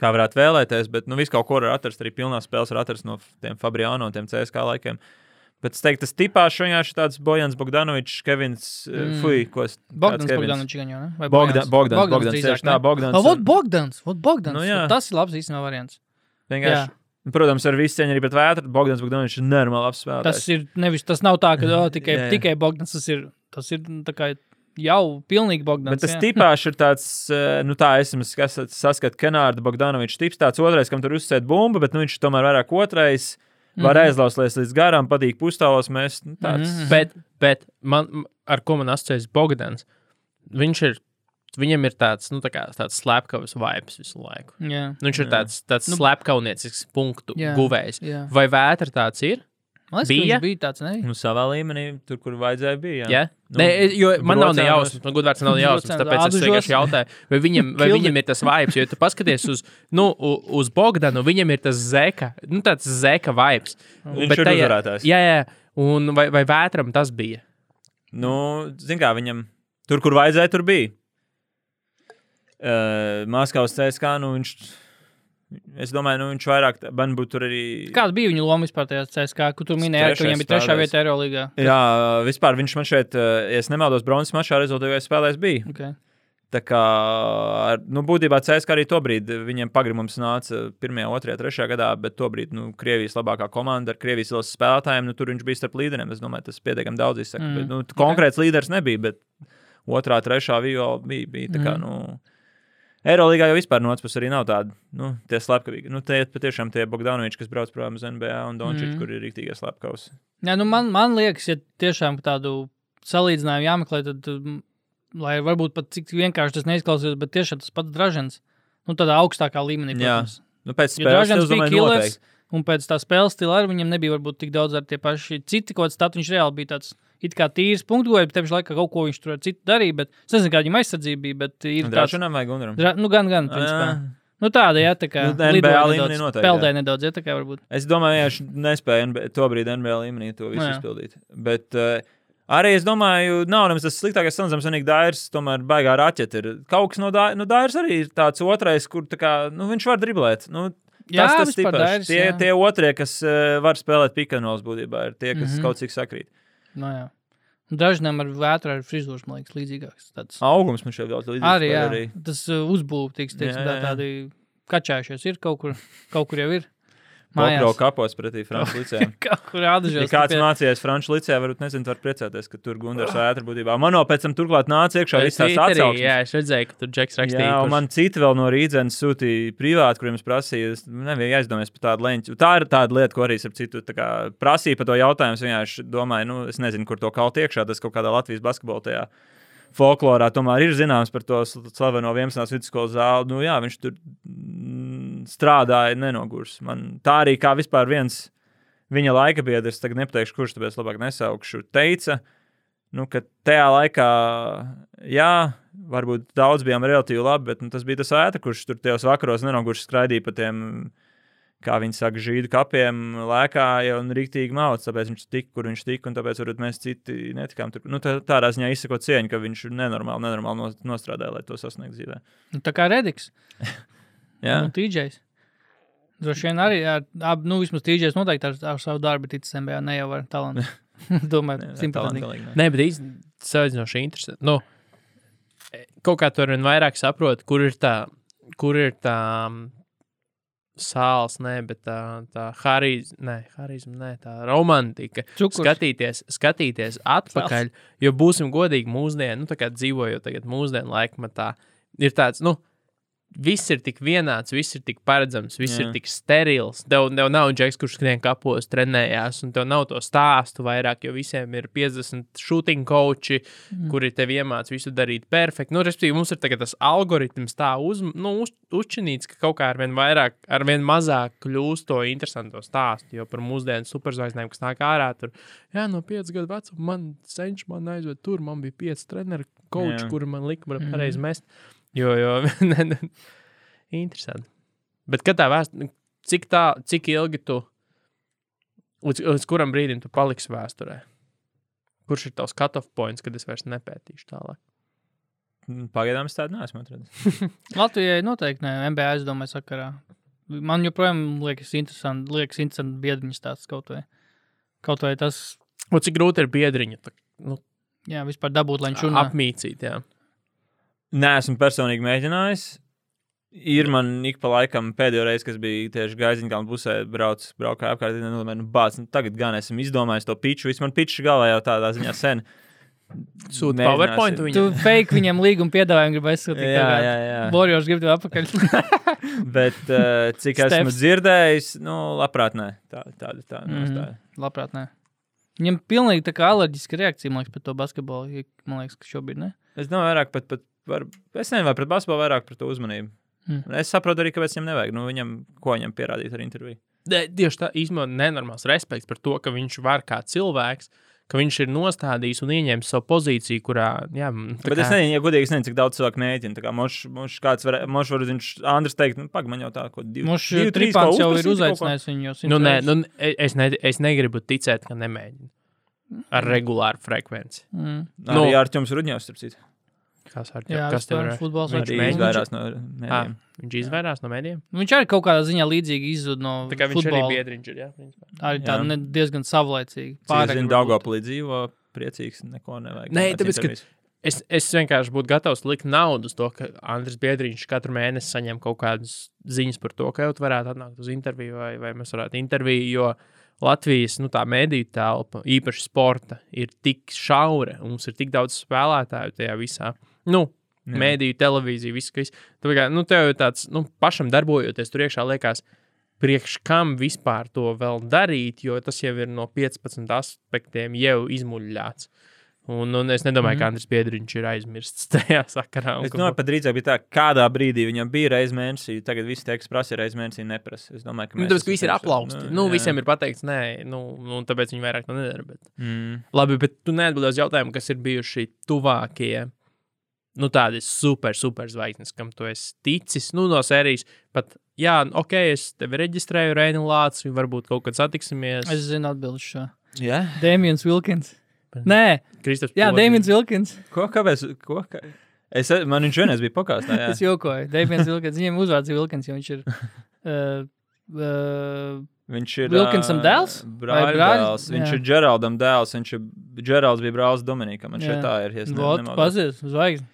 C: kā varētu vēlēties, bet, nu, viss kaut ko var atrast, arī pilnā spēlē var atrast no tiem Fabriāna un tiem CSK laikiem. Bet es teiktu, tas tipā šajā ir tāds Bojans Bogdanovičs, Kevins,
B: Mm.
C: mm. Fui, ko es.
B: Bogdans,
C: kāds
B: Bogdans, gan jau, ne? Vai
C: Bogdan, Bogdan, Bogdan, Bogdan,
B: drīzāk,
C: tieši tā,
B: ne?
C: Bogdans.
B: Ah, vot Bogdans, vot Bogdans.
C: Nu,
B: Nu,
C: jā.
B: tas ir labs īstenībā variants.
C: vienkārši. Protams, ar visu cieņu arī pret vētru, Bogdans Bogdanovičs ir normāli labs
B: Tas
C: spēlētājs.
B: ir nevis tas nav tā, ka oh, tikai,
C: Jā, jā.
B: tikai Bogdans tas ir. Tas ir nu, tā kā jau pilnīgi Bogdans.
C: Bet tas
B: jā.
C: tipāš ir tāds, eh, nu, tā es saskatu Kenārdu Bogdanoviču tips, tāds otrais, kam tur uzsēd bumbu, bet nu, viņš tomēr vairāk otrais. Var
B: Mhm.
C: aizlausties līdz garām, patīk pustālos. Mēs nu, tāds
B: Mhm.
A: bet, bet man, ar ko man asociējas Bogdans, viņš ir, viņam ir tāds, nu, tā kā tāds slepkavas vibes visu laiku.
B: Jā.
A: Nu, viņš ir
C: Jā.
A: tāds, tāds
B: Nu,
A: nu, slepkavniecisks punktu
B: jā.
A: jā. guvējs.
B: Jā.
A: Vai vētra tāds ir?
B: Man liekas,
A: Bija?
B: bija? bija tāds, ne?
C: nu, savā līmenī, tur, kur vajadzēja, bija.
A: Jā,
C: Nu,
A: nu, Nē, es- jo man nav ne
C: brocēnos.
A: jausmas, man gudrāts nav ne jausmas.
B: Brocēnos,
A: Tāpēc es
B: apžos.
A: vienkārši jautāju, vai viņam, vai
B: Kildi.
A: viņam ir tas vibes. Jo tu paskaties uz, nu, u- uz Bogdanu, viņam ir tas zeka, nu, tāds zeka vibes.
C: Viņš
A: Bet
C: ir
A: tajā-
C: uzvarētājs.
A: Jā, jā. Un vai, vai vētram tas bija?
C: Nu, zin kā viņam tur, kur vajadzēja, tur bija. Uh, Maskavas CSK, nu, viņš. Es domāju, nu, viņš vairāk, tā- man būtu tur arī.
B: Kāda bija viņa loma vispār tajā CSK, kur tu minēji, ka
C: Trešais
B: viņam bija trešā
C: spēlētājs.
B: vieta Eirolandā?
C: Jā, vispār viņš man šeit, eh, ja es nemaldos, bronzas mačā rezultātā spēlēs bija.
B: Okay.
C: Tā kā, ar- nu, būtībā CSK arī tobrīd eh, viņiem pagrimums nāca 1, 2, 3 gadā, bet tobrīd nu, Krievijas labākā komanda ar Krievijas valsts spēlētājiem, nu, tur viņš bija starp līderiem. Es domāju, tas pietiekami daudz izsaka.
B: Mm.
C: Mm. Bet, nu, t- konkrēts okay. līderis nebija, bet otrā, trešā viola bija. bija tā kā,
B: Mm.
C: nu, Eirolandā jau vispār no otras puses arī nav tādi nu, tie slepkavīgi. Nu, tie patiešām tie Bogdanoviči, kas brauc prom uz NBA un
B: Mm.
C: Dončičs, mm. kur ir rīktīgie slepkavas.
B: Jā, nu man, man liekas, ja tiešām tādu salīdzinājumu jāmeklē, tad, mm, lai varbūt pat cik vienkārši tas neizklausās, bet tiešām tas pats dražens, nu tādā augstākā līmenī.
C: Jā.
B: protams.
C: Nu, pēc
B: Jo
C: spēles,
B: Dražens
C: es
B: bija
C: domāju,
B: killers,
C: noteikti.
B: un pēc tā spēles stila arī viņam nebija varbūt tik daudz ar tie paši citi kaut kāds stats. Viņš reāli bija tāds it kā tīrs punktgojis, bet tieši laikā kaut ko viņš tur ar citu darīja, bet es nezinu, kāda viņam aizsardzība bija, bet ir tāds.
C: Dražanam vai Gunaram?
B: Dra, nu, gan, gan, principā.
C: Jā.
B: Nu, tāda, jā, tā kā
C: Nu, NBA
B: lidoja
C: līmenī
B: nedaudz,
C: noteikti, jā.
B: Peldēja nedaudz, jā, tā kā varbūt.
C: Es domāju, ka viņš nespēja NBA, to brīdi NBA līmenī to visu
B: Nu, jā.
C: izpildīt. Bet, uh, Arī es domāju, nav nemaz tas sliktākais scenārijs, vienīgi Dairs, tomēr baigā raķete ir. Kaut kas no Dairs, nu, Dairs arī ir tāds otrais, kur tā kā, nu, viņš var driblēt. Nu,
B: Jā,
C: tas tas
B: vispār
C: tipažs.
B: Dairs,
C: tie,
B: jā.
C: tie otrie, kas uh, var spēlēt pikanos, būtībā ir tie, kas mm
B: Mhm.
C: -hmm. kaut cik sakrīt.
B: Nu, jā. Dažnam ar vētru, ar frizūru, man liekas, līdzīgāks. Tāds.
C: Augums man šeit ļoti līdzīgs.
B: Arī, jā,
C: par
B: arī. tas uh, uzbūvēts,
C: Jā,
B: teiksim,
C: jā,
B: tā,
C: jā.
B: tādi kačājušies ir kaut kur, kaut kur jau ir.
C: Mokro
B: Mājās.
C: kapos pretī Franču licēm.
B: Kaut kur
C: Ja
B: atdažos.
C: kāds mācījās franču līcē, varbūt nezinu, var priecāties, ka tur Gunārs vētra būtībā. Mano pēc tam turklāt nāca iekšā visās atsauksmēs.
A: Jā, es redzēju, ka tur Džeks rakstīja.
C: Jā,
A: kurš-
C: un man citi vēl no rītdienas sūtīja privāti, kuriem es prasīju, es nebiju aizdomājies par tādu lēņu. Tā ir tāda lieta, ko arī ar citu tā kā prasīju par to jautājumu. Es vienkārši domāju, nu, es nezinu, kur to kaut iekšā, tas kaut kādā Latvijas basketbolā. Tajā. Folklorā tomēr ir zināms par to sl- slaveno 11. vidusskolas zāli. Nu, jā, viņš tur mm, strādāja nenogurs. Man tā arī kā vispār viens viņa laika biedrs, tagad nepateikšu, kurš tāpēc labāk nesaukšu, teica, nu, ka tajā laikā, jā, varbūt daudz bijām relatīvi labi, bet nu, tas bija tas ēta, kurš tur tajos vakaros nenogurši skraidīja pa tiem, kā viņi saka, žīdu kapiem, lēkā jau un rīktīgi mauts, tāpēc viņš tika, kur viņš tika, un tāpēc varbūt mēs citi netikām tur. Nu, tā, tādā ziņā izsako cieņu, ka viņš nenormāli, nenormāli nos- nostrādāja, lai to sasniegtu dzīvē.
B: Nu, tā kā Rediks.
C: Jā,
B: Un TJs. Droši vien arī, ar, ab, nu, vismaz TJs noteikti ar, ar savu darbu ticis MBA, ne jau ar talantu. Domāju,
C: Nē,
B: simtprocentīgi.
C: talantīgāk, nē.
A: Nē, bet īstenībā salīdzinoši interesanti. Nu, kaut kā tur vien vairāk saprot, kur ir tā, kur ir tā mm, sāls, nē, bet tā, tā harizma, nē, harizma, nē, tā romantika.
B: Cukurs.
A: Skatīties, skatīties atpakaļ, jo būsim godīgi, mūsdienās, nu, tā kā dzīvojot tagad, mūsdienu laikmatā, ir tāds, nu, viss ir tik vienāds, viss ir tik paredzams, viss Jā.
C: Jā.
A: ir tik sterils. Tev, tev nav džeks, kurš skrien kapos, trenējās, un tev nav to stāstu vairāk, jo visiem ir 50 shooting coachi,
B: Mhm.
A: mm. kuri tev iemācīja visu darīt perfekti. Nu, respektīvi, mums ir tagad tas algoritms tā uz, nu, uz, uzčinīts, ka kaut kā ar vien vairāk, ar vien mazāk kļūst to interesanto stāstu, jo par mūsdienu superzvaigznēm, kas nāk ārā, tur, jā, no 5 gadu vecuma man senčs man aizved tur, man bija 5 treneri, coachi,
C: Jā.
A: kuri man lika
B: Mhm.
A: pareizi mest. Jo, jo, ne, ne. interesanti. Bet kā tā vēsture, cik, tā- cik ilgi tu, līdz, līdz kuram brīdim tu paliksi vēsturē? Kurš ir tavs cut-off points, kad es vairs nepētīšu tālāk?
C: Nu, Pagaidām es tādu neesmu atradis.
B: Latvijai noteikti ne, MBA aizdomē sakarā. Man joprojām liekas interesanti, liekas interesanti biedriņas tāds kaut vai. Kaut vai tas,
A: Un cik grūti ir biedriņu tā, nu,
B: jā, vispār dabūt, lai viņš runā.
A: apmīcīt? Jā.
C: Nē, esmu personīgi mēģinājis. Ir man ik pa laikam pēdējo reizi, kas bija tieši gaiziņkalnu pusē, braucis braukā apkārt, un domāju, nu, bāc, nu, tagad gan esmu izdomājis to piču. Vispār piču galā jau tādā ziņā sen.
A: Sūta
C: Mēģināsim.
A: PowerPoint
B: Tu
A: viņam.
B: fake viņam līgumu piedāvājumu gribi aizsūtīt.
C: Jā, jā, jā.
B: Borjors grib tev apakaļ.
C: Bet, uh, cik esmu
B: Steps.
C: dzirdējis, nu, labprāt, nē, tā, tāda tā, mm.
B: Mhm.
C: nostāja.
B: Labprāt, nē. Viņam pilnīgi tā kā alerģiska reakcija, man liekas, pret to basketbolu. ja- Man liekas, ka šobrīd ne.
C: Es domāju, vairāk pat, pat var, es nezinu, vai pret basketbolu vairāk par to uzmanību.
B: Mm.
A: Mhm.
C: Mm. Es saprotu arī, kāpēc viņam nevajag. Nu, viņam, ko viņam pierādīt ar interviju?
A: Nē, Tieši tā, īstenībā nenormāls respekts par to, ka viņš var kā cilvēks, ka viņš ir nostādījis un ieņēmis savu pozīciju, kurā. Jā, m, tā
C: Bet es
A: kā-
C: nezinu, ja godīgi, es nezinu, cik daudz cilvēku mēģina. Tā kā Mošs, moš, kāds var, moš, var viņš, Andris teikt, nu, pagaidi, man jau tā, ko divi.
B: Mums
C: divi, trīs
B: tripāns
C: kaut
B: jau
C: ko
B: ir
C: uzprasīt, kaut ko.
B: uzaicinājis viņu. jau simts
A: Nu, nē,
B: reizes.
A: nu, es, ne, es negribu ticēt, ka nemēģinu ar regulāru frekvenci.
B: Mm.
C: Arī
A: Nu.
C: ar jums rudņos, starp citu.
A: Kas, ar,
B: Jā,
A: kas tev ir?
B: futbols
A: Viņš
C: Arī
A: mēģina?
C: izvairās no
A: Ah,
C: mēdiem.
A: viņš izvairās no mēdījiem.
B: Viņš arī kaut kādā ziņā līdzīgi izzud no
A: Tā kā viņš
B: Mm, futbola.
A: arī biedriņš ir. Jā, principā.
B: Arī tāda
C: Jā.
B: ne- diezgan savlaicīga.
C: Pārāk
B: Pārāk
C: zinu, Daugopilī dzīvo, priecīgs, neko nevajag.
A: Nē, tāpēc,
C: Kāds
A: ka-
C: intervijas.
A: Es, es vienkārši būtu gatavs likt naudu uz to, ka Andris Biedriņš katru mēnesi saņem kaut kādas ziņas par to, ka jau varētu atnākt uz interviju, vai, vai mēs varētu interviju. Jo Latvijas nu, mēdīņu telpa, īpaši sporta, ir tik šaura, un mums ir tik daudz spēlētāju tajā visā. Nu,
C: Jā.
A: mēdīju, televīziju, visu, kas tur ir. Nu, tev ir tāds, nu, pašam darbojoties tur iekšā, liekas, priekš kam vispār to vēl darīt, jo tas jau ir no 15 aspektiem jau izmuļļāts. Un, un es nedomāju, mm. ka Andris Piedriņš ir aizmirsts tajā sakarā. un
C: Mhm. Es
A: ka- nu,
C: domāju, pat drīzāk bija tā, kādā brīdī viņam bija reizes mēnesī. Tagad viss teiks, prasa reizes mēnesī, neprasa. Es domāju, ka
A: Nu, tāpēc,
C: mēs
A: ka
C: esam
A: visi ir
C: priekšā.
A: aplausti. Nu, visiem ir pateikts, nē, nu, nu, tāpēc viņi vairāk to nedara. Bet...
C: Mm.
A: Labi, bet tu neatbildēji uz jautājumu, kas ir bijuši tuvākie. Nu, tādi super, super zvaigznes, kam tu esi ticis. Nu, no sērijas pat, jā, ok, es tevi reģistrēju, Reina Lācis, varbūt kaut kad satiksimies.
B: Es zinu, atbildēšu šo.
C: Jā,
B: Dēmijs Vilkins. Nē,
A: Kristaps,
B: Jā, Dēmijs Vilkins.
C: ko kāpēc? Ko, kā... Es, man viņš vienreiz bija pokāstā. jā.
B: Es jokoju. Dēmijs Vilkins. Viņam uzvārds ir Vilkins, jo viņš ir. Uh, uh,
C: Viņš ir
B: Wilkinsam
C: ā,
B: dēls? Vai
C: Brāļdēls.
B: brāļ?
C: Viņš
B: Jā.
C: ir Geraldam dēls. Viņš ir Geralds bija brālis Dominikam. Man šeit
B: Jā.
C: tā ir. ja Es, ne,
B: Vot,
C: nemaldos.
B: pazies, zvaigznes.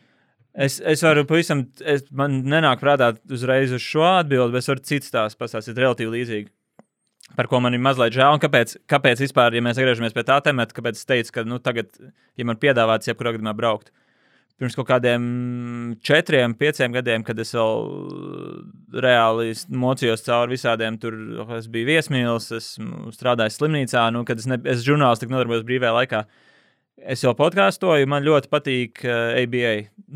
C: es, es varu pavisam, es, man nenāk prātā uzreiz uz šo atbildi, bet es varu citas tās pastāstīt relatīvi līdzīgi. Par ko man ir mazliet žēl, un kāpēc, kāpēc vispār, ja mēs atgriežamies pie tā temata, kāpēc es teicu, ka, nu, tagad, ja man piedāvāts jebkurā gadījumā braukt, pirms kaut kādiem četriem, pieciem gadiem, kad es vēl reāli s- mocījos cauri visādiem, tur oh, es biju viesmīlis, es strādāju slimnīcā, nu, kad es, ne, es žurnālistiku nodarbojos brīvajā laikā. Es jau podkāstoju, man ļoti patīk uh, ABA.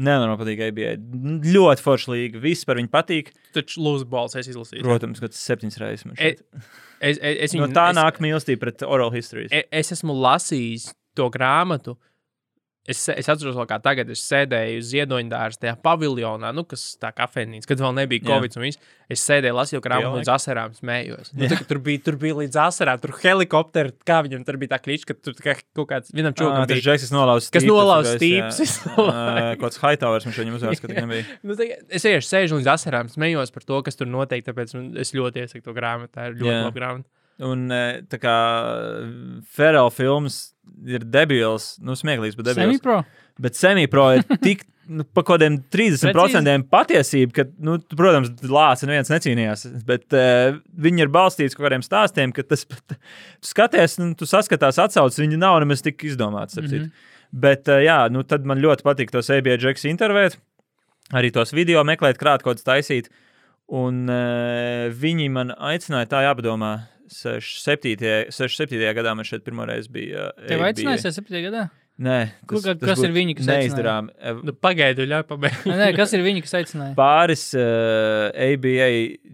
C: Nenormāli patīk ABA. N- Ļoti forša līga. Viss par viņu patīk.
A: Taču lūdzu, balss, es izlasīju.
C: Protams, ka tas septiņas reizes man
A: Es,
C: šeit.
A: es, es, es
C: No
A: viņu-
C: tā
A: E, es,
C: nāk mīlestība pret oral history.
A: e- es esmu lasījis to grāmatu. Es, se- es atceros, vēl kā tagad es sēdēju ziedoņdārzā, tajā paviljonā, nu, kas tā kā kafejnīca, kad vēl nebija
C: Jā.
A: Covid. un viss. Es sēdēju, lasīju grāmatu
C: Pielaik.
A: līdz asarām, smējos. Nu,
C: Jā.
A: tā, ka tur, bija, tur bija līdz asarām, tur bija helikopteri, kā viņam tur bija tā klišķa, ka tur kā kaut kāds vienam čūskam
C: tas
A: bija.
C: Džeksons nolauza
A: Kas nolauza stīpes visu
C: Kaut kāds Haitovers viņš viņam uzvārds, ka tā nebija.
A: Nu, tā, kā es vienkārši sēžu līdz asarām, smējos par to, kas tur notiek. Tāpēc man- es ļoti iesaku to grāmatu. Tā ir ļoti
C: Jā.
A: laba grāmata.
C: Un eh, tā kā Ferrell films ir debils, nu smieklīgs, bet debils.
B: Semipro.
C: Bet semipro ir tik nu, pa kaut kādiem 30% patiesība, ka, nu, tu, protams, lācis neviens necīnījās. Bet uh, viņi ir balstīti kaut kādiem stāstiem, ka tas pat tu skaties, nu, tu saskatās atsauces, viņi nav nemaz tik izdomāti. Mm
B: Mhm.
C: -hmm. Bet, uh, jā, nu, tad man ļoti patīk tos ABJ Jacks intervēt, arī tos video meklēt, krāt kaut kāds taisīt. Un uh, viņi man aicināja, tā jāpadomā, 67. 67. gadā man šeit pirmoreiz bija. Uh,
B: Tev
C: ABJ.
B: aicināsies 7. gadā?
C: Nē,
B: Kur- kas ir viņi, kas aicināja?
C: neizdarām. Eh,
A: Nu, Pagaidu, ļauj pabeigt.
B: Nē, Nē, kas ir viņi, kas aicināja?
C: Pāris uh, ABA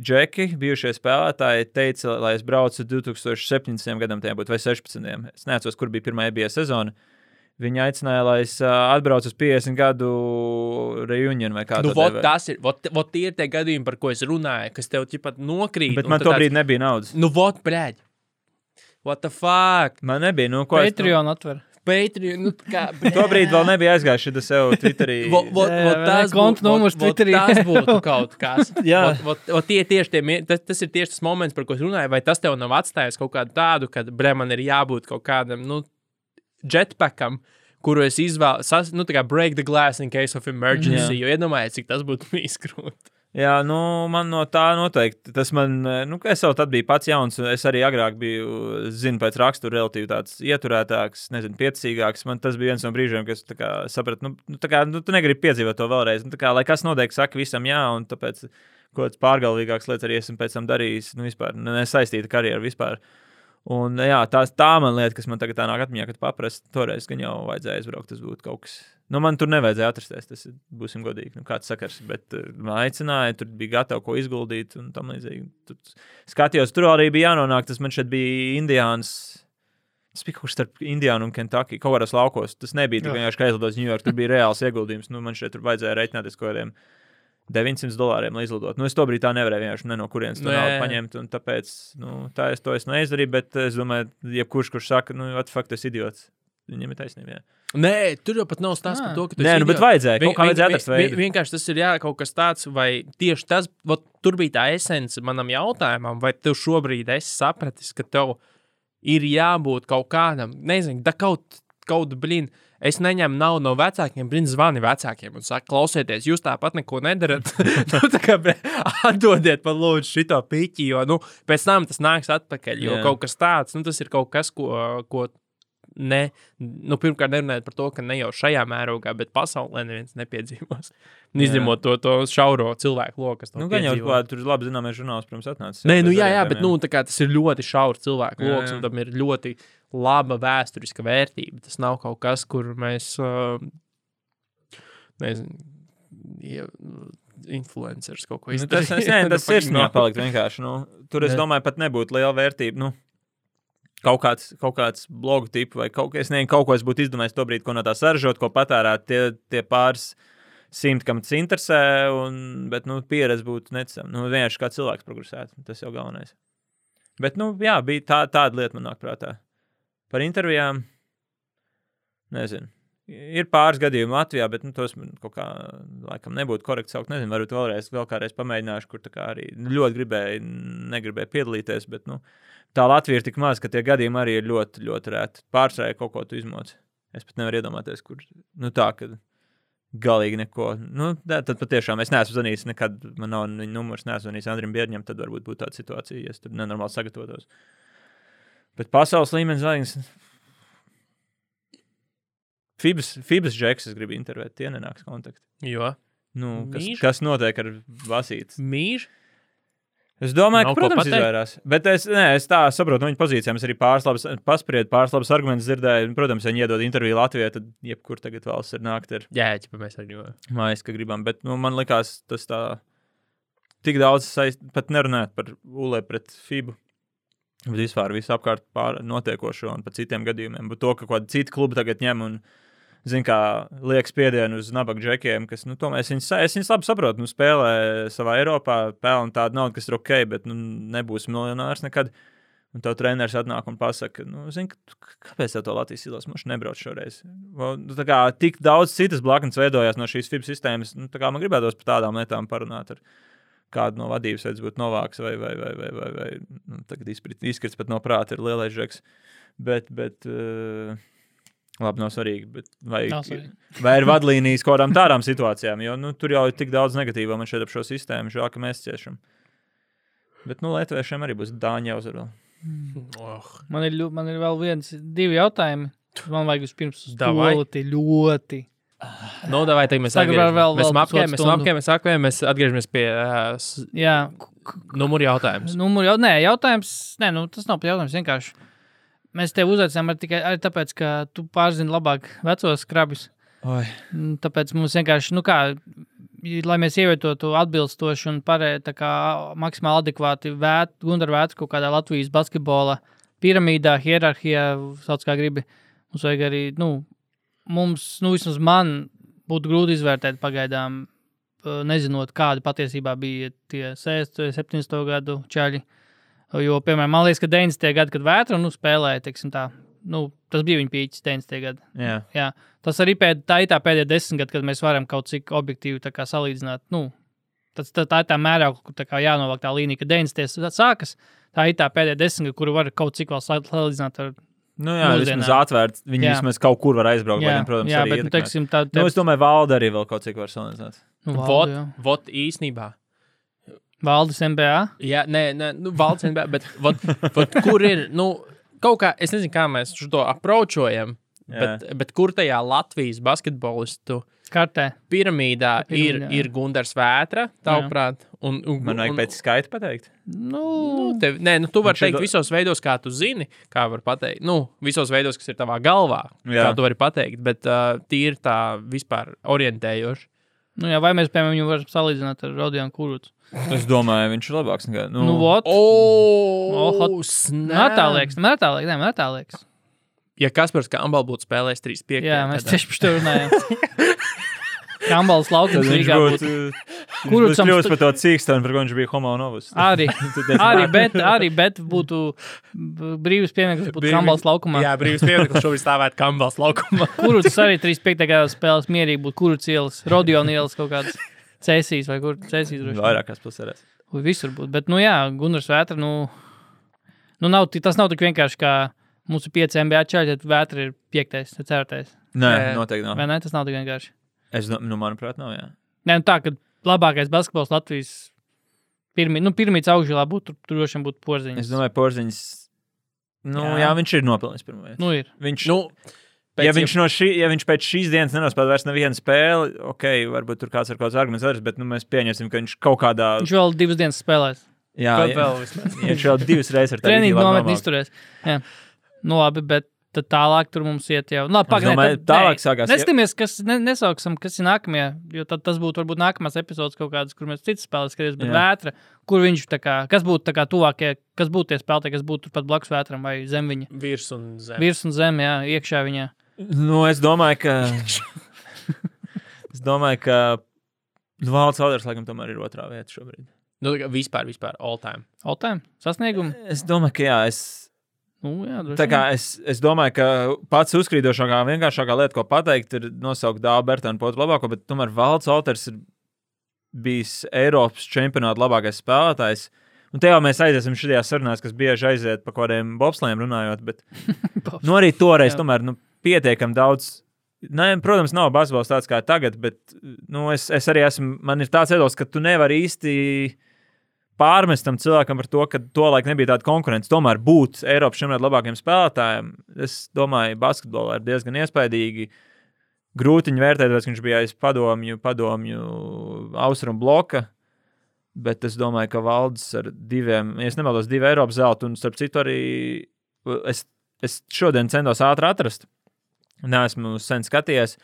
C: džeki, bijušie spēlētāji, teica, lai es braucu 2017. gadam, tajā būtu vai 16. Es nezinu, kur bija pirmā ABA sezona. Viņi aicināja, lai es uh, atbraucu uz 50 gadu reunionu vai kādu
A: Nu, vot, tas ir, vot, vot tie ir tie gadījumi, par ko es runāju, kas tev pat nokrīt.
C: Bet
A: un
C: man
A: tu
C: to
A: tāds,
C: brīdi nebija naudas.
A: Nu, vot, blēģi. What the fuck?
C: Man nebija, nu, ko es. Nu,
B: Patreon atver.
A: Patreon, nu, kā.
C: to brīdi vēl nebija aizgājuši, tas jau Twitterī.
A: Vo, vo,
B: Jā,
A: vo,
B: vai ne?
A: tas
B: Konta
A: būtu-
B: numurs
A: vo- vo-
B: Twitterī.
A: Tas būtu kaut kas.
C: Jā.
A: Vo, vo, vo, tie, tieši tie, mie- tas, tas ir tieši tas moments, par ko es runāju. Vai tas tev nav atstājis kaut kādu tādu, kad bre, man ir jābūt kaut kādam nu, jetpackam, kuru es izvēlu, sas- nu, tā kā break the glass in case of emergency. Jo iedomājieties, cik tas būtu mīskrūti.
C: Jā, nu, man no tā noteikti. Tas man, eh, nu, ka es jau tad biju pats jauns, un es arī agrāk biju, eh, zinu, pēc rakstura relatīvi tāds ieturētāks, nezinu, piecīgāks. Man tas bija viens no brīžiem, kad es tā kā sapratu, nu, nu, tā kā, nu, tu negribi piedzīvot to vēlreiz. Nu, tā kā, lai kas notiek, saka visam jā, un tāpēc kaut kāds pārgalvīgāks lietas arī esmu pēc tam darījis, nu, vispār ne- nesaistīta karjeru vispār. Un, jā, tā, tā man lieta, kas man tagad tā nāk atmiņā, kad paprastu, toreiz gan jau vajadzēja aizbraukt, tas būtu kaut kas. Nu, man tur nevajadzēja atrasties, tas ir- būsim godīgi. Nu, kāds sakars, bet eh, man aicināja, tur bija gatavs ko izguldīt un tam līdzīgi. Tur skatījos, tur arī bija jānonāk, tas man šeit bija Indiāns. Tas bija kaut kas starp Indiānu un Kentucky, kaut kādos laukos. Tas nebija tikai vienkārši kā aizlidot uz New York, tur bija reāls ieguldījums. Nu, man šeit tur vajadzēja reiķināties kaut kādiem 900 dolāriem, lai izlidotu. Nu, es to brīdi tā nevarēju vienkārši ne no kurienes to
A: Nu, jā,
C: naudu
A: jā.
C: paņemt. un Tāpēc nu, tā es to es neizdarīju. Bet es domāju, ja kurš, kurš saka, nu, atfakt, es idiots. Viņam ir taisnība. jā.
A: Nē, tur jau pat nav stāsts
B: Nā.
A: par to, ka tu
C: Nē,
A: esi
C: nu, bet
A: idiots.
C: vajadzēja. Kaut kā
A: Vien-
C: vajadzēja
A: vien-
C: atrast veidu.
A: vien- Vienkārši tas ir jā, kaut kas tāds, vai tieši tas, vot, tur bija tā esence manam jautājumam, vai tu šobrīd esi sapratis, ka tev ir jābūt kaut kādam, nezinu, da kaut, kaut blīn. Es neņemu naudu no vecākiem, brīnums zvani vecākiem un saka, klausieties, jūs tāpat neko nedarat. nu, tā kā, bre, atdodiet man lūdzu šito pīķi, jo nu, pēc tam tas nāks atpakaļ. Jo
C: Jā.
A: yeah. kaut kas tāds, nu, tas ir kaut kas, ko. ko Ne, nu, pirmkārt, nerunājot par to, ka ne jau šajā mērogā, bet pasaulē neviens nepiedzīvos. Nu,
C: Jā.
A: Izņemot to, to šauro cilvēku loku, kas to
C: Nu, gan jau
A: piedzīvo.
C: kā tur labi zināmais žurnāls pirms atnācis.
A: Nē, nu jā, jā, bet nu, tā kā tas ir ļoti šaurs cilvēku
C: Jā,
A: lokus,
C: jā.
A: un tam ir ļoti laba vēsturiska vērtība. Tas nav kaut kas, kur mēs. Uh, nezinu, ie- influenceris kaut ko
C: Nu, tas
A: izdarīja.
C: es, ne, tas
A: Nu,
C: ir
A: fucking jā.
C: nopalikt vienkārši. Nu, tur es
A: Ne.
C: domāju, pat nebūtu liela vērtība. Nu, kaut kāds, kaut kāds blogu tips vai kaut, es nezinu, kaut ko es būtu izdomājis to brīdi, ko no tā saržot, ko patērēt tie, tie pāris simti, kam tas interesē. Un, bet nu, pieredze būtu necama. Nu, vienkārši kā cilvēks progresētu. Tas jau galvenais. Bet nu, jā, bija tā, tāda lieta man nāk prātā. Par intervijām. Nezinu. Ir pāris gadījumi Latvijā, bet nu, tos man kaut kā laikam nebūtu korekti saukt. Nezinu, varbūt vēlreiz, vēl kādreiz pamēģināšu, kur tā kā arī ļoti gribēju, negribēju piedalīties. Bet nu, tā Latvija ir tik maza, ka tie gadījumi arī ir ļoti, ļoti rēti. Pārsvarēji kaut ko tu izmoci. Es pat nevaru iedomāties, kur nu, tā, ka galīgi neko. Nu, tā, tad patiešām es neesmu zvanījis nekad, man nav viņa numurs, neesmu zvanījis Andriem Biedņam, tad varbūt būtu tāda situācija, ja es tur nenormāli sagatavotos. Bet pasaules līmenis zvanījis. Fibas, Fibas džeks, es gribu intervēt, tie nenāks kontaktā.
A: Jo
C: Nu, kas,
A: Mīļš.
C: kas notiek ar Vasītu?
A: mīļš.
C: Es domāju,
A: Nav
C: ka,
A: ko
C: protams,
A: pateikt.
C: izvairās. Bet es, nē, es tā saprotu, no viņa pozīcijām es arī pāris labus, paspriedu, pāris labus argumentus dzirdēju. Un, Protams, ja viņi iedod interviju Latvijai, tad jebkur tagad valsts ir nākt ar
A: Jā, ķipa, mēs arī gribam.
C: mājas, ka gribam. Bet nu, man liekas, tas tā tik daudz saistīts, pat nerunājot par ULE pret FIBU. Bet vispār visapkārt pār notiekošo un par citiem gadījumiem. Bet to, ka kaut kāda cita kluba tagad ņem un zin, kā, liek spiedienu uz nabaga džekiem, kas, nu, tomēr es viņus, sa- es viņus labi saprotu. Nu, spēlē savā Eiropā, pelna tādu naudu, kas ir ok, bet nu, nebūs miljonārs nekad. Un tev treneris atnāk un pasaka, nu, zin, ka tu- kāpēc tev to Latvijas ilos mums nebrauc šoreiz? Vēl, nu, tā kā tik daudz citas blaknes veidojās no šīs FIB sistēmas, nu, tā kā man gribētos par tādām lietām parunāt. Ar, Kādu no vadības veids būtu novāks, vai, vai, vai, vai, vai, vai nu, tagad izprit- izkrits pat no prāta, ir lielais žeks. Bet, bet uh, labi, nav svarīgi. Bet vai,
B: Nav svarīgi.
C: vai ir vadlīnijas kaut kādām tādām situācijām, jo nu, tur jau ir tik daudz negatīvā man šeit ap šo sistēmu, žēl, ka mēs ciešam. Bet, nu, Latvijiem arī būs dāņa uzvara.
A: Oh,
B: Man ir, ļu- man ir vēl viens, divi jautājumi. Man vajag vispirms uz
A: Davai.
B: ļoti, ļoti.
A: nu, davai, tagad mēs
B: Tagad vēl-
A: atgriežamies.
B: vēl-
A: Mēs
B: vēl
A: apgājām, mēs
B: pusotra stundu.
A: apgājām, mēs apgājām, mēs atgriežamies pie uh,
B: Jā,
A: numura jautājums.
B: Numur jau, nē, jautājums. Nē, nu, tas nav pat jautājums. Vienkārši. Mēs tevi uzaicinājām ar- tikai arī tāpēc, ka tu pārzini labāk vecos skrabus. Un Tāpēc mums vienkārši, nu kā, i- lai mēs ievietotu atbilstoši un pareizi, tā kā maksimāli adekvāti vēt, Gunara vērts kaut kādā Latvijas basketbola piramīdā, hierarhijā, sauc kā gribi. Mums vajag arī, nu, mums, nu, vismaz man būtu grūti izvērtēt pagaidām, eh, nezinot, kādi patiesībā bija tie 60, 70 gadu čaļi. Jo, piemēram, man liekas, ka 90. gadi, kad vētra, nu, spēlēja, teiksim tā, nu, tas bija viņa pīķis 90. gadi.
C: Jā,
B: Jā. Tas arī pēd, tā ir tā pēdējā desmitgadē, kad mēs varam kaut cik objektīvi tā kā salīdzināt. Nu, tas, tā, tā ir tā mērā, kur tā kā jānovāk tā līnija, ka 90. sākas. Tā ir tā pēdējā desmitgadē, kuru var kaut cik vēl sal- salīdzināt ar
C: nu, jā
B: Mūsdienās.
C: vismaz atvērts. Viņi
B: Jā.
C: jā. vismaz kaut kur var aizbraukt. Jā,
B: Jā,
C: viņiem, protams,
B: jā
C: jā,
B: bet
C: arī
B: nu,
C: bet, teiksim,
B: teiksim, tā
C: nu, es domāju, valda arī vēl kaut cik var salīdzināt.
B: nu,
A: Vot,
B: valda, jā.
A: vot īsnībā.
B: Valdes MBA.
A: Jā, nē, nē nu, valcien, bet, bet vot, vot, kur ir nu, kaut kā, es nezinu, kā mēs to apročojam,
C: Jā.
A: bet, bet kur tajā Latvijas basketbolistu
B: Kartē.
A: piramīdā, piramīdā.
B: Piramīdā, jā.
A: ir, ir Gunārs Vētra, tavuprāt, un, un,
C: Man vajag
A: un,
C: pēc skaita pateikt.
A: Nu,
B: Nu,
A: tev, nē, nu, tu vari
C: šeit
A: teikt
C: do-
A: visos veidos, kā tu zini, kā var pateikt. Nu, visos veidos, kas ir tavā galvā, jā.
C: Jā.
A: kā tu vari pateikt, bet uh, tīri tā vispār orientējoši.
B: nu, jā, vai mēs, piemēram, viņu varam salīdzināt ar Rodionu Kurūtu?
C: Es domāju, viņš ir labāks. Nekā, nu,
B: Nu, vot.
A: Oh,
B: Oho, Man tā liekas, man tā liekas, nē, man tā liekas.
A: Ja Kaspars Kambal būtu spēlējis 3-5,
B: Jā, mēs
A: tad
B: tieši par to runājam. Kambals laukums
C: Tad viņš
B: Rīgā būtu.
C: būtu.
B: Kuru Ah,
C: Kurš
B: cam-
C: kļūst par to cīksteni, par ko viņš bija homo novus?
B: Arī,
C: Tu teici,
B: arī,
C: nē.
B: bet, arī bet būtu b- brīvs piemineklis, būtu
A: Brīvi-
B: Kambals laukumā.
A: Jā, brīvs piemineklis šobrīd stāvēt Kambals laukumā.
B: Kurus arī 35. gada spēles mierīgi būtu kurus ielas, Rodionu ielas kaut kādas cēsīs vai kur cēsīs droši. vien.
C: Vairākās pilsētās.
B: Visur būtu. Bet, nu jā, Gunārs Vētra, nu, nu nav, ti- tas nav tik vienkārši kā Mums ir 5 MBA čaļi, tad vētra ir 5, 4.
C: Nē,
A: Nē.
C: noteikti nav.
B: Vai ne? Tas nav tik vienkārši.
C: Es, do- nu, manuprāt, nav. Jā.
B: Nē, nu tā, ka labākais basketbols Latvijas pirmī, nu, pirmīts augšgalā būtu, tur droši vien būtu porziņš.
C: Es domāju, Porziņš.
B: Jā.
C: Nu, jā. jā, viņš ir nopelnījis pirmo vietu.
B: Nu, ir.
C: Viņš,
A: Nu, pēc
C: ja, viņš no šī, ja viņš pēc šīs dienas nenospēlēs vairs nevienu spēli, ok, varbūt tur kāds ar kāds arguments darīs, bet nu, mēs pieņemsim, ka viņš kaut kādā.
B: Viņš vēl divas dienas spēlēs.
C: Jā,
A: Vēl-
C: jā.
A: vēl vismaz.
C: Ja viņš vēl divas reizes ar
B: Treniņu
C: labi
B: nometni
C: nomāk.
B: izturēs. Jā. Nu, labi, bet tad tālāk tur mums iet jau. Labi, pagaidām.
C: domāju, tālāk sākās jau-
B: Neskaties, kas ne, nesauksim, kas ir nākamie, jo tad tas būtu varbūt nākamais epizods kaut kādas, kur mēs citas spēles skatīsimies, bet
C: Jā.
B: vētra, kur viņš tā kā, kas būtu tā kā tuvākie, kas būtu tie spēlētāji, kas būtu turpat blakus vētram vai zem viņa.
A: Virs un zem.
B: Virs un zem, jā, iekšā viņā.
C: Nu, es domāju, ka. es domāju, ka. Nu, Valds Alders, laikam, tomēr ir otrā vieta šobrīd.
A: Nu, tā kā vispār, vispār, all time.
B: Oltēm, sasniegumi.
C: Es domāju, ka jā, es.
B: Nu, jā, droši
C: Tā kā
B: vien.
C: es, es domāju, ka pats uzkrītošākā, vienkāršākā lieta, ko pateikt, ir nosaukt Dāvidu Bērtānu potu labāko, bet tomēr Valds Alters ir bijis Eiropas čempionāta labākais spēlētājs. Un te jau mēs aiziesim šajā sarunā, kas bieži aiziet par kaut kādiem bobslēm runājot, bet
B: Bobs.
C: nu, arī toreiz
B: Jā.
C: tomēr nu, pietiekami daudz. Nē, protams, nav basketbols tāds kā tagad, bet nu, es, es arī esmu, man ir tāds iedos, ka tu nevari īsti pārmest tam cilvēkam par to, ka tolaik nebija tāda konkurence. Tomēr būt Eiropas šiem labākajiem spēlētājiem, es domāju, basketbolā ir diezgan iespaidīgi. Grūti viņu vērtēt, tāpēc, ka viņš bija aiz padomju, padomju austrumu bloka. Bet es domāju, ka Valdis ar diviem, ja es nemaldos, divu Eiropas zelta, un starp citu arī uh, es, es šodien centos ātri atrast. Nē, esmu sen skatījies.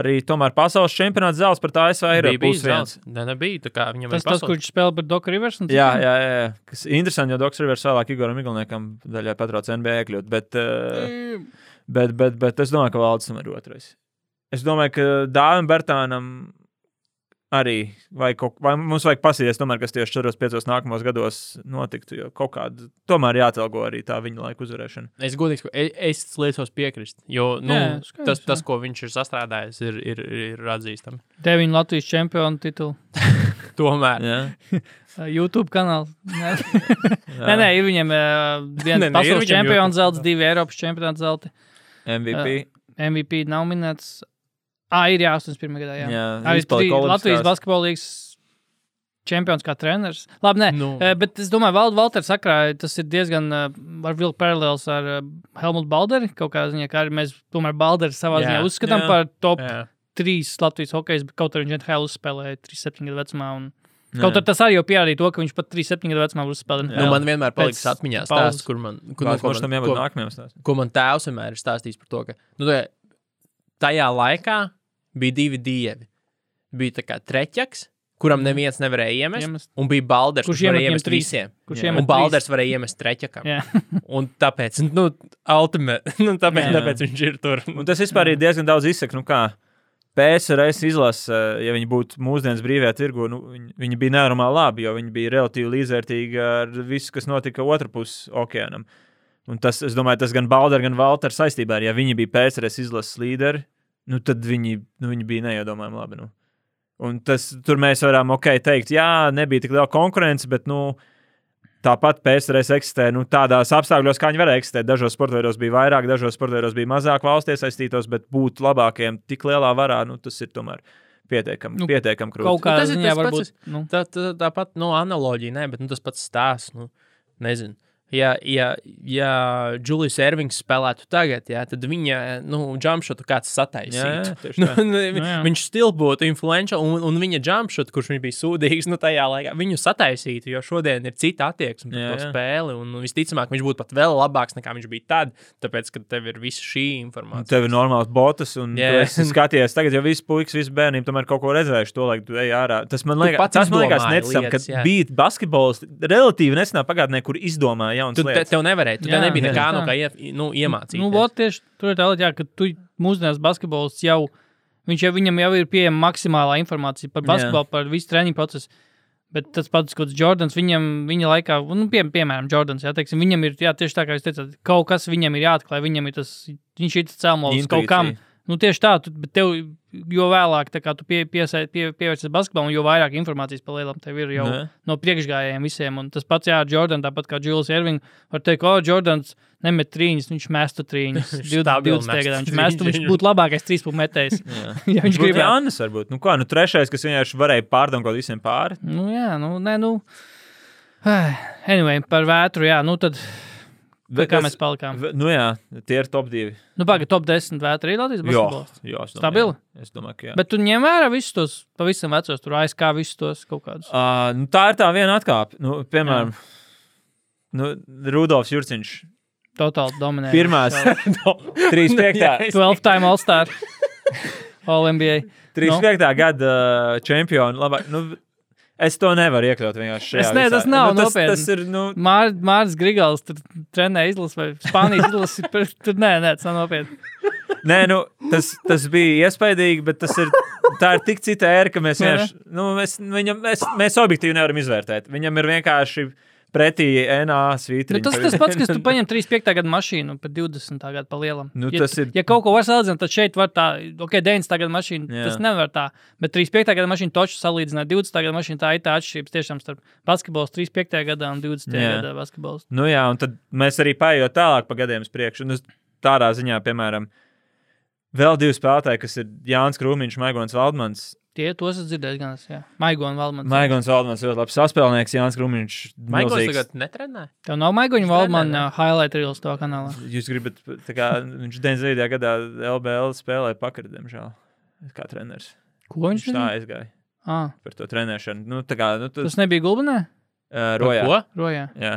C: Arī tomēr pasaules čempionāts zelta par tā ASV ir
A: Bija bijis
C: plus viens.
A: zelts. Nē, nebija. Tā kā viņam
B: Tas,
A: ir
B: tas, kurš spēlē par Doku Rivers. un
C: Jā,
B: citiem?
C: jā, jā. Kas ir interesanti, jo Doks Rivers vēlāk Igoram Miglniekam daļai patrauc NBA iekļūt. Bet, eh, bet, bet, bet es domāju, ka Valdis ir otrais. Es domāju, ka Dāvinam Bertānam arī vai kaut, vai mums vajag pasīties, tomēr, kas tieši 4-5 nākamos gados notiktu. Jo kaut kāda tomēr jāatalgo arī tā viņa laika uzvarēšana.
A: Es godīgi saku, e- es liecos piekrist. Jo nu,
B: Jā,
A: jā,
B: skaidrs,
A: skaidrs, tas,
B: jā.
A: tas, ko viņš ir sastrādājis, ir, ir, ir atzīstami.
B: Deviņu Latvijas čempionu titulu.
A: Tomēr
C: Jā,
B: Uh, YouTube kanāls. Nē. Nē, nē, ir viņam uh, viens
A: Nē, nē, ir
B: pasaules
A: viņam
B: čempions
A: YouTube.
B: zelta, divi Eiropas čempions zelta.
C: MVP.
B: MVP nav minēts. Ah, ir jā, 81. gadā. Jā,
C: Jā,
B: arī
C: izpalika
B: bija
C: olimpiskās.
B: Latvijas basketbolīgs čempions kā treneris. Labi, nē, nu.
A: Nu.
B: bet es domāju, Val Valters sakrāja, tas ir diezgan, eh, var vilkt paralēls ar eh, Helmutu Balderi. Kaut kā ziņā, kā arī mēs tomēr Balderi savā
A: Jā,
B: ziņā uzskatām
C: jā,
B: par top
A: jā.
B: trīs Latvijas hokeja, bet kaut arī viņš NHL uzspēlēja 37 gadu vecumā. Un...
C: Jā.
B: Kaut arī tas arī jau pierādīja to, ka viņš pat 37 gadu vecumā uzspēlēja.
A: Nu, man vienmēr paliks
B: Pēc
A: atmiņā
B: pauzes.
A: tas, kur man kur, nu,
C: Kurš
A: ko
C: kurš tam
A: man-
C: jābūt
A: ko-
C: nākamajam stāstam?
A: ko man tēvs vienmēr ir stāstījis par to, ka nu, tā- tajā laikā bija divi dievi. Bija tā kā treķis, kuram neviens nevarēja iemest,
B: Iemest.
A: un bija balders,
B: Mhm. Kurš
A: kurš, kurš varēja
B: iemet
A: iemest
B: viņiem trīs.
A: visiem.
B: Kurš
C: Jā.
A: Un
B: iemet
A: balders varēja iemest treķakam.
B: Jā.
A: Un tāpēc, nu, ultimate, nu, tāpēc,
B: Jā. Nu,
A: tāpēc viņš ir tur.
C: Un tas vispār ir diezgan daudz izsaka. Nu, kā PSRS izlase, ja viņi būtu mūsdienas brīvajā tirgu, nu, viņi, viņi bija nenormāli labi, jo viņi bija relatīvi līdzvērtīgi ar visu, kas notika otrā pusē okeānam. Un tas, es domāju, tas gan Balders, gan Valters saistībā ir, ja viņi bija PSRS izlases līderi, nu, tad viņi, nu, viņi bija neiedomājami labi. Nu. Un tas, tur mēs varam ok, teikt, jā, nebija tik liela konkurence, bet nu, tāpat PSRS eksistē nu, tādos apstākļos, kā viņi varēja eksistēt. Dažos sportos bija vairāk, dažos sportos bija mazāk valsts iesaistītos, bet būt labākiem tik lielā varā, nu, tas ir tomēr pietiekami,
B: Nu,
C: nu, pietiekami grūti.
B: Kaut kā
A: tas ir
B: ziņā
A: tas
B: varbūt.
A: pats,
B: Nu,
A: Tā, tā, tāpat nu, analoģija, ne, bet nu, tas pats stāsts. Nu, nezinu. Ja, ja, ja Julijs Ervings spēlētu tagad, jā, tad viņa nu, jumpšotu kāds
C: Jā, jā,
A: sataisītu.
C: tieši
A: Nu,
C: tā.
A: nu, vi-
B: jā.
A: viņš stil būtu influential, un, un viņa jumpšotu, kurš viņš bija sūdīgs, nu, tajā laikā viņu sataisītu, jo šodien ir cita attieksme
C: Jā,
A: pret
C: jā.
A: to spēli. Un, un visticamāk, viņš būtu pat vēl labāks nekā viņš bija tad, tāpēc, ka tev ir visa šī
C: Un
A: informācija.
C: Tev ir normāls botas, un
A: Jā.
C: yeah. es skaties, tagad jau viss puikas, viss bērniem tomēr kaut ko redzējuši. To laiku ej ārā. Tas man
A: Tu
C: liekas,
A: pats
C: tas man liekas
A: izdomāji
C: neticami, ka
A: lietas, jā.
C: bija basketbols relatīvi nesenā pagātnē, kur izdomāja jaunu
A: Tu, te,
C: lietu.
A: tev nevarēja, tu
B: Jā,
A: jā, nebija
B: jā.
A: nekā no
B: Tā.
A: kā ie, nu, iemācīties.
B: nu, vot tieši tur ir tā līnija, ka tu mūsdienās basketbols jau, viņš jau, viņam jau ir pieejama maksimālā informācija par
C: Jā.
B: basketbolu, par visu treniņu procesu. Bet tas pats, ko Jordans, viņam, viņa laikā, nu, pie, piemēram, Jordans, jā, teiksim, viņam ir, jā, tieši tā kā jūs teicāt, kaut kas viņam ir jāatklāj, viņam ir tas, viņš ir tas cēlonis kaut kam. Nu, tieši tā, tu, bet tev, jo vēlāk tā kā tu pie, piesai- pie, pievērsies basketbolam, jo vairāk informācijas par lielām tev ir jau ne.
C: Nē.
B: no priekšgājējiem visiem. Un tas pats, jā, ar Jordānu, tāpat kā Julius Ervings, var teikt, o, Jordāns nemet trīņas, viņš mestu trīņas.
A: Viņš
B: 20,
A: stabili
B: 20 gadā viņš
A: mestu
B: mestu, viņš
A: trīņas.
B: būtu labākais trīspunktu metējs.
C: Jā.
B: ja viņš
C: Viņš bija
B: gribētu.
C: Jānis, varbūt. Nu, kā, nu, trešais, kas vienkārši varēja pārdomāt visiem pāri.
B: Nu, jā, nu, nē, nu. Ai, Anyway, par vētru, jā, nu tad pie kā mēs palikām.
C: V- Nu, jā, tie ir top 2.
B: Nu, pagaidi, top 10 vētra ir Latvijas basketbols.
C: jā es domāju,
B: Stabili?
C: jā. Es domāju, ka jā. Bet...
B: Bet tu ņem vērā visus tos pavisam vecos, tur ASK visus tos kaut kādus.
C: Uh, nu, tā ir tā viena atkāpe. Nu, piemēram, nu, Rudolfs Jurciņš.
B: Totāli dominē.
C: Pirmās,
A: Nu,
C: 35.
B: 12 time All Star. All NBA. Nu.
C: 35. gada uh, čempionu. Labāk, nu, es to nevaru iekļaut vienkārši šajā.
B: Es ne,
C: visā.
B: tas nav
C: nu, tas,
B: nopietni.
C: tas ir, nu,
B: Mār, Mārs Grigals tur trenē izlases vai Spānijas izlases. par- Tur nē, nē, tas nav nopietni.
C: Nē, nu, tas, tas bija iespaidīgi, bet tas ir, tā ir tik cita ēra, ka mēs,
B: Nē,
C: vienkārši, nu, mēs, viņam, mēs, mēs objektīvi nevaram izvērtēt. Viņam ir vienkārši pretī NA
B: Nu,
C: svītriņa.
B: tas tas pats, kas tu paņem 35. gada mašīnu par 20. gadu pa lielam.
C: Nu,
B: ja,
C: tas ir-
B: ja kaut ko var salīdzināt, tad šeit var tā, ok, 90. gada mašīna, Jā.
C: Jā.
B: tas nevar tā. Bet 35. gada mašīna toču salīdzināt, 20. gada mašīna tā ir tā atšķirības tiešām starp basketbols 35. gadā un 20.
C: Jā.
B: gadā basketbols.
C: Nu, jā, un tad mēs arī paiet tālāk pa gadiem uz priekšu. Un uz tādā ziņā, piemēram, vēl divi spēlētāji, kas ir Jānis Krūmiņš, Maigons Valdmans.
B: Tie tos es dzirdēju gan es, jā. Maigo un Valmans.
C: Maigons Valdmans ļoti labs saspēlnieks, Jānis Krūmiņš.
A: Maikls
C: milzīgs.
A: tagad netrenē.
B: Tev nav Maigoņa
A: Es trenēju,
B: Valmana
A: jā.
B: uh, highlight reels to kanālā.
C: Jūs gribat, tā kā viņš 90. gadā LBL spēlēja pakaļ, diemžēl, kā treneris.
B: Ko viņš
C: Viņš tā
B: darīja?
C: aizgāja
B: Ah,
C: par to trenēšanu. Nu, tā kā nu, tas
B: tas nebija gulbinē?
C: uh,
A: Par
C: rojā.
A: Ko?
B: Rojā.
C: Jā,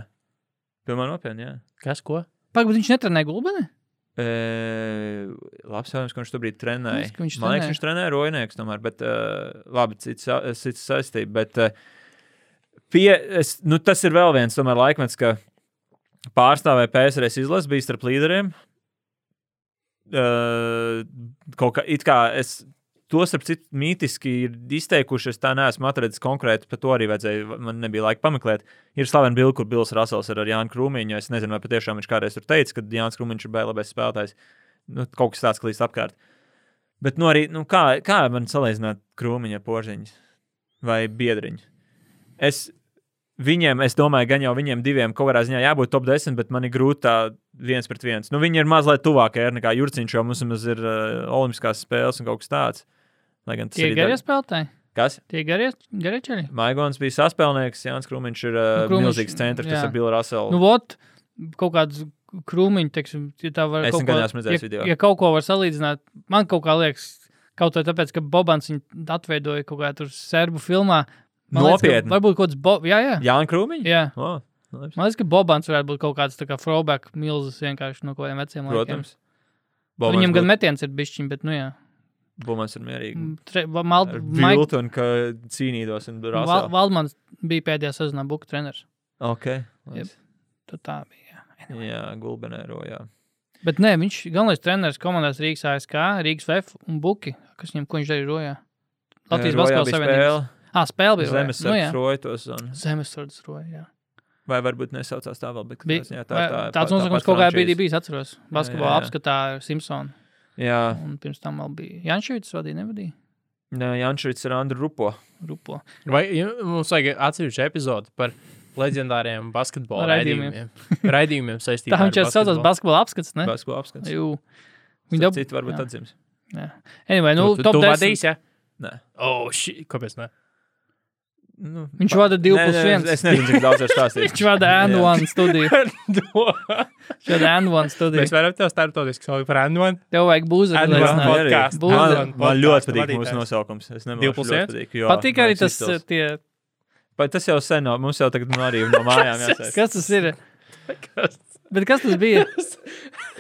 C: pilnīgi nopietni. jā.
A: Kas ko?
B: Pagaid, bet viņš netrenē gulbinē?
C: E, labs jautājums, ko viņš tur bija trenējis.
B: Liekas, ka viņš
C: Man liekas,
B: trenē.
C: viņš trenēja rojnieks, tomēr, bet uh, labi, cits, sa- cits saistība. Bet, uh, pie, es, nu, tas ir vēl viens tomēr, laikmets, ka pārstāvēja PSRS izlases bija starp līderiem. Uh, kaut kā, it kā es to starp citu mītiski ir izteikuši, es tā neesmu atradzis konkrēti, par to arī vajadzēja, man nebija laika pameklēt. Ir slavena bilde, kur Bills Rasels ir ar Jānu Krūmiņu. Es nezinu, vai patiešām viņš kādreiz tur teica, ka Jānis Krūmiņš ir bēlabais spēlētājs. Nu, kaut kas tāds klīst apkārt. Bet, nu, arī, nu, kā, kā man salīdzināt krūmiņa požiņas vai biedriņu? Es, viņiem, es domāju, gan jau viņiem diviem kaut kādā ziņā jābūt top 10, bet man ir grūti tā viens pret viens. Nu, viņi ir mazliet tuvāk ir nekā Jurciņš, jo mums vismaz ir uh, Olimpiskās spēles un kaut kas tāds. Lai gan tas
B: Tie
C: ir
B: garie spēlētāji.
C: Kas?
B: Tie garie, garie čeļi.
C: Maigons bija saspēlnieks, Jānis Krūmiņš ir uh,
B: Nu, Krūmiņš,
C: milzīgs centrs, kas
B: jā.
C: ir Bills Rasels.
B: Nu, vot, kaut kāds krūmiņš, teiksim, ja tā var
C: Es
B: kaut
C: nekad
B: ko-
C: neesmu redzējis
B: ja,
C: video.
B: Ja kaut ko var salīdzināt, man kaut kā liekas, kaut vai tāpēc, ka Bobans viņu atveidoja kaut kādā tur serbu filmā. Man Liekas,
C: Nopietni?
B: ka, varbūt kaut kāds, bo... jā, jā.
C: Jānis Krūmiņš?
B: jā.
C: Oh, labs.
B: Man liekas, ka Bobans varētu būt kaut kāds tā kā throwback milzis vienkārši no kaut kādiem veciem laikiem.
C: Protams.
B: Bobans Nu, Viņam gan metiens ir bišķiņ, bet, nu jā.
C: Bumans ir mierīgi.
B: Tre, va, mal,
C: Ar
B: Maik,
C: Viltu un ka cīnītos un
B: Val,
C: brāzēs.
B: Valdmans bija pēdējā sezonā buku treneris.
C: Okay.
B: Jep. Tad tā bija. jā.
C: Jā, Gulbenēro, jā.
B: Bet nē, viņš galvenais treneris komandās Rīgas ASK, Rīgas VF un Buki. Kas viņam, ko viņš darīja rojā? Latvijas
C: Rojā
B: Basketbola
C: bija
B: Savienības. Ah, spēle bija
C: Zemes
B: Zemes rojā. Nu,
C: rojotos un,
B: jā. Zemesardzes roja. Jā.
C: vai varbūt nesaucās tā vēl, bet
B: Bija,
C: katrā ziņā
B: tā,
C: tā,
B: tāds nosaukums kaut kādā brīdī bijis, atceros.
C: jā,
B: Basketbolā
C: jā.
B: apskatā ar Simpsonu.
C: Jā,
B: Un pirms tam vēl bija Jančevits vadīja, nevadīja
C: Nē, Jančevits ir Andru Rupo.
B: Rupo.
A: Vai jum- mums vajag atsevišķu epizodi par leģendāriem basketbola
B: Raidījumiem.
A: raidījumiem? Raidījumiem saistībā
B: Tā viņš jau
A: ar
B: saucās
A: basketbolu.
B: basketbola apskats, ne?
C: Basko apskats.
B: Jū. Viņa
C: Viņa
B: dab...
C: citu varbūt
B: jā.
C: atzims.
B: Anyway, nu,
A: Tu- tu-
B: top
A: Tu
B: 10.
A: vadīsi, jā?
C: Nē.
A: Oh, shit, kāpēc ne?
C: Nu,
B: Viņš
C: pa-
B: vada divu
C: Nē,
B: plus
C: nē,
B: viens.
C: Es nezinu, cik daudz var stāstīt.
B: Viņš vada
C: Jā.
B: N1 studiju. Viņš vada N1 studiju.
A: Mēs varam tev startautiski saukt par Anvanu.
B: Tev vajag būzēt.
A: N1
B: lai
C: Jā,
B: Nu, es ne-
A: podcasts.
C: arī.
A: podcastu.
C: Man,
A: Būs-
C: man ļoti
A: podcastu
C: patīk mūsu
A: vadītājs.
C: nosaukums. Es
A: Divi
C: nemanu,
A: plus
C: ļoti
A: viens?
C: patīk. jo
B: Patīk arī
C: man
B: tas,
C: izcils.
B: eh, tie
C: Vai tas jau sen nav? Mums jau tagad nu, arī no mājām jāsaka.
B: Kas tas ir? Bet kas tas bija?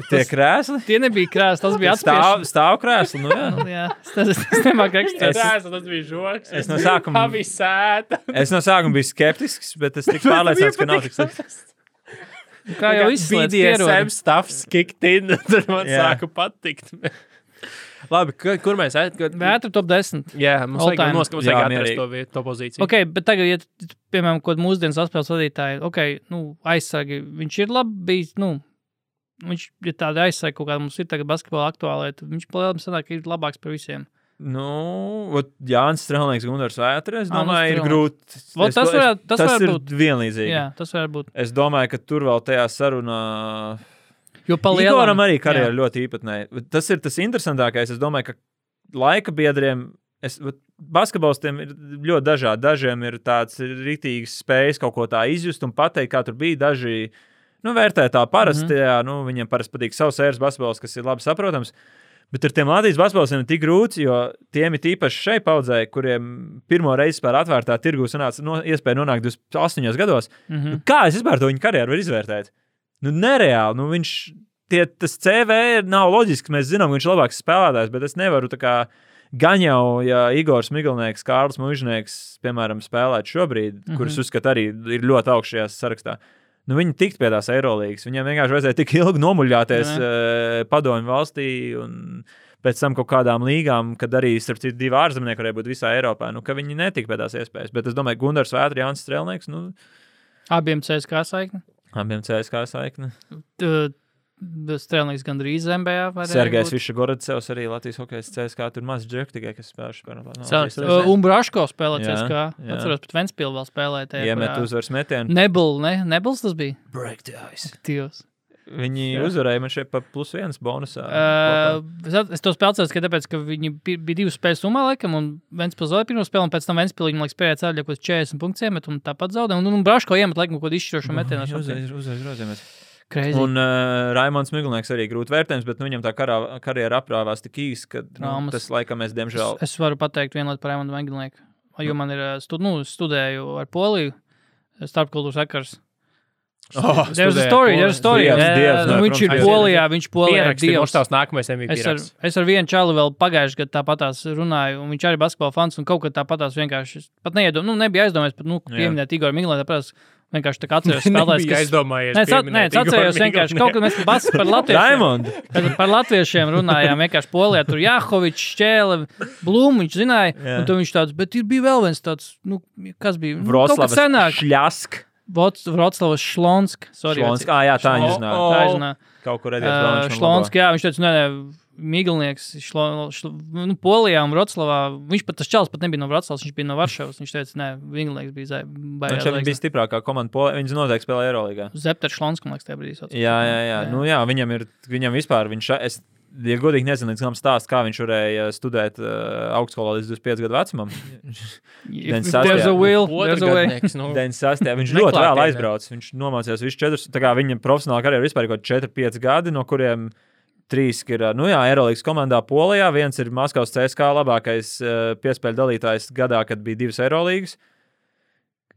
C: Tie krēsli?
B: Tie nebija krāsa, tas bija
C: Stāv,
B: atspērts.
C: stāv krēsli, nu jā.
B: Jā, tas ir nemāk
A: Es
B: ekstrēms.
A: domāju, tas bija žoks.
C: Es no sākuma-
A: Tā bija sēta.
C: Es no sākuma biju skeptisks, bet es tik pārliecināts, ka nav tik slikti.
B: Kā jau izslēdz
A: BDSM
B: pierodi.
A: stuffs kicked in, tad man
C: Jā.
A: yeah. sāka patikt. Labi, ka- kur mēs ejam?
B: Vētra top 10.
A: Jā, mums
B: All
A: vajag
B: time.
A: noskaidrot,
C: Jā,
A: kā atrast
C: mierīgi.
A: to, vietu, to pozīciju.
B: Ok, bet tagad, ja, tu, piemēram, kaut kāda mūsdienas atspēles vadītāja, ok, nu, aizsargi, viņš ir labi bijis, nu, viņš ir tāda aizsaka, kaut kāda mums ir tagad basketbolā aktuālā, tad viņš palielam sanāk, ka ir labāks par visiem.
C: Nu, ot, Jānis Strēlnieks, Gunārs Vētra. Es
B: Ā, nu,
C: domāju, ir
B: Strēlnieks.
C: grūti.
B: Vot
C: Es
B: tas
C: to- es-
B: varētu- tas
C: tas
B: varētu
C: ir
B: būt.
C: vienlīdzīgi.
B: Jā, tas var būt.
C: Es domāju, ka tur vēl tajā sarunā.
B: Jo
C: Palielam
B: palielam,
C: arī karjeru ļoti īpatnēji. Tas ir tas interesantākais. Es domāju, ka laika biedriem. Es, vat Basketbolistiem ir ļoti dažādi. Dažiem ir tāds rītīgs spējas kaut ko tā izjust un pateikt, kā tur bija. Daži nu, vērtē tā parastajā, mm -hmm. nu, viņiem parasti patīk savs ēras basketbols, kas ir labi saprotams. Bet ar tiem Latvijas basketbolistiem ir tik grūti, jo tiem ir īpaši šai paudzē, kuriem pirmo reizi spēlē atvērtā tirgu, sanāca no, iespēja nonākt 28 gados.
B: mm
C: Nu,
B: -hmm.
C: kā es vispār to viņa karjeru varu izvērtēt? Nu, nereāli. Nu, viņš, tie, tas CV ir- nav loģisks. Mēs zinām, ka viņš ir labāks spēlētājs, bet es nevaru tā kā gan jau, ja Igors Miglnieks, Kārlis Mūžnieks, piemēram, spēlēt šobrīd, mm -hmm.
B: Mhm.
C: kurus uzskatu arī ir ļoti augšējā sarakstā. Nu, viņi tikt pie tās aerolīgas. Viņiem vienkārši vajadzēja tik ilgi nomuļāties
B: Jā,
C: uh, padomju valstī un pēc tam kaut kādām līgām, kad arī, starp citu, divi ārzemnieki varēja būt visā Eiropā. Nu, ka viņi netika pie tās iespējas. Bet es domāju, Gunārs Vētra, Jānis Strēlnieks, nu,
B: abiem CSK saikni.
C: abiem CSK saikni.
B: T- Strēlnieks gandrīz Zembējā. varēja
C: Sergejs
B: būt.
C: Višķigorats arī Latvijas hokeja scēlās, kā tur maz džeku tikai, kas spēlē spēlē.
B: Celtics. Uh, Un Braško spēlē
C: Jā,
B: CSK.
C: jā.
B: Atceros, pat Ventspils vēl spēlēja tajā.
C: Iemet
B: parā.
C: uzvaras metienu.
B: Nebul, ne? Nebuls tas bija.
C: Break the ice.
B: Tīvs.
C: Viņi
B: Jā.
C: uzvarēja man šeit pa plus viens bonusā.
B: Uh, es at- es to spēlēju, tikai tāpēc, ka viņi pi- bija divas spēles summā, laikam, un Ventspils zaudēja pirmo spēli, un pēc tam Ventspils viņam, laikam, spēlēja ceļā, ko 40 punktus iemet, un tāpat zaudēja. Un, un Braško iemet, laikam, kaut kādu izšķirošu metienu.
C: Viņi
B: ar something.
C: uzreiz- uzreiz rozījāmies.
B: Crazy.
C: Nu, Un uh, Raimons Miglnieks arī grūti vērtējums, bet nu, viņam tā karā, karjera aprāvās tik īsi, ka nu,
B: Traumas.
C: tas laikam mēs diemžēl.
B: Es, es varu pateikt vienu lietu par Raimondu Mengelnieku. Jo man ir eh, stu, nu, studēju ar Poliju, eh, starpkultūras sakars.
A: Oh,
B: There's a story, there's a story.
C: Dievs,
B: Jā,
C: dievs,
B: nu,
C: nē,
B: viņš ir
C: protams,
B: Polijā, viņš Polijā ir
A: Pierakstīju, kurš
B: Dievs.
A: tavs nākamais MVP
B: Es ar,
A: raksts.
B: es ar vienu čalu vēl pagājušajā gadā tāpatās runāju, un viņš arī bija basketbola fans. un Kaut kā tāpatās vienkārši. es Pat neiedomājos, nu, nebija aizdomājis, bet nu,
C: Jā.
B: pieminēt Igoru Miglē, tāpēc vienkārši tā kā atceros spēlētājs.
A: Nebija aizdomājies.
B: Nē, es at- nē,
A: pieminēt
B: es atceros
A: Igoru
B: vienkārši
A: Miglnieku.
B: kaut ko mēs par bas- par Latviju.
C: Raimond!
B: Kad par latviešiem runājām, vienkārši polijā tur Jāhovičs, Čēle, Blūms, viņš zināja,
C: Jā.
B: yeah. un tur viņš tāds, bet ir bija vēl viens tāds, nu, kas bija nu, kaut kas
C: Vroclavs.
B: senāk.
C: Šļask.
B: Vots- Vroclavas Šlonsk, sorry.
C: Šlonsk. Ah, jā, tā
A: Šlo-
C: viņš
A: o,
C: zināja.
B: Tā ir zināma.
C: Kaut kur redzēt. vēl
B: Uh,
C: viņš man
B: Šlonsk,
C: labo.
B: jā, viņš teica, nē, nē, Miglnieks, šlo, šlo, nu, Polijā un Vroclavā. Viņš pat tas čels pat nebija no Vroclavas, viņš bija no Varšavas. Viņš teica, nē, Miglnieks bija zai-
C: Viņš jau
B: baigās.
C: bija stiprākā komanda. Pol- Viņš noteikti spēlēja Eirolandā.
B: Zepter Šlonskam, liekas, tajā brīdī. sauc.
C: Jā, jā, jā.
B: Jā.
C: Nu, jā viņam ir, viņam vispār, viņš, es, ja godīgi nezinu, līdz galam stāst, kā viņš varēja studēt uh, augstskolā līdz 25 gadu vecumam.
B: If
C: Densas,
B: There's
C: jā.
B: a will, there's a way.
A: Otrgadnieks, nu.
C: 96. Viņš
A: Neklātienē.
C: ļoti vēl aizbrauca. Viņš nomācījās visu četrus. Tā kā viņa profesionāla karjera vispār ir kaut kādi 4-5 gadi, no kuriem trīs ir, uh, nu jā, Eirolandas komandā Polijā. Viens ir Maskavas CSK labākais uh, piespēļu dalītājs gadā, kad bija divas Eirolandas.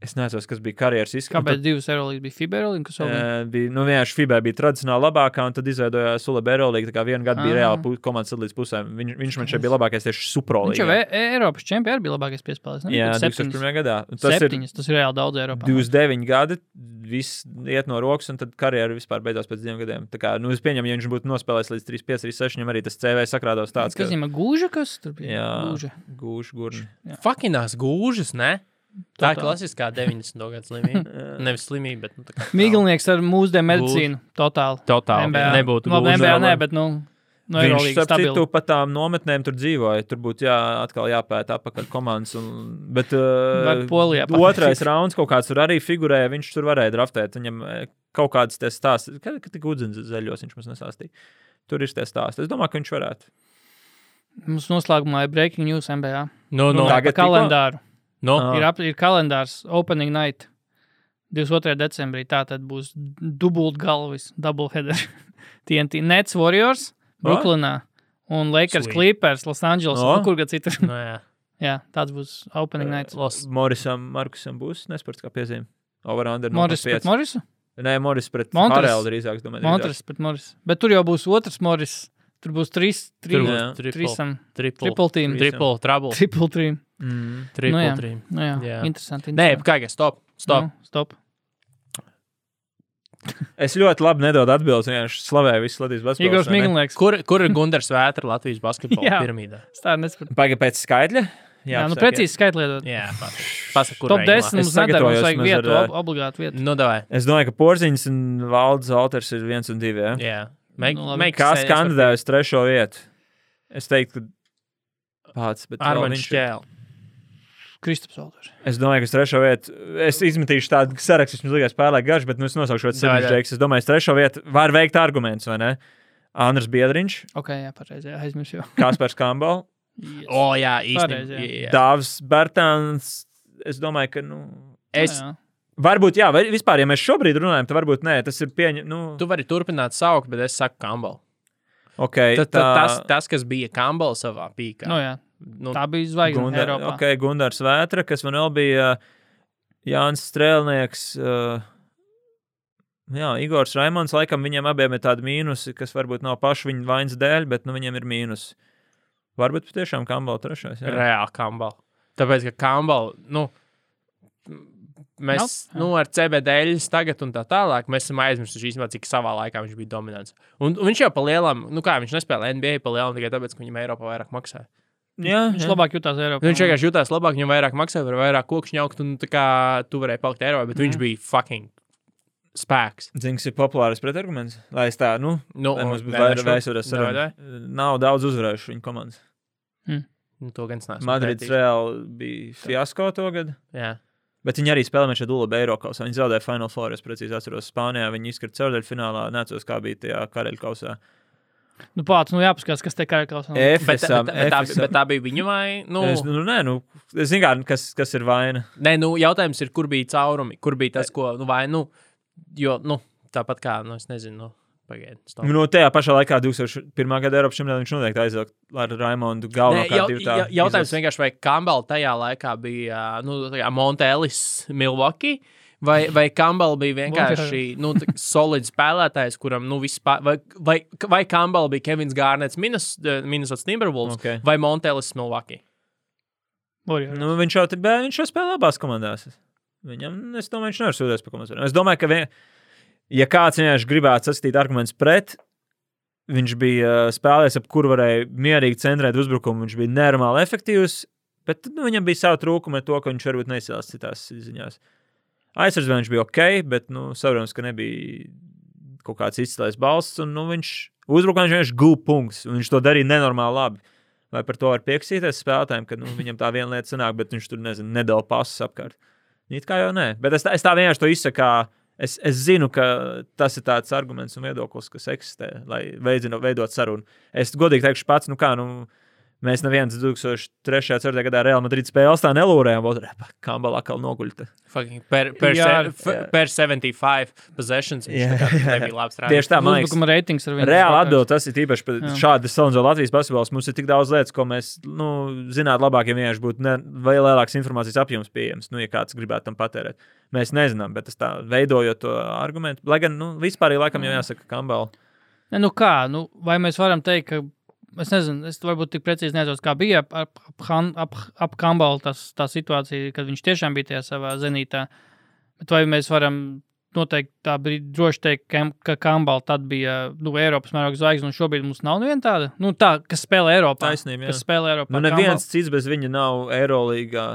C: Es nezinu, kas bija karjeras izskats.
B: Kāpēc divas aerolīgas bija Fiberoli un kas vēl? bija?
C: Eh, bija, nu, vienkārši FIBA bija tradicionāli labākā, un tad izveidojās Sula Berlīga. Tā kā vienu gadu bija
B: Ah.
C: reāli pu- komandas sadalīts pusēm. Viņš, viņš man šeit bija labākais tieši
B: Viņš jau E-
C: suprolīgā.
B: Eiropas čempions bija labākais piespēlētājs. ne?
C: Jā,
B: Kaut septiņas.
C: 2001. gadā. Un Tas ir
B: Septiņas, tas ir reāli daudz Eiropā.
C: 29 gadi, viss iet no rokas, un tad karjera vispār beidzās pēc diviem gadiem. Tā kā, nu, es pieņemu, ja viņš būtu nospēlējis līdz 3, 5, 6, viņam arī tas CV sakrādās
B: Kas
C: tāds, ka
B: viņam ir gūža, kas tur bija?
C: Jā.
B: Gūža.
C: gūši, gurni.
A: Fakinās gūžas, ne? Tā
B: Totāli.
A: ir klasiskā 90. gada slimība. Nevis slimība, bet nu, tā kā.
B: Miglinieks ar mūsdienu medicīnu. Totāli.
A: Totāli.
B: NBA.
A: Nebūtu
B: nu, labi,
A: gūža.
B: NBA, nē, bet nu, no
C: Viņš
B: Eirolandes
C: starp citu
B: stabilu.
C: pat tām nometnēm tur dzīvoja. Tur būtu jā, atkal jāpēta apakaļ komandas. Un, bet
B: Vajag
C: uh,
B: Polijā pamēģināt.
C: otrais rauns kaut kāds tur arī figurēja. Viņš tur varēja draftēt. Viņam eh, kaut kāds tas stāsts, kad ka tik udzins zaļos viņš mums nesāstīja. Tur ir tas stāsts. Es domāju, ka viņš varētu.
B: Mums noslēgumā ir breaking news NBA.
A: Nu, nu,
B: Nu,
C: tagad
B: tagad
C: tikko?
B: kalendāru.
A: nu.
C: Ah.
B: Ir, ap, ir kalendārs opening night. 22. decembrī tā tad būs dubult galvis, double header. TNT Nets Warriors,
C: Vai?
B: Brooklynā un Lakers
A: Ah. Sweet.
B: Clippers, Los Angeles,
C: No.
B: no. kur gan citur.
A: Nu, jā.
B: Jā, tāds būs
A: Eh,
B: opening night.
A: Los-
C: Morisam, Markusam būs nesports kā piezīme. Overander
B: Morris pret
C: 0,5.
B: Morisu?
C: Nē, Moris pret
B: Montres.
C: Montrelu drīzāk. domāju, drīzāk.
B: Montres pret Morisu. Bet tur jau būs otrs Moris. Tur būs trīs,
A: Tur
B: trīs,
A: būs triple-
B: trīsam,
A: triple-
B: triple team.
C: Trīs.
A: triple trouble.
B: Triple team.
C: Mm.
B: Nu,
A: Triple
B: jā.
A: team.
B: Nu, jā, jā.
A: Jā.
B: interesanti.
A: Nē, pagaidi, stop. Stop.
B: Nu, stop.
C: Es ļoti labi nedodu atbildi. Viņš slavēja visu Latvijas basketbolu.
B: Igors Miglnieks.
A: Kur, kur ir Gunārs Vētra Latvijas basketbola
B: Jā.
A: piramīdā?
B: Es tā nesaprotu.
C: Pagaidām pēc skaitļa.
B: Jā, nu precīzi skaitlietot.
A: Jā, pa- pasaka, kur
B: Top 10 mums
C: Es
B: nedara, mums
C: sagatavojos
B: vajag
C: maz
B: vietu,
C: ar, Mm.
B: ob obligātu vietu.
A: Nu, davai.
C: Es domāju, ka Porziņš un Valdis Alters ir viens un divi. Ja?
A: Jā. Make,
B: Nu, labi.
A: make
C: Kas
A: sense.
C: kandidē uz trešo vietu? Es teiktu, ka pats. bet vēl
A: Armani
C: viņš-
A: Šķēl.
B: Kristaps Alders.
C: Es domāju, ka uz trešo vietu es izmetīšu tādu sarakstu, kas man liekas pārāk garš, bet nu, es nosaukšu to
A: Jā, jā.
C: Sēmijas Džeksa. Es domāju, ka trešo vietu var veikt arguments, vai ne? Andrēs Biedriņš,
B: Ok, jā, pareizi, jā, aizmirsu jau.
C: Kaspars Kambals,
B: Yes.
A: O, jā,
B: Pareizi,
A: īstenībā.
B: jā.
A: jā, jā.
C: Dāvs Bērtāns. Es domāju, ka. Nu,
A: Es,
B: Jā,
C: varbūt, jā, vai vispār, ja mēs šobrīd runājam, tad varbūt nē, tas ir pieņemts. Nu,
A: tu vari turpināt saukt, bet es saku Kambala.
C: okay,
A: Tas, tas, tas, kas bija Kambala savā pīkā.
B: nu, jā.
A: nu,
B: tā bija zvaigzne
C: Gunda-
B: Eiropā.
C: ok, Gunārs Vētra, kas man vēl bija uh, Jānis Strēlnieks. Uh, jā, Igors Raimons, laikam viņiem abiem ir tādi mīnusi, kas varbūt nav pašu viņa vainas dēļ, bet nu, viņiem ir mīnusi. Varbūt patiešām Kambala trešais. Jā.
A: reāli Kambala. Tāpēc, ka Kambala, nu, mēs,
B: Nav?
A: nu, ar CBD tagad un tā tālāk, mēs esam aizmirsuši īstenībā, cik savā laikā viņš bija dominants. Un, un viņš jau pa lielam, nu kā viņš nespēlēja NBA pa lielam tikai tāpēc, ka viņam Eiropā vairāk maksāja.
C: Jā,
B: Viņš
C: jā.
B: labāk jutās Eiropā.
A: Viņš vienkārši jutās labāk, viņam vairāk maksāja, var vairāk kokšņu augt, un tā kā tu varēji palikt Eiropā, bet mm. viņš bija fucking spēks.
C: Zings ir populārs pretarguments. Lai es tā, nu,
A: Nu,
C: lai mums būtu
A: vēl
C: vairāk
A: šo?
C: vēstures
A: Davai,
C: sarunu. Nav daudz uzvarējuši viņa komandas.
A: Nu, to gan es neesmu.
C: Madrids
A: pētījis.
C: reāli bija fiasko tagad.
A: Jā.
C: Bet viņi arī spēlēja šeit Ulu Eiropasā. Viņi zaudēja Final Four. Es precīzi atceros, Spānijā viņi izkrita ceturtajā finālā. Nācos, kā bija tajā karaļkausā.
B: Nu, pats, nu jāpaskatās, kas te karakās.
C: E,
A: Bet, bet,
C: Efesam,
A: bet, tā,
C: Efesam.
A: bet tā bija viņa vai? Nu,
C: Es, nu, nē, nu, es zinu, kā, kas, kas ir vaina.
A: Nē, nu, jautājums ir, kur bija caurumi, kur bija tas, ko nu, vai nu, jo, nu, tāpat kā, nu, es nezinu, nu, pagaidiet.
C: No Nu, tajā pašā laikā, 2001. gada Eiropas čempionātā, viņš noteikti aizjāja ar Raimondu galvā.
A: Jau, jau- jautājums vienkārši, vai Kambala tajā laikā bija nu, tā kā Montelis, Milwaukee, vai, vai Kambala bija vienkārši nu, tā kā solids spēlētājs, kuram nu, vispār, vai, vai, vai Kambala bija Kevins Gārnets, Minas- eh, Minnesota Timberwolves,
C: Okay.
A: okay. vai Montelis, Milwaukee?
B: Nu,
C: Nu, viņš jau tur bija, viņš jau spēlēja abās komandās. Viņam, es domāju, viņš nevar sūdzēties par komandas. varu. Es domāju, ka, vien, ja kāds vienkārši gribētu saskatīt argumentus pret, viņš bija uh, spēlējis, ap kuru varēja mierīgi centrēt uzbrukumu. Viņš bija nenormāli efektīvs, bet nu, viņam bija savi trūkumi ar to, ka viņš varbūt neizcēlās citās ziņās. Aizsardzībā viņš bija ok, bet, nu, saprotams, ka nebija kaut kāds izcēlējis balsts, un nu, viņš uzbrukumā viņš vienkārši gūja punktus. un Viņš to darīja nenormāli labi. Vai par to var pieksīties spēlētājiem, ka nu, viņam tā viena lieta sanāk, bet viņš tur nezina, nedala pasas apkārt. It kā jau nē, bet es tā, es tā vienkārši to izsaku. kā Es, es zinu, ka tas ir tāds arguments un viedoklis, kas eksistē, lai veidot, veidot sarunu. Es godīgi teikšu, pats, nu kā, nu, mēs neviens 2003. un 2004. gadā Real Madrid spēlē tā nelūrējām, otrā kā balā kā noguļta.
A: Fucking Per, per,
B: Jā,
A: se, f, per 75 possessions. Viņš
C: Jā,
A: tā kā
C: jā.
A: nebija labs strādājums.
C: Tieši tā, man liekas,
B: Uzbrukuma reitings ar vienu.
C: Reāli atbildot, tas ir īpaši par
B: Jā.
C: šādu salīdzinājumu Latvijas basketbols. Mums ir tik daudz lietas, ko mēs nu, zinām labāk, ja vienkārši būtu ne, vai lielāks informācijas apjoms pieejams, nu, ja kāds gribētu tam patērēt. Mēs nezinām, bet tas tā veidojot to argumentu. Lai gan nu, vispār ir laikam jau jāsaka, ka Kambala.
B: Ne, nu kā, nu, vai mēs varam teikt, ka. Es nezinu, es varbūt tik precīzi nezinu, kā bija ap, ap, ap, Han- ap, ap Kambalu tas, tā situācija, kad viņš tiešām bija tajā savā zenītā. Bet vai mēs varam noteikti tā brīdi droši teikt, ka, ka Kambala tad bija nu, Eiropas mēroga zvaigzne, un šobrīd mums nav neviena tāda? Nu, tā, kas spēlē Eiropā.
C: Taisnība, jā.
B: Kas spēlē Eiropā.
C: Nu, neviens cits bez viņa nav Eirolandā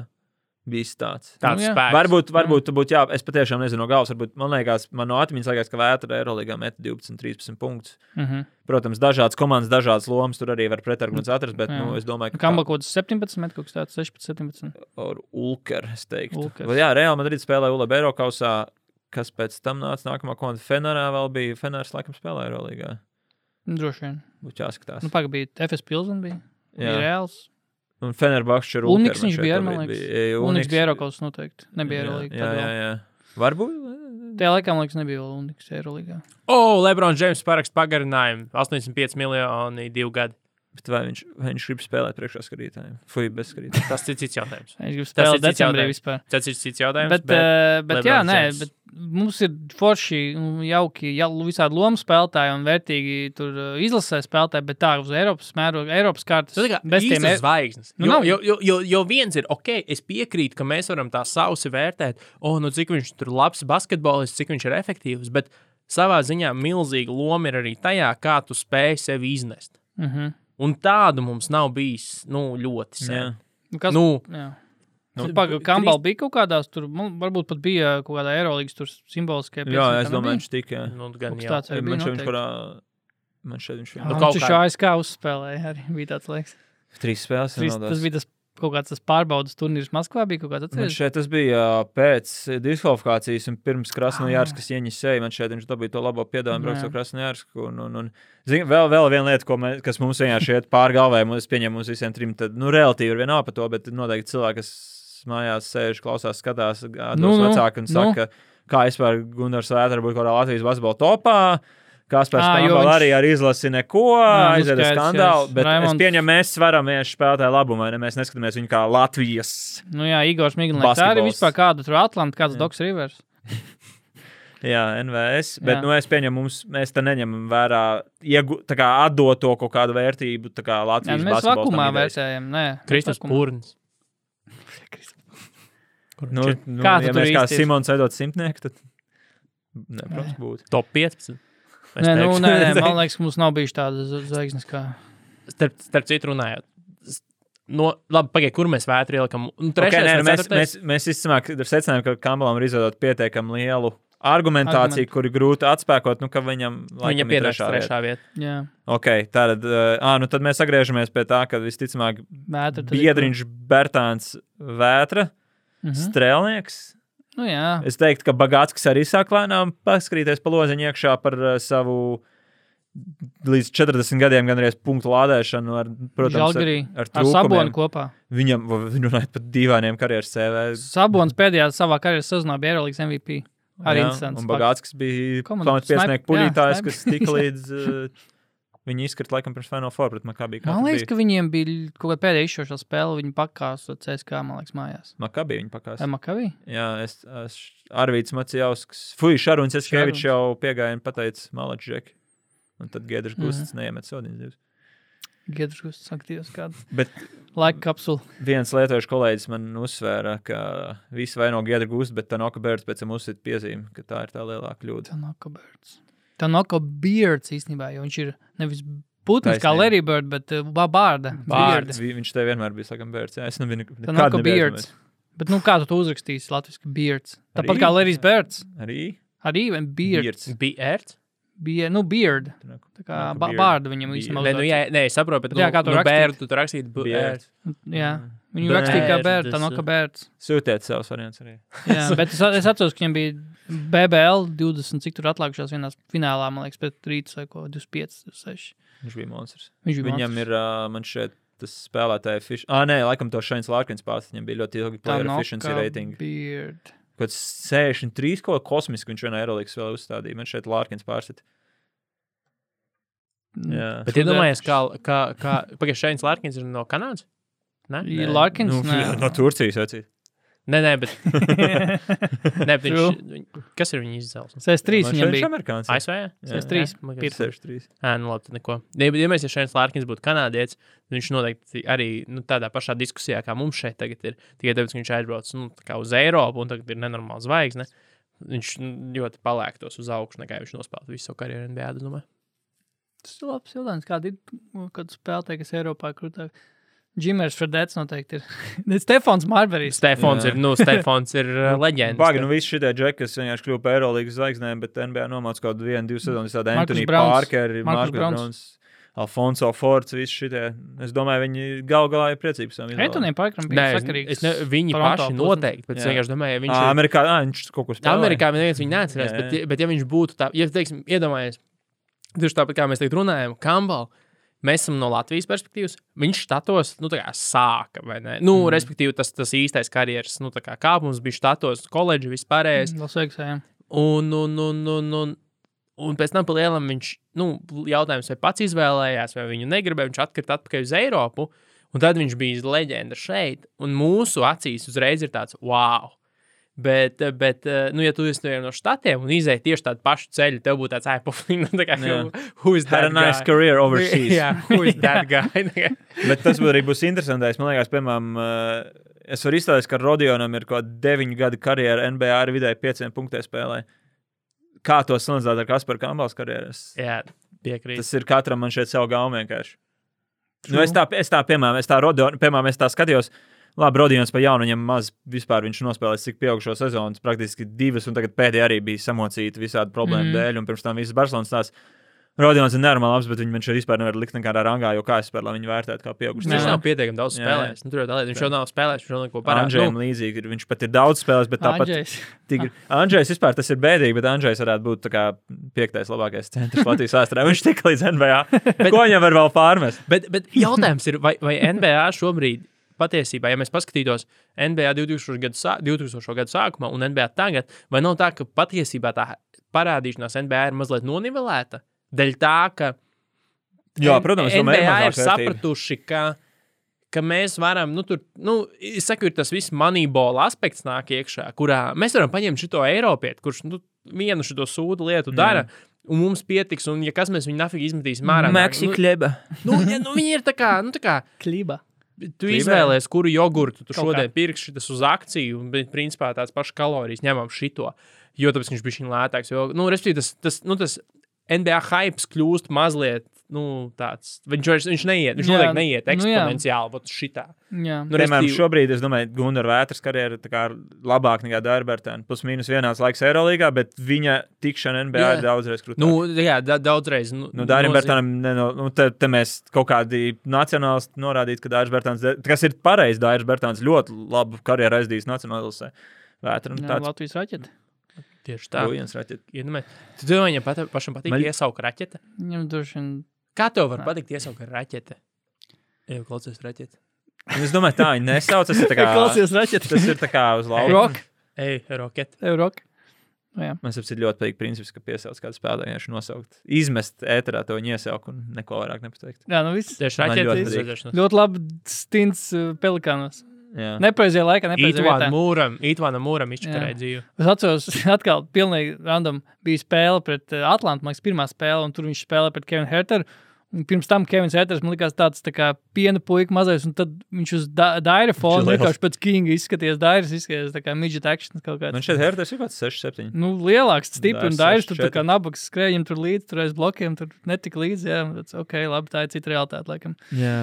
C: bijis tāds.
A: Tāds
B: Nu, jā.
A: spēks.
C: Varbūt, varbūt tu būtu, jā, es patiešām nezinu no galvas. Varbūt, man liekas, man no atmiņas liekas, ka Vētra Eirolandā met 12, 13 punktus.
B: Uh -huh.
C: Protams, dažādas komandas, dažādas lomas tur arī var pretargumentus atrast, bet
B: Jā.
C: nu, es domāju, ka
B: Kambala kaut kas 17, kaut kas tāds 16, 17.
C: ar Ulkeru. Es teiktu,
B: Ulkers.
C: Vai jā, Real Madrid spēlēja ULB Eirokausā, kas pēc tam nāca nākamā komanda. Fenerā vēl bija Fenerā, laikam, spēlēja Eirolandā.
B: Nu, Droši vien.
C: Būtu jāskatās.
B: Nu, Pagaidām, FS Pilsons bija. Jā. bija
C: jā.
B: Reāls.
C: Un Fenerbakšs ir
B: Uniks viņš bija, man liekas. Uniks bija
C: Eirolandā.
B: Eiropas noteikti. Nebija Eirolandā.
C: Jā, jā, jā. Varbūt.
B: Tajā laikā, man liekas, nebija vēl Uniks Eirolandā.
A: O, oh, Lebrons Džeims parakst pagarinājumu. 85 miljoni, 2 gadi.
C: Bet vai viņš, vai viņš grib spēlēt priekšā skatītājiem? Fui, bez skatītājiem.
A: Tas ir cits jautājums.
B: Viņš grib
A: Tas ir
B: spēlēt
A: cits
B: decembrī
A: jautājums.
B: vispār.
A: Tas ir cits jautājums.
B: Bet, eh, bet, bet jā,
A: LeBron
B: nē,
A: James.
B: bet mums ir forši, un jauki, jau visādi lomu spēlētāji un vērtīgi tur eh, izlasē spēlētāji, bet tā uz Eiropas mēroga, Eiropas kārtas.
A: Tas ir Nu, kā
B: bez tiem
A: bezsmēķis
B: Ei-
A: zvaigznes.
B: Nu,
A: Nu, jo,
B: nav.
A: jo, jo, jo, jo viens ir ok, es piekrītu, ka mēs varam tā sausi vērtēt, oh, nu, cik viņš tur labs basketbolists, cik viņš ir efektīvs. Bet savā ziņā milzīga loma ir arī tajā, kā tu spēj sevi iznest.
B: Mhm.
A: Un tādu mums nav bijis nu, ļoti sen.
C: Jā.
B: Nu, Kas,
A: Nu,
B: jā.
A: nu,
B: Nu, Pagaidām, Kambal bija kaut kādās, tur man- varbūt pat bija kaut kādā aerolīgas tur simboliskajā
C: Jā, es domāju, viņš tikai.
A: nu, gan jau.
B: tāds arī
C: Man
B: bija.
C: šeit viņš
B: noteikti.
C: parā. Man šeit viņš
B: Jā,
A: Nu,
C: ir.
B: un
A: kaut
B: Viņš
A: kā-
B: jau ASK uzspēlēja, arī bija tāds laiks.
C: Trīs spēles.
B: Trīs, tas bija tas kaut kāds tas pārbaudas turnīrs Maskvā, bija kaut kāds
C: Man
B: atceries.
C: šeit tas bija pēc diskvalifikācijas un pirms Krasnodēļas, kas ieņēma. Man šeit viņš dabīja to labo piedāvājumu, braukt
B: Ah. Jā.
C: ar Krasnodēļu. Un, un, un zin, vēl, vēl viena lieta, ko mē, kas mums vienkārši iet pāri galvai, un es pieņemu mums visiem trim, tad, nu, relatīvi ir vienā par to, bet noteikti cilvēki, kas mājās sēž, klausās, skatās, gādos
B: Nu,
C: nu,
B: nu,
C: vecāki un
B: nu.
C: saka, kā vispār Gunārs Vētra būtu kaut kādā Latvijas basketbola topā. Kaspars
B: Ā, jo
C: Kambal
B: viņš-
C: viņš... arī ar izlasi neko,
B: Jā, nu,
C: aizveda
B: skaidrs,
C: skandālu,
B: skaidrs.
C: bet Raimonds...
B: Raimonds-
C: es pieņemu, mēs sveram vienkārši spēlētāju labumu, vai ne? Mēs neskatāmies viņu kā Latvijas
B: Nu jā, Igors Miglins. Tā arī
C: Basketbols.
B: vispār kāda tur Atlanta, kāds
C: Jā.
B: Doks Rivers.
C: Jā, NVS. Bet
B: Jā.
C: nu, es pieņemu, mums, mēs te neņemam vērā iegu, tā kā atdot to kaut kādu vērtību. tā Kā
B: Jā,
C: Latvijas
B: nu, mēs
C: basketbols tam
B: vakumā
C: idejas.
B: vērtējam. Nē,
A: Kristus
B: vakumā.
A: Pūrns. Kur
C: Nu,
A: viņš ir?
C: nu,
B: Kā tu
C: ja
B: tur
C: mēs kā
B: īsti esi?
C: Simons veidot simtnieku, tad. Nē, protams, būtu.
A: Top 15. Es
B: Nē, nu,
A: teiktu.
B: nē, nē, man liekas, mums nav bijuši tādas zvaigznes kā.
A: starp, starp citu runājot. s- No, labi, pagaidi, kur mēs vētri ielikam? Nu, trešais,
C: Okay, nē, nu,
A: vai
C: mēs,
A: ceturtais?
C: mēs, mēs izcinām, ka secinājām, ka Kambalam ir izveidot pietiekami lielu argumentāciju,
B: Argumentu.
C: kur ir grūti atspēkot, nu, ka viņam
A: Viņa
C: laikam ir
A: piedāvā
C: trešā vieta.
A: trešā vieta.
B: Jā,
C: Okay, tātad, uh, nu, tad mēs atgriežamies pie tā, ka visticamāk
B: mētra. tad ir-
C: Biedriņš, Bertāns, Vētra,
B: Mhm.
C: Strēlnieks,
B: Nu jā,
C: Es teiktu, ka Bagātskis arī sāk lēnām paskrīties pa loziņu iekšā par uh, savu līdz 40 gadiem gandrīz punktu lādēšanu. Ar, protams, ar,
B: Žalgirī.
C: ar,
B: Ar Sabonu kopā.
C: Viņam runājot par dīvainiem karjeras CV.
B: Sabons pēdējā savā karjeras sezonā bija Eirolandes MVP. Arī interesants.
C: Un
B: fakts.
C: Bagātskis bija
B: Komandu
C: pamatpiesnieku
B: snaip-
C: puļītājs,
B: jā,
C: kas
B: snaip-
C: tika līdz uh, viņa izkrita laikam pirms Final Four, bet Makabī.
B: Man liekas, ka viņiem bija kaut kāda pēdējā izšķirošā spēle. Viņi pakāpās CSK, man liekas, mājās.
C: Makabī viņa pakās.
B: Vai Makavī?
C: Jā, es, es Arvīts Macijausks, Fuji Šaruns, es Kevičs jau piegāja un pateica Malačģeki. Un tad Giedrs
B: Mhm.
C: Gusts neiemet sodīnas divas.
B: Giedrs Gusts aktīvs kāds.
C: Bet
B: Laika kapsula.
C: viens lietojušs kolēģis man uzsvēra, ka viss vaino Giedra Gusta, bet Tanaka Bērts pēc tam uzsita piezīme, ka tā ir tā lielākā kļūda.
B: Tanaka Birds. Tanaka Birds īstenībā, jo viņš ir nevis putns kā
C: Taisnība.
B: Larry Bird, bet uh, Babārda.
A: Bārda.
B: Bird.
C: Vi, viņš te vienmēr bija sakām Bērts. Jā, es nebiju nekad
B: Tanaka
C: nebiju
B: Birds. Bet nu, kā tu to uzrakstīsi latviešu Birds? Tāpat
C: Arī?
B: kā Larry's Birds.
C: aizmirsis. Arī
B: Arī vien Beard.
C: Bērts.
A: Bija ērts.
B: Bija, nu, Beard.
C: Tanaka-
B: Tā kā
C: Tanaka
B: ba
C: Beard.
B: bārda viņam
C: Beard.
B: īstenībā.
A: Nē, nu, jā, nē, es saprotu, bet jā,
B: Jā, kā
A: kā
B: tu
A: tur nu,
B: rakstīji?
A: bērnu tu rakstīji. bu-
C: Bērts.
A: ērts.
B: jā. Viņu
A: Birds.
B: rakstīja kā Beard,
A: Tas,
B: Tanaka Birds.
C: Sūtiet savus variantus arī.
B: Jā, bet es, es atceros, ka viņam bija BBL 20, cik tur atlikušās vienā finālā, man liekas, pēc 3 vai ko, 25, 26.
C: Viņš bija monstrs.
B: Viņš bija
C: Viņam ir uh, man šeit tas spēlētāja fiš. Ah, nē, laikam to Šains Lārkins pārstāvja. Viņam bija ļoti ilgi player efficiency rating.
B: Beard.
C: Kaut kas 63 kaut kā kosmiski viņš vienā aerolīgas vēl uzstādīja. Man šeit Lārkins pārstāvja.
B: Mm.
C: Jā.
A: Bet iedomājies, kā, kā, kā pagaidā Šains Lārkins ir no Kanādas? Nē,
B: Nē, Larkins,
C: nu,
B: nē.
C: no Turcijas vecīt.
A: nē, nē bet, nē, bet
B: True.
A: viņš, viņ- kas ir viņa izcelsme?
B: CS3 viņam
C: Viņš
B: bija.
C: amerikānis.
A: ASV? jā?
C: Jā.
B: CS3.
A: Jā, man
B: Pirms.
A: liekas.
C: 63.
A: Ā, nu labi, tad neko. Ja, bet, ja mēs ja šeit Lārkins būtu kanādietis, tad viņš noteikti arī nu, tādā pašā diskusijā, kā mums šeit tagad ir. Tikai tāpēc, ka viņš aizbraucis nu, tā kā uz Eiropu un tagad ir nenormāls zvaigzne. Viņš nu, ļoti palēktos uz augšu, nekā viņš nospēlēja visu savu karjeru NBA. Domāju.
B: Tas ir labs jautājums, kāda ir nu, kad spēlētāja, kas Eiropā krūtāk. Džimers Fredets noteikti ir. Ne, Stefans Marberijs.
A: Stefons
C: Jā.
A: ir, nu, Stefons ir uh, leģenda.
C: Bāgi, nu visi šie džeki, kas vienkārši kļuva par Eirolandes zvaigznēm, bet NBA nomāca kaut kādu vienu, divas sezonas. Tāda
B: Marcus
C: Antoni
B: Browns.
C: Parkeri,
B: Marcus
C: Markus
B: Browns.
C: Browns, Alfonso Forts, visi šie. Es domāju, viņi gal galā ir priecīgi par savām izvēlēm.
B: Antonijam Parkeram
A: Nē,
B: bija
A: es,
B: sakarīgs.
A: es ne, viņi
B: Toronto
A: paši
B: putns.
A: noteikti, bet es
C: Jā.
A: vienkārši domāju, ja viņš
C: Ā,
A: ir
C: Amerikā, ā, viņš kaut kur spēlē.
A: Amerikā neviens viņu neatcerās.
C: Jā,
A: Bet,
C: jā.
A: ja- bet, ja viņš būtu tāds, ja, teiksim, iedomājies, tieši tāpat kā mēs tagad runājam, Kambal, mēs esam no Latvijas perspektīvas, viņš status, nu, tā kā sāka, vai ne? Nu,
C: Mhm.
A: mm. respektīvi, tas, tas īstais karjeras, nu, tā kā kāpums bija status, koledži, vispārējais.
B: Mm, Las Vegasā, jā.
A: Un, un, un, un, un, un pēc tam palielam viņš, nu, jautājums, vai pats izvēlējās, vai viņu negribēja, viņš atkrita atpakaļ uz Eiropu. Un tad viņš bija leģenda šeit, un mūsu acīs uzreiz ir tāds, wow! Bet, eh, bet eh, nu, ja tu esi no viena no štatiem un izēji tieši tādu pašu ceļu, tev būtu tāds, ah, pofīgi, tā kā,
C: Jā.
A: who's
C: Had a
A: that
C: nice
A: guy?
C: career overseas.
A: Jā, who's that guy?
C: Bet tas arī būs interesantais. Man liekas, piemēram, eh, es varu izstāstīt, ka Rodionam ir kaut kāda 9 gada karjera NBA ar vidēji 5 punktiem spēlē. Kā to salīdzināt ar Kasparu Kambals karjeru? Es-
A: Jā, piekrīt.
C: Tas ir katram man šeit savu gaumu vienkārši. Nu, es tā, es tā, piemēram, es tā, Rodion, piemēram, es tā skatījos. Labi, Rodījums pa jaunu viņam maz vispār viņš nospēlēs, cik pieaugušo sezonu. tas Praktiski divas, un tagad pēdējā arī bija samocīta visādi problēmu
B: Mhm.
C: mm. dēļ, un pirms tam visas Barcelonas tās. Rodījums ir nenormāli labs, bet viņu- viņš arī vispār nevar likt nekādā rangā, jo kā es spēlēju, viņu vērtēt kā pieaugušo.
A: Viņš
B: Jā.
A: nav pietiekami daudz
C: Jā, jā.
A: spēlējis. Nu, tur jau tā lieta, viņš jau nav spēlējis, viņš jau neko
C: Andrzejam
A: parādījis.
C: nu. līdzīgi ir. Viņš pat ir daudz spēlējis, bet tāpat
B: Andžejs.
C: Tigri...
B: Ah.
C: Andrzejs vispār tas ir bēdīgi, bet Andrzejs varētu būt tā kā piektais labākais centrs Latvijas vēsturē. Viņš tika līdz NBA. Ko viņam var vēl pārmest?
A: Bet, bet jautājums ir, vai, vai NBA šobrīd patiesībā, ja mēs paskatītos NBA 2000. gadu, sā- 2000. gadu sākumā un NBA tagad, vai nav tā, ka patiesībā tā parādīšanās NBA ir mazliet nonivelēta? Dēļ tā, ka
C: Jā, protams,
A: N-
C: tomēr ir
A: NBA
C: mazāk
A: ir sapratuši, ka. Ka mēs varam, nu, tur, nu, es saku, ir tas viss manībola aspekts nāk iekšā, kurā mēs varam paņemt šo Eiropieti, kurš nu, vienu šo sūdu lietu dara, un mums pietiks, un, ja kas mēs viņu nafīgi izmetīsim ārā, nāk- nu,
C: Kleba.
A: Nu, ja, nu, viņi ir tā kā, nu, tā kā
B: Kliba.
A: tu
C: Klibē.
A: izvēlējies, kuru jogurtu tu
B: Kaut
A: šodien pirksi, tas uz akciju, un bet, principā tās pašas kalorijas ņemam šito. Jo tāpēc viņš bija šī lētāks. Jo, nu, respektīvi, tas, tas, nu, tas NBA hype kļūst mazliet. Nu, tāds, viņš vairs- viņš neiet, viņš
B: Jā,
A: noteikti neiet
B: nu jā.
A: eksponenciāli, bet šitā.
B: Jā.
A: Nu,
C: Nu, Piemēram,
A: respektīvi-
C: šobrīd, es domāju, Gunara Vētras karjera ir tā kā labāka nekā Dārbertēna. Plus mīnus vienāds laiks Eirolandā, bet viņa tikšana NBA
A: Jā.
C: ir daudzreiz krūtīga.
A: Nu, jā, da, daudzreiz. Nu,
C: Nu, Dārim
A: nozīm-
C: Bērtānam, neno, nu, te, te mēs kaut kādi nacionālisti norādītu, ka Dāris Bērtāns, kas ir pareizi, Dāris Bērtāns ļoti labu karjeru aizdījis nacionālistē. Vētram
B: Jā,
C: tāds
B: Latvijas raķete.
A: Tieši tā.
C: pūjens raķet.
A: Iedomājies, tu domā, viņam pat, pašam patīk Man...
C: Man-
A: iesaukt raķete.
B: Viņam droši vien
A: Kā tev var
B: Nē.
A: patikt iesaukt raķete? Jā, klausies raķete.
C: Un Nu, Es domāju, tā viņa nesauc, tas ir tā kā,
B: Klausies raķete.
C: tas ir tā kā uz lauka.
B: Rock.
A: Ej, raķete.
B: Tev rock.
C: Man saprot, ir ļoti patīk princips, ka piesauc kādu spēlētāju, vienkārši nosaukt, izmest ēterā to viņa iesaukt un neko vairāk nepateikt.
B: Jā, nu viss.
A: Tieši
C: Man ļoti
A: raķete.
C: patīk.
A: izredzēšanas.
B: Ļoti labi stints uh, pelikānos.
C: Jā.
B: Nepareizajā laikā, nepareizajā
A: Itālijā
B: vietā.
A: mūram, Itālijā mūram izčakarēja
B: Jā.
A: dzīvi.
B: Es atceros, atkal pilnīgi random bija spēle pret eh, Atlantu. Man liekas, pirmā spēle, un tur viņš spēlēja pret Kevinu Herteru. Un pirms tam Kevins Herters man likās tāds tā kā piena puika mazais, un tad viņš uz da daira fona
C: liels.
B: vienkārši pēc kinga izskaties, dairis izskaties tā kā midžet action kaut kāds.
C: Man šeit Herters ir pats 6, 7.
B: Nu, lielāks, stiprs, un
C: Dairis
B: dairis tur tā kā
C: 64.
B: nabaks skrējiem tur līdzi, tur aiz blokiem, tur netika līdzi. Jā, tāds, ok, labi, tā ir cita realitāte, laikam.
C: Jā.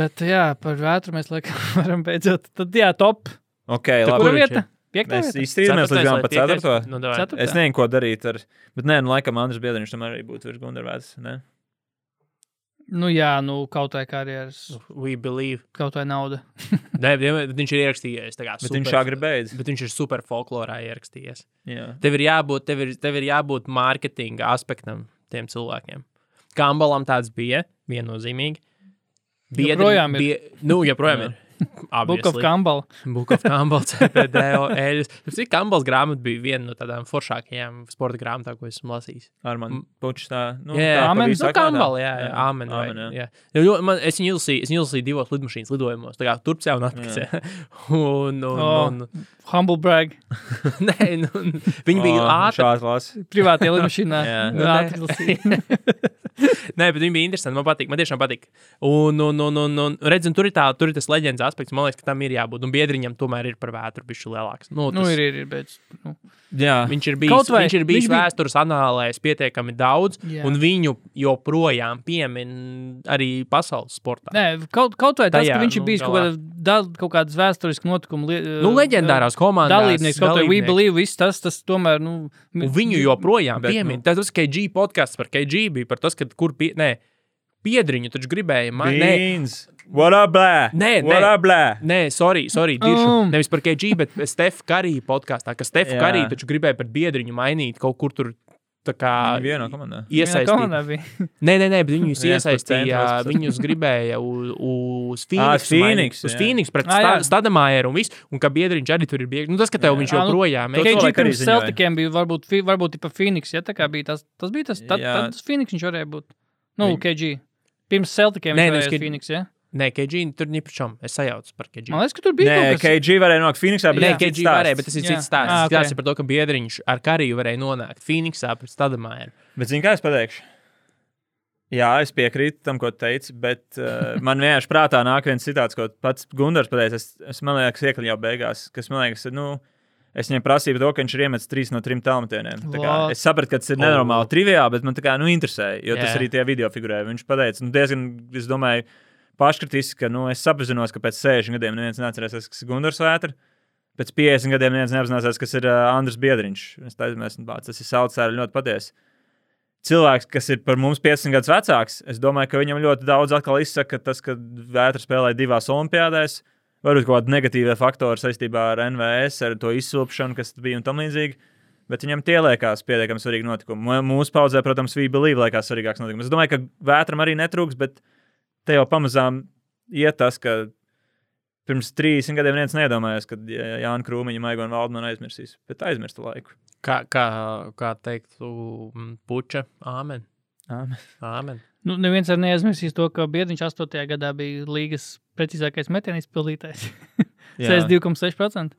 B: Bet, jā, par vētru mēs laikam varam beidzot. Tad, jā, top.
C: Ok,
B: Kur
C: labi.
A: viņš
B: vieta?
A: ir?
B: Piektā
C: Mēs
B: vieta.
C: izstrīdamies līdz
A: Ceturtais vai
C: galam pa
A: piektais?
C: 4.
A: Nu, davai.
B: Ceturtais.
C: Es nezinu, ko darīt ar. Bet, nē, nu, laikam, Andris Biedriņš tam arī būtu virs Gunārvētas.
B: Nu, jā, nu, kaut vai karjeras,
A: Nu, We believe.
B: kaut vai nauda.
A: Nē, viņam- bet viņš ir ierakstījies. tā kā
C: Bet
A: super-
C: viņš agri beidz.
A: Bet viņš ir super folklorā ierakstījies.
C: Jā.
A: Tev ir jābūt, tev ir, tev ir jābūt mārketinga aspektam tiem cilvēkiem. Kambalam tāds bija, viennozīmīgi.
B: Joprojām ir.
A: Bie, nu, joprojām
C: Jā.
A: ir.
B: Book of
A: Obviously.
B: Campbell.
A: Book of Campbell, CPDO, Eļas. Cik Campbell's grāmata bija viena no tādām foršākajām sporta grāmatām, ko esmu lasījis.
C: Ar mani
A: Mm.
C: puču tā. Nu,
A: Jā, jā,
C: tā
B: amen.
C: pa
A: amen.
C: visu
A: Nu, kā
C: akmenā.
A: ambala, jā, jā, amen. vai-
C: amen, jā.
A: jā. Jo, jo, man, es viņu izlasīju, es viņu izlasīju divos lidmašīnas lidojumos, tā kā Turcijā un Atpakaļ. un, un,
B: O.
A: un,
B: Humble brag.
A: nē, nu, un viņi bija
C: O,
A: ātri.
C: Šāds lasi.
B: Privātajā lidmašīnā.
C: Jā.
A: Nu, nē.
B: Ātri izlasīju.
A: Nē, bet viņi bija interesanti. Man patīk, man tiešām patīk. Un, un, un, un, un redzim, tur ir, tā, tur ir tas leģendas aspekts. Man liekas, ka tam ir jābūt. Un biedriņam tomēr ir par vētru bišķi lielāks. Nu, tas,
B: Nu, ir, ir, ir, bet. Nu.
C: Jā.
A: Viņš ir bijis,
B: Kaut vai
A: viņš ir bijis
B: viņš
A: viņš
B: bija-
A: vēstures anālēs pietiekami daudz,
B: Jā.
A: jā. un viņu joprojām piemin arī pasaules sportā.
B: Nē, kaut, kaut vai tas,
A: Tajā,
B: ka viņš ir
A: nu,
B: bijis kaut,
A: galā.
B: kāda, da, kaut kādas vēsturiskas notikuma li, eh,
A: Nu, leģendārās komandas
B: Dalībnieks, kaut vai We Believe, viss tas, tas tomēr, nu,
A: Un viņu joprojām
C: Bet, nu.
A: piemin. Tas bija KG podkāsts par KG. Bija par to, kur pie, nē, piedriņu taču gribēja. Man, nē,
C: Beans. What up, blē?
A: Nē,
C: What
A: nē.
C: up, blē?
A: nē, sorry, sorry diršu,
B: Um.
A: um. nevis par KG, bet Stefa Karija podkāstā. Ka Stefa
C: Jā.
A: Karija taču gribēja par biedriņu mainīt kaut kur tur. Tā kā
C: Viņi Vienā komandā.
B: vienā
A: iesaistīt.
B: komandā bija.
A: Nē, nē, nē, bet viņus
C: Viens par
A: iesaistīja.
C: centros.
A: Viņus gribēja uz, uz
C: Ā,
A: Phoenixu mainīt,
C: Ah, Phoenixu,
A: uz
C: jā.
A: Phoenix pret
B: Ā, jā.
A: Stadamājeru un visu. Un ka biedriņš arī tur ir biegts. Nu, tas, ka tev
C: Jā.
A: viņš
B: Ā, nu,
A: joprojām ir.
C: to-
B: Keidži
C: cilvēki arī
B: pirms
C: ziņoja.
B: Celticiem bija varbūt, fi- varbūt pa Phoenix, ja tā kā bija tas, tas bija tas, tad,
C: Jā.
B: tad tas Phoenix viņš varēja būt. Nu,
C: Viņ-
B: KG. Pirms Celticiem
A: Nē,
B: viņš
A: nu, es
B: varēja
A: kad-
B: būt Phoenix, ja?
A: Nē, KG tur nepačam. Es sajaucu par KG.
B: Man liekas, ka tur bija
C: Nē,
B: kaut kas.
C: KG varēja nokļūt Phoenixā, bet
A: Nē,
C: tas cits
A: Keģija
C: stāsts.
A: varēja, bet tas ir
B: Jā.
A: cits stāsts.
B: Ā,
A: Ah,
B: ok.
A: okay. Stāsts ir par to, ka biedriņš ar kariju varēja nonākt Phoenixā pret Stadamāru.
C: Bet zini, kā es pateikšu? Jā, es piekrītu tam, ko tu teici, bet uh, man vienkārši prātā nāk viens citāts, ko pats Gunārs pateica. Es, es man liekas, iekļāvu jau beigās, kas man liekas, nu, es viņam prasīju par to, ka viņš ir iemetis trīs no trim tālmetieniem. Tā kā
B: Vau.
C: Es sapratu, ka tas ir nenormāli trivijā, bet man tā kā nu, interesēja, jo
A: Jā,
C: tas
A: jā.
C: arī tie video figurēja. Viņš pateica, nu, diezgan, es domāju, paškritis, ka nu, es apzinos, ka pēc 60 gadiem neviens neatcerēsies, kas ir Gunārs Vētra. Pēc 50 gadiem neviens neapzinās, kas ir uh, Andris Biedriņš. Es tā aizmirsu, nu, tas ir saucējs ļoti patiesi. Cilvēks, kas ir par mums 50 gadus vecāks, es domāju, ka viņam ļoti daudz atkal izsaka tas, ka Vētra spēlēja divās olimpiādēs. Varbūt kaut kāda negatīva faktora saistībā ar NVS, ar to izsilpšanu, kas bija un tam līdzīgi. Bet viņam tie liekas pietiekami svarīgi notikumi. Mē- Mūsu paudzē, protams, bija līnija, liekas, svarīgāks notikums. Es domāju, ka vētram arī netrūks, bet te jau pamazām iet tas, ka pirms 30 gadiem neviens neiedomājās, ka Jā- Jānis Krūmiņš, Maigons Valdmans aizmirsīs. Bet aizmirsta laiku.
A: Kā, kā, kā teiktu, mm, puča, amen. amen.
B: Nu, neviens arī neaizmirsīs to, ka Biedriņš 8. gadā bija līgas precīzākais metienu izpildītājs. 62,6%.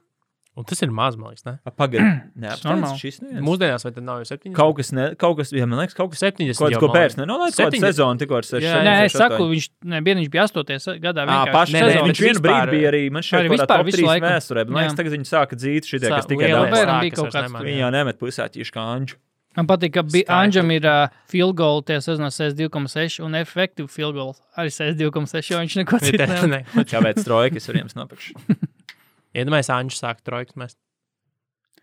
A: Un tas ir maz, man liekas. Ne?
C: Pagaidiet,
B: Tas normāli.
C: neapstrādājot šis neviens.
A: Mūsdienās vai tad nav jau 70?
C: Kaut kas, ne, kaut kas, jā, man liekas, kaut kas
A: 70.
C: Kaut
A: jau,
C: ko
A: man
C: pērs
A: liekas.
C: nenolaidis. Kaut kāda
A: Septiņdesmit.
C: sezona tikko ar 6.
A: Jā, jā.
B: Nē, es saku, viņš, ne, Biedriņš bija 8. gadā.
C: Ah,
B: vienkārši
C: paši,
A: Nē,
C: nē,
A: nē,
C: nē,
B: sezonu.
C: viņš
A: bet
C: vienā
A: vispār-
C: brīdī bija arī man šeit
B: arī
C: kaut kādā
B: vispār
C: top
B: visu
C: 3
B: laiku.
C: vēsturē. Man liekas,
B: Jā.
C: tagad viņi sāka dzīt šitie,
A: Sā-
C: kas tikai
A: lielais
B: Vēl
C: dabū.
B: bērnam
A: sākas
B: bija kaut
A: vairs
B: kāds
A: nemāc.
B: tur.
C: Viņi jau nemet pusē tieši kā anģu.
B: Man patīk, ka bija
A: Skaisti.
B: Anģam ir uh, field goal, tie sezonā 62,6 un efektīvi field goal arī 62,6, jo viņš neko
A: Nē,
B: citu
A: tā-
B: nevar.
A: nē.
C: Kāpēc trojkas var jums nopirkt?
A: Iedomājieties, Anģis sāk trojkt. Mēs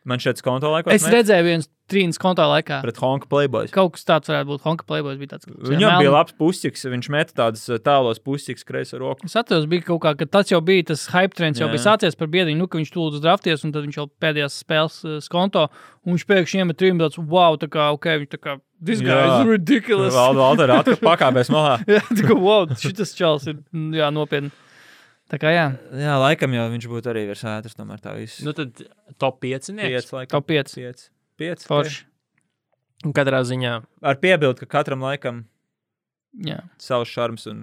C: Man šeit konto laikos
B: Es redzēju viens trīnis kontā laikā.
C: pret Honka Playboy.
B: Kaut kas tāds varētu būt. Honka Playboys bija tāds.
C: Viņam bija labs pusiks, viņš met tādas tālos pusiks kreiso roku.
B: Es atceros, bija kaut kā, ka tas jau bija tas hype trends, jau
C: Jā.
B: bija sācies par biedriņu, nu, ka viņš tūlīt uzdrafties, un tad viņš jau pēdējās spēles eh, skonto, un viņš pēkšņi iemet trim, tāds, wow, tā kā, ok, viņš tā kā, this guy
C: Jā.
B: is ridiculous.
C: Valda Valda ir atkal pakāpēs malā.
B: jā, tā kā, wow, šis čels ir, mm, jā, nopietni. Tā kā, jā,
C: Jā, laikam jau viņš būtu arī virs ētras, tomēr tā viss.
A: nu, tad top 5.
C: Piec, laikam.
B: top 5.
C: Piec. Piec.
B: Forši.
A: Katrā ziņā
C: Ar piebildu, ka katram laikam
B: Jā.
C: savs šarms un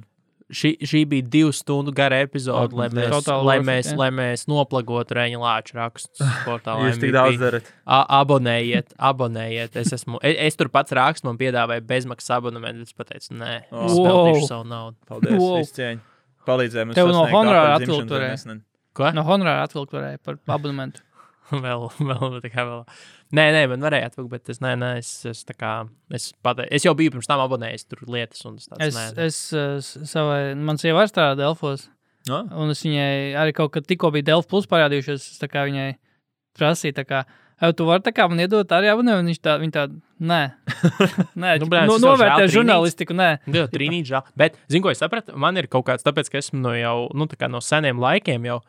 A: šī, šī bija divu stundu gara epizode,
C: Oh,
A: lai mēs,
B: totāli
A: lai
B: worth it,
A: mēs,
B: jā.
A: lai mēs noplagotu Reņģa Lāča rakstus. Sportā,
C: jūs tik daudz darat.
A: A, abonējiet, abonējiet. Es, esmu, es, es tur pats rakstu, man piedāvāja bezmaksas abonementu. Es pateicu, nē,
C: Wow.
A: es pelnīšu savu naudu.
C: Paldies,
B: Wow.
C: viss cieņ. Palīdzēja mums.
B: Tev no
C: sasniegt
B: honorāra
C: ārpus dzimšanas
B: atvilkturē.
C: dienas, ne?
A: Ko?
B: No honorāra atvilkt varēja par abonementu.
A: vēl, vēl, tā kā vēl. Nē, nē, man varēja atvilkt, bet es, nē, nē, es, es tā kā, es, pate... es jau biju pirms tam abonējis tur lietas, un es tāds,
B: Es,
A: nē,
B: es, es savai, man sieva arī strādā Delfos,
C: No?
B: un es viņai arī kaut kad tikko bija Delfos plus parādījušies, es tā kā viņai prasīju, tā kā, "Ej, tu vari tā kā man iedot arī abonementu, viņš tā, viņa tā, nē, nē,
A: Nu,
B: nu,
A: brāl, es
B: no,
A: jau
B: novērtē
A: žēl
B: žurnālistiku, nē.
A: Nu, Jā, trīnīt, žēl. Bet, zinu, ko es sapratu, man ir kaut kāds, tāpēc, ka esmu no jau nu, tā kā no seniem laikiem, jau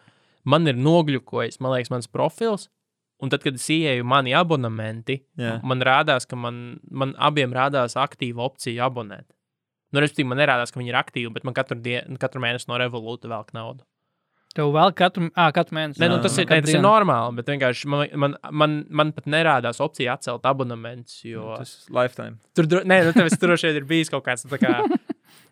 A: man ir nogļukojis, man liekas, mans profils. Un tad, kad es ienāku mani abonementi,
C: Jā.
A: man rādās, ka man, man abiem rādās aktīva opcija abonēt. Nu, respektīvi, man nerādās, ka viņi ir aktīvi, bet man katru, dienu, katru mēnesi no revolūta velk naudu.
B: Tev vēl katru, ā, katru mēnesi.
A: Nē, nu,
C: Ah, Jā.
A: tas, ir,
B: Katru
A: nē, tas ir
B: dienu.
A: normāli, bet vienkārši man, man, man, man pat nerādās opcija atcelt abonementus. Jo...
C: Nu, Tas lifetime.
A: Tur, dro- nē, nu, tev es- tur droši vien ir bijis kaut kāds tā kā,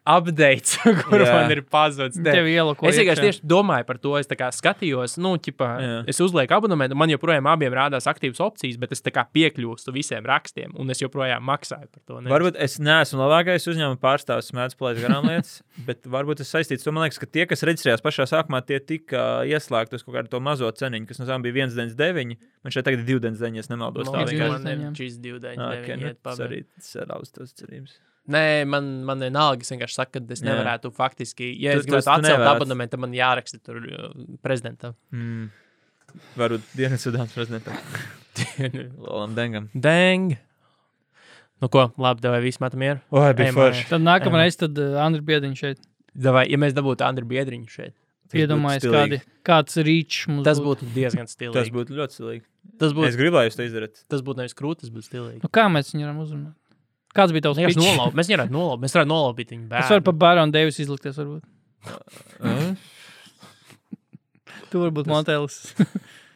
A: updates, kur
C: Jā.
A: yeah. man ir pazudis. Nē.
B: Tev ielako.
A: Es vienkārši
B: iekšā.
A: tieši domāju par to. Es tā kā skatījos, nu, ķipā,
C: Jā.
A: es uzlieku abonementu, man joprojām abiem rādās aktīvas opcijas, bet es tā kā piekļūstu visiem rakstiem, un es joprojām maksāju par to. ne?
C: Varbūt es neesmu labākais uzņēmuma pārstāvis, mēdz plēst garām lietas, bet varbūt tas saistīts. ar to. Man liekas, ka tie, kas reģistrējās pašā sākumā, tie tika uh, ieslēgti uz kaut kādu to mazo ceniņu, kas no sākuma bija 1,9. Man šeit tagad ir 2,9, es nemaldos.
A: Man
C: Tā
B: liekas,
A: liekas,
C: vienkārši.
A: man ir šis 29,
B: vienkārši.
C: Ah, ok, nu,
A: iet
C: Tas
A: pabeigt.
C: arī sarauz tās cerības.
A: Nē, man, man vienalga, es vienkārši saku, ka es
C: Jā.
A: nevarētu faktiski, ja es
C: Tu- tas
A: gribētu
C: tu
A: atcelt
C: nevarētu.
A: abonementu, tad man jāraksta tur uh, prezidentam.
C: Mm. Varbūt dienas sudāns prezidentam. Lolam Dengam.
A: Deng! Nu ko, labi, davai viss metam mieru.
C: Oi,
A: bija Ej, forši.
B: Tad nākamreiz, tad uh, Andriņš Biedriņš šeit
A: Davai, ja mēs dabūtu Andriu Biedriņu šeit,
B: iedomājas, kādi, kāds rīčs mums
A: tas būtu diezgan stilīgi.
C: Tas būtu ļoti stilīgi.
A: tas
C: Es
A: būtu,
C: gribu, lai jūs to izdarītu.
A: tas būtu nevis krūtis, bet stilīgi.
B: Nu, kā mēs viņu varam uzrunāt? Kāds bija tavs
A: Mēs
B: pitch?
A: nolaub, mēs varētu nolaupīt, mēs varētu nolaupīt viņu
B: Es varu
A: bērnu.
B: par Baronu Deivisu izlikties, varbūt.
C: Es
B: Tu vari būt
C: Tas-
B: Montēlis.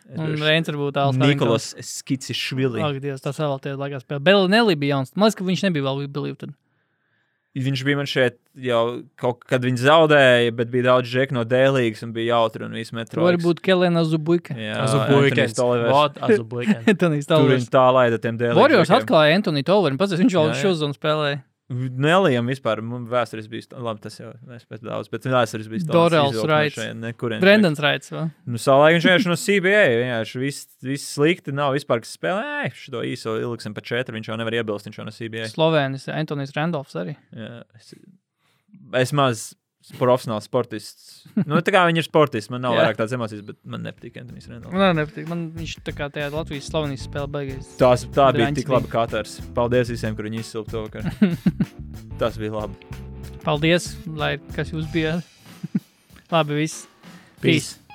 B: Un
C: droši-
B: Reins varbūt tāds -
C: Nikolas Skicišvili.
B: Ak, Dievs, tas vēl tie laikā spēlē. Belinelli bija jauns. Man liekas, ka viņš nebija vēl Believe. Tad.
C: Viņš bija man šeit jau kaut kad viņš zaudēja, bet bija daudz žeku no dēlīgas un bija jautri un viss metro.
B: Varbūt Kelena Zubuika.
C: Jā, Anthony Stolivers.
A: Azubuļķis.
B: Tonijs
C: Tur
B: Taulers.
C: viņš tā laida tiem dēlīgiem.
B: Warriors atklāja Antoni Tolverin. Pats viņš vēl
C: Jā, jā.
B: šo zonu spēlēja.
C: Nelijam vispār, man vēsturis bija, sta- labi, tas jau mēs pēc daudz, bet vēsturis bija.
B: Dorels Wrights.
C: Nekurien.
B: Brendans Raits. vēl.
C: Nu, savulaik viņš vienkārši no CBA, vienkārši viss, viss slikti, nav vispār, kas spēlē. Ej, šo īso ilgsim pa četru, viņš jau nevar iebilst, viņš jau no CBA.
B: Slovēnis. Antonijs Randolfs arī.
C: Jā, es, es maz profesionāls sportists. Nu, tā kā viņš ir sportists, man nav
B: Jā. Nu,
C: vairāk tādas emocijas, bet man nepatīk Antonius Renovs.
B: Man nepatīk. Man viņš tā kā tajā Latvijas slavenības spēlē beigās.
C: Tās, tā bija
B: Draņķis
C: tik
B: bija.
C: laba katrs. Paldies visiem, kur viņi izsilpa to vakaru. Tas bija labi.
B: Paldies, lai kas jūs bijāt. Labi, viss. Peace.
C: Peace.